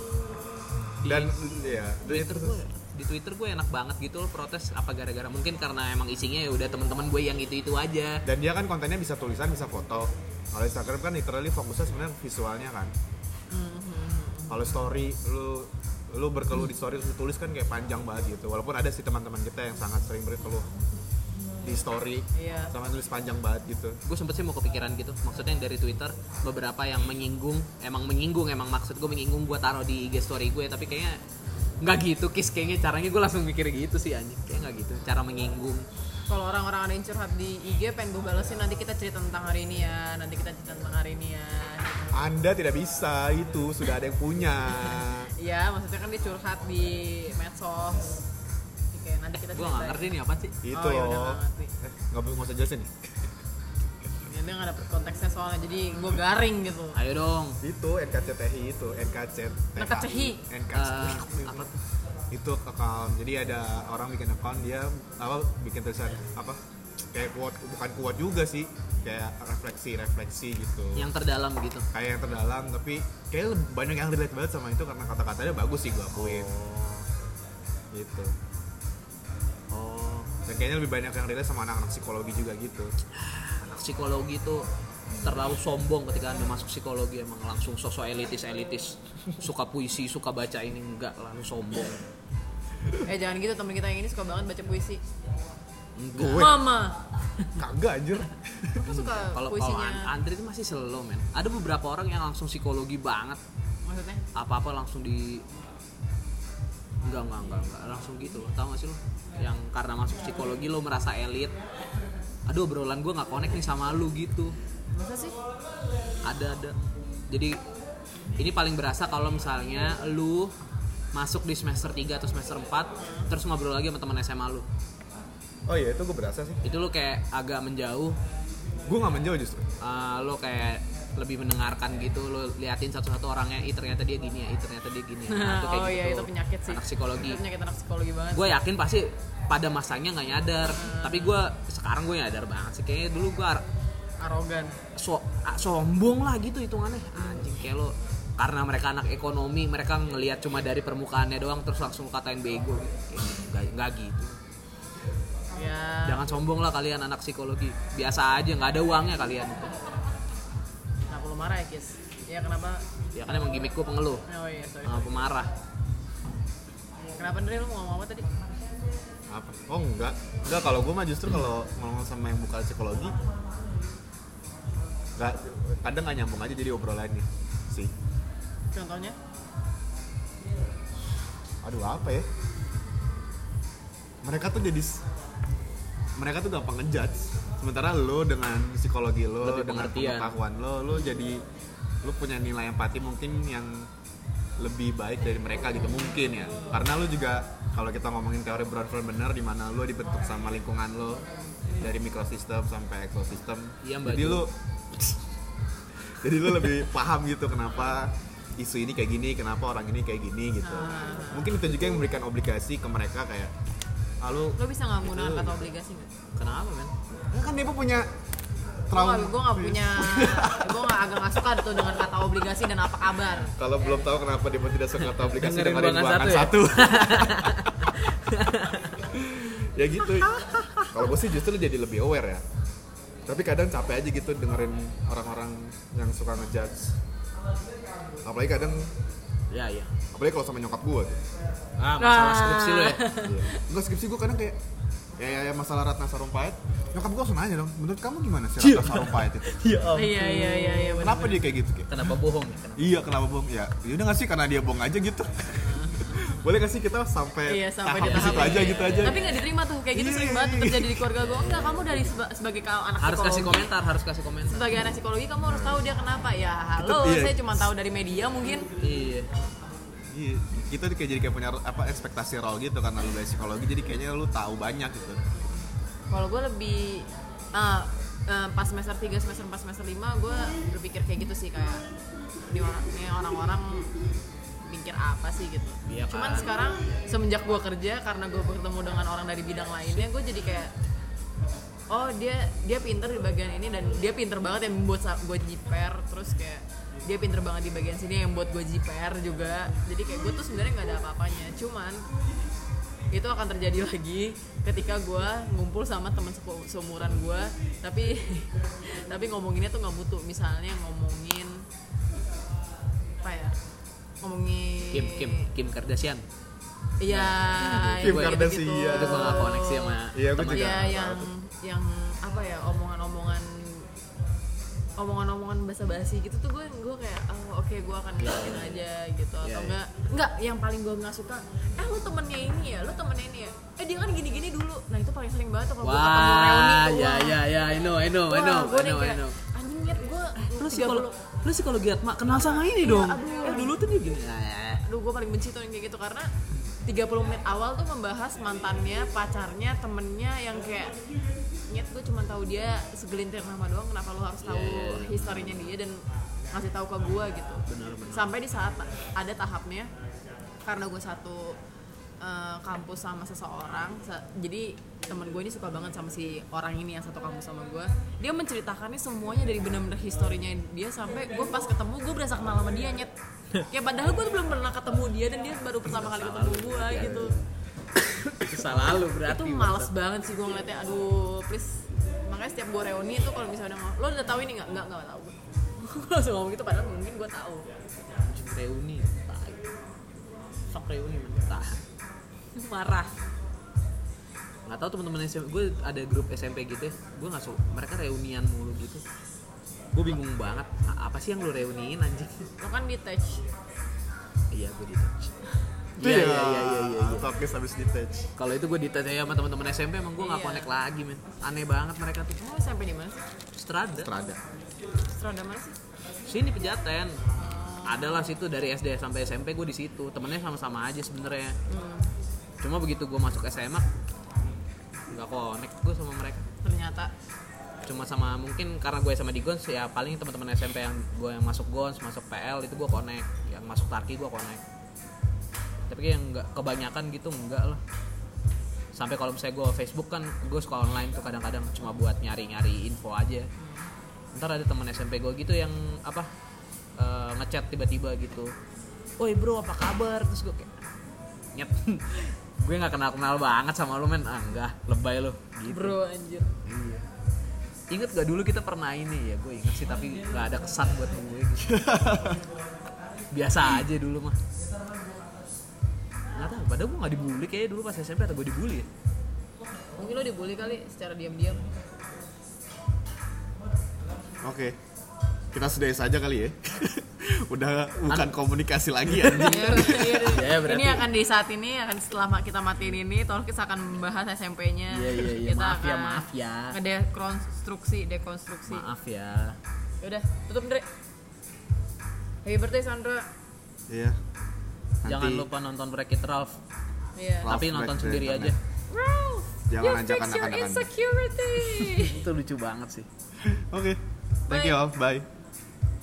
S2: Di-
S1: Dan ya,
S2: Twitter gue di Twitter gue enak banget gitu lo protes apa gara-gara mungkin karena emang isinya ya udah teman-teman gue yang itu itu aja
S1: dan dia kan kontennya bisa tulisan, bisa foto. Kalau Instagram kan literally fokusnya sebenarnya visualnya kan.
S3: Hmm,
S1: Kalau story lu lu berkeluh di story terus lu tulis kan kayak panjang banget gitu. Walaupun ada sih teman-teman kita yang sangat sering berkeluh di story
S3: Iya.
S1: sama tulis panjang banget gitu.
S2: gue sempet sih mau kepikiran gitu maksudnya yang dari twitter beberapa yang menyinggung emang menyinggung emang maksud gue menyinggung gue taruh di IG story gue tapi kayaknya nggak gitu kis kayaknya caranya gue langsung mikir gitu sih anjing kayak nggak gitu cara menyinggung
S3: kalau orang-orang ada yang curhat di IG pengen gue balesin nanti kita cerita tentang hari ini ya nanti kita cerita tentang hari ini ya
S1: Anda tidak bisa itu sudah ada yang punya.
S3: ya maksudnya kan dia curhat di medsos Jadi kayak nanti kita
S2: gue
S3: cerita
S2: nggak ngerti nih apa sih
S1: Itu
S3: oh, ya udah
S1: loh.
S3: nggak ngerti
S1: Eh, nggak perlu nggak usah jelasin nih.
S3: ya dia nggak dapet konteksnya soalnya jadi gue garing gitu
S2: ayo dong
S1: Itu NKCTI itu NKCTI.
S3: NKCTI.
S2: Eh,
S1: NKCTI.
S2: apa tuh?
S1: itu account jadi ada orang bikin account dia apa bikin tulisan apa kayak quote bukan quote juga sih kayak refleksi refleksi gitu
S2: yang terdalam gitu
S1: kayak yang terdalam tapi kayak banyak yang relate banget sama itu karena kata-katanya bagus sih gue akuin gitu
S2: oh
S1: dan kayaknya lebih banyak yang relate sama anak-anak psikologi juga gitu
S2: anak psikologi itu terlalu sombong ketika anda masuk psikologi emang langsung sosok elitis elitis suka puisi suka baca ini enggak lalu sombong
S3: eh jangan gitu temen kita yang ini suka banget baca puisi
S2: enggak
S1: gue
S3: mama
S1: kagak anjir
S3: aku suka
S2: kalau kalau
S3: puisinya
S2: An- Andri itu masih slow men ada beberapa orang yang langsung psikologi banget
S3: maksudnya
S2: apa apa langsung di enggak enggak enggak enggak langsung gitu loh tau gak sih lo yang karena masuk psikologi lo merasa elit aduh obrolan gue nggak connect nih sama lu gitu
S3: masa sih
S2: ada ada jadi ini paling berasa kalau misalnya lu masuk di semester 3 atau semester 4 terus ngobrol lagi sama teman SMA lu
S1: oh iya itu gue berasa sih
S2: itu lu kayak agak menjauh
S1: gue nggak menjauh justru
S2: eh, lu kayak lebih mendengarkan gitu lu liatin satu-satu orangnya ih ternyata dia gini ya ih ternyata dia gini ya. Nah, itu kayak
S3: oh
S2: gitu
S3: iya
S2: tuh.
S3: itu penyakit sih
S2: anak psikologi
S3: itu penyakit anak psikologi banget
S2: gue yakin pasti pada masanya nggak nyadar
S3: Hmm.
S2: tapi gue sekarang gue nyadar banget sih kayaknya dulu gue
S3: arogan
S2: so, a- sombong lah gitu hitungannya anjing kayak lo karena mereka anak ekonomi mereka ngelihat cuma dari permukaannya doang terus langsung katain bego gitu. Kayak nggak nggak gitu
S3: ya
S2: jangan sombong lah kalian anak psikologi biasa aja nggak ada uangnya kalian
S3: kenapa lu marah ya kis ya kenapa
S2: ya kan emang gimmick gue pengeluh
S3: oh iya sorry
S2: eh, pemarah
S3: kenapa Andre lu mau ngomong apa tadi
S1: apa oh enggak enggak kalau gue mah justru kalau ngomong sama yang bukan psikologi nggak kadang nggak nyambung aja jadi obrolannya sih
S3: contohnya
S1: aduh apa ya mereka tuh jadi s- mereka tuh gampang ngejudge sementara lo dengan psikologi lo
S2: Lebih
S1: dengan
S2: pengertian.
S1: pengetahuan lo lo jadi lo punya nilai empati mungkin yang lebih baik dari mereka gitu mungkin ya karena lo juga kalau kita ngomongin teori Bronfman bener di mana lo dibentuk sama lingkungan lo dari mikrosistem sampai ekosistem
S2: Iya, Mbak
S1: jadi
S2: Jo.
S1: lo jadi lu lebih paham gitu kenapa isu ini kayak gini kenapa orang ini kayak gini gitu
S3: Ah.
S1: mungkin itu juga yang memberikan obligasi ke mereka kayak "Ah, lalu
S3: lu bisa nggak menggunakan
S1: Itu.
S3: kata obligasi nggak
S2: kenapa men
S1: kan Depo punya
S3: gue
S1: trauma
S3: gak, gua nggak punya gue nggak agak nggak suka tuh dengan kata obligasi dan apa kabar
S1: kalau belum tahu kenapa Depo tidak suka kata obligasi
S2: Dengerin
S1: dengerin
S2: Buangan
S1: buangan
S2: Satu
S1: satu, ya gitu kalau gue sih justru jadi lebih aware ya tapi kadang capek aja gitu dengerin orang-orang yang suka ngejudge apalagi kadang
S2: ya ya
S1: apalagi kalau sama nyokap gue tuh
S2: ah masalah
S3: Ah.
S2: skripsi lo ya
S1: Iya. Enggak skripsi gue kadang kayak ya, ya, ya, masalah Ratna Sarumpait Nyokap gue langsung nanya dong, menurut kamu gimana sih Ratna Sarumpait itu?
S3: iya iya iya iya bener.
S1: Kenapa dia kayak gitu? Kayak?
S2: Ya kenapa bohong ya kenapa?
S1: Iya kenapa bohong? Ya yaudah gak sih karena dia bohong aja gitu Boleh gak sih kita sampai
S3: Iya sampai
S1: tahap
S3: di tahap
S1: situ aja
S3: iya,
S1: gitu
S3: iya.
S1: aja
S3: Tapi nggak diterima tuh kayak gitu
S1: Iya,
S3: sering
S1: iya,
S3: banget
S1: iya.
S3: terjadi di keluarga gue. Enggak, kamu dari seba- sebagai kau anak
S2: harus kasih
S3: psikologi,
S2: komentar harus kasih komentar
S3: Sebagai anak psikologi kamu harus tahu dia kenapa. Ya halo,
S1: Tetep, iya.
S3: saya cuma tahu dari media mungkin.
S2: iya
S1: Iya, Kita tuh kayak jadi kayak punya apa ekspektasi role gitu karena lu dari psikologi jadi kayaknya lu tahu banyak gitu
S3: Kalau gue lebih eh, eh, pas semester 3, semester 4, semester 5 gue berpikir kayak gitu sih kayak di orang ini orang-orang mikir apa sih gitu.
S2: Iya
S3: Cuman
S2: kan.
S3: sekarang semenjak gue kerja karena gue bertemu dengan orang dari bidang lainnya gue jadi kayak oh dia dia pinter di bagian ini dan dia pinter banget yang membuat sa- gue jiper terus kayak dia pinter banget di bagian sini yang buat gue jiper juga jadi kayak gue tuh sebenarnya nggak ada apa-apanya cuman itu akan terjadi lagi ketika gue ngumpul sama teman sepu- seumuran gue tapi tapi ngomonginnya tuh nggak butuh misalnya ngomongin apa ya ngomongin
S2: Kim Kim Kim Kardashian
S3: Iya,
S1: Kim
S3: yang
S1: Kardashian.
S3: gitu-gitu.
S2: itu gue nggak koneksi sama
S1: Iya, gua
S2: temen
S1: juga.
S3: Iya,
S1: nggak
S3: yang yang apa ya omongan-omongan omongan-omongan basa-basi gitu tuh gue gue kayak oh, oke gue akan ngelakuin aja gitu
S2: Iya,
S3: atau
S2: iya.
S3: enggak enggak yang paling gue nggak suka eh lu temennya ini ya lu temennya ini ya eh dia kan gini-gini dulu nah itu paling sering banget tuh kalau gue ketemu reuni
S2: Wah,
S3: tuh,
S2: ya
S3: wah.
S2: ya ya, I know, I know, I know,
S3: Wah, gue
S2: I know,
S3: udah
S2: I know. Eh,
S3: kayak, anjing nyet gue
S2: Lu
S3: 30
S2: psikologi, lu psikologi mak kenal sama ini dong.
S3: Iya, aduh.
S2: Eh, dulu tuh dia gini. Nah,
S3: aduh gue paling benci tuh yang kayak gitu karena 30 menit awal tuh membahas mantannya, pacarnya, temennya yang kayak nyet gue cuma tahu dia segelintir nama doang kenapa lo harus tahu historinya dia dan ngasih tahu ke gue gitu sampai di saat ada tahapnya karena gue satu eh, kampus sama seseorang sa- jadi temen gue ini suka banget sama si orang ini yang satu kampus sama gue dia menceritakannya semuanya dari benar-benar historinya dia sampai gue pas ketemu gue berasa kenal sama dia nyet ya padahal gue belum pernah ketemu dia dan dia baru pertama kali ketemu gue gitu
S2: Salah lu berarti.
S3: itu males banget sih gue ngeliatnya aduh please makanya setiap gue reuni itu kalau misalnya udah ngomong lo udah tahu ini nggak nggak nggak tahu gue langsung ngomong gitu padahal mungkin gue tahu
S2: reuni. tai. Fuck reuni mentah.
S3: marah
S2: Nggak tahu teman-teman SMP gue ada grup SMP gitu ya. Gue nggak suka mereka reunian mulu gitu. Gue bingung banget. A- Apa sih yang lu reuniin anjing?
S3: lo kan detach
S2: Iya, gue di touch. Iya, iya, iya, iya, iya. iya.
S5: Topis habis detach.
S2: Kalau itu gue ditanya sama teman-teman SMP emang gue nggak
S3: Iya.
S2: connect lagi, men. Aneh banget mereka tuh.
S3: emang lo sampai di mana sih
S2: Strada.
S5: Terada.
S3: Serada mana sih
S2: Sini pejaten. Adalah situ dari SD sampai SMP gue di situ. Temennya sama-sama aja sebenarnya.
S3: hmm,
S2: Cuma begitu gue masuk SMA nggak connect gue sama mereka.
S3: ternyata
S2: Cuma sama mungkin karena gue sama di Gons ya paling teman-teman SMP yang gue yang masuk Gons, masuk PL itu gue connect. Yang masuk Tarki gue connect. Tapi kayak yang nggak kebanyakan gitu enggak lah. Sampai kalau misalnya gue Facebook kan gue suka online tuh kadang-kadang cuma buat nyari-nyari info aja. ntar ada teman SMP gue gitu yang apa eh, ngechat tiba-tiba gitu woi bro apa kabar terus gue kayak nyet gue nggak kenal kenal banget sama lu men ah enggak lebay lu gitu
S3: bro anjir
S2: iya inget gak dulu kita pernah ini ya gue inget sih tapi nggak ada kesan buat gue gitu. biasa aja dulu mah nggak tahu padahal gue nggak dibully kayaknya dulu pas SMP atau gue dibully ya
S3: mungkin lo dibully kali secara diam-diam
S5: Oke. Kita sudahi saja kali ya. Udah bukan komunikasi lagi ya.
S3: Iya, iya, iya.
S2: Ya, berarti-
S3: ini akan di saat ini akan setelah ma- kita matiin ini Tolkis akan membahas SMP-nya
S2: Iya, iya, iya. Maaf ya, maaf ya.
S3: dekonstruksi dekonstruksi
S2: maaf ya
S3: Yaudah, tutup Andre. Happy birthday Sandra.
S5: Iya. Nanti
S2: jangan lupa nonton Wreck-It Ralph
S3: Iya.
S5: Ralph
S2: tapi
S5: back
S2: nonton
S5: to
S2: sendiri aja
S5: internet.
S3: Ralph,
S5: Jangan
S3: you
S5: ajak
S3: fix your
S5: anak-anak Anda.
S3: insecurity.
S2: itu lucu banget sih
S5: Oke. Thank you all. Bye.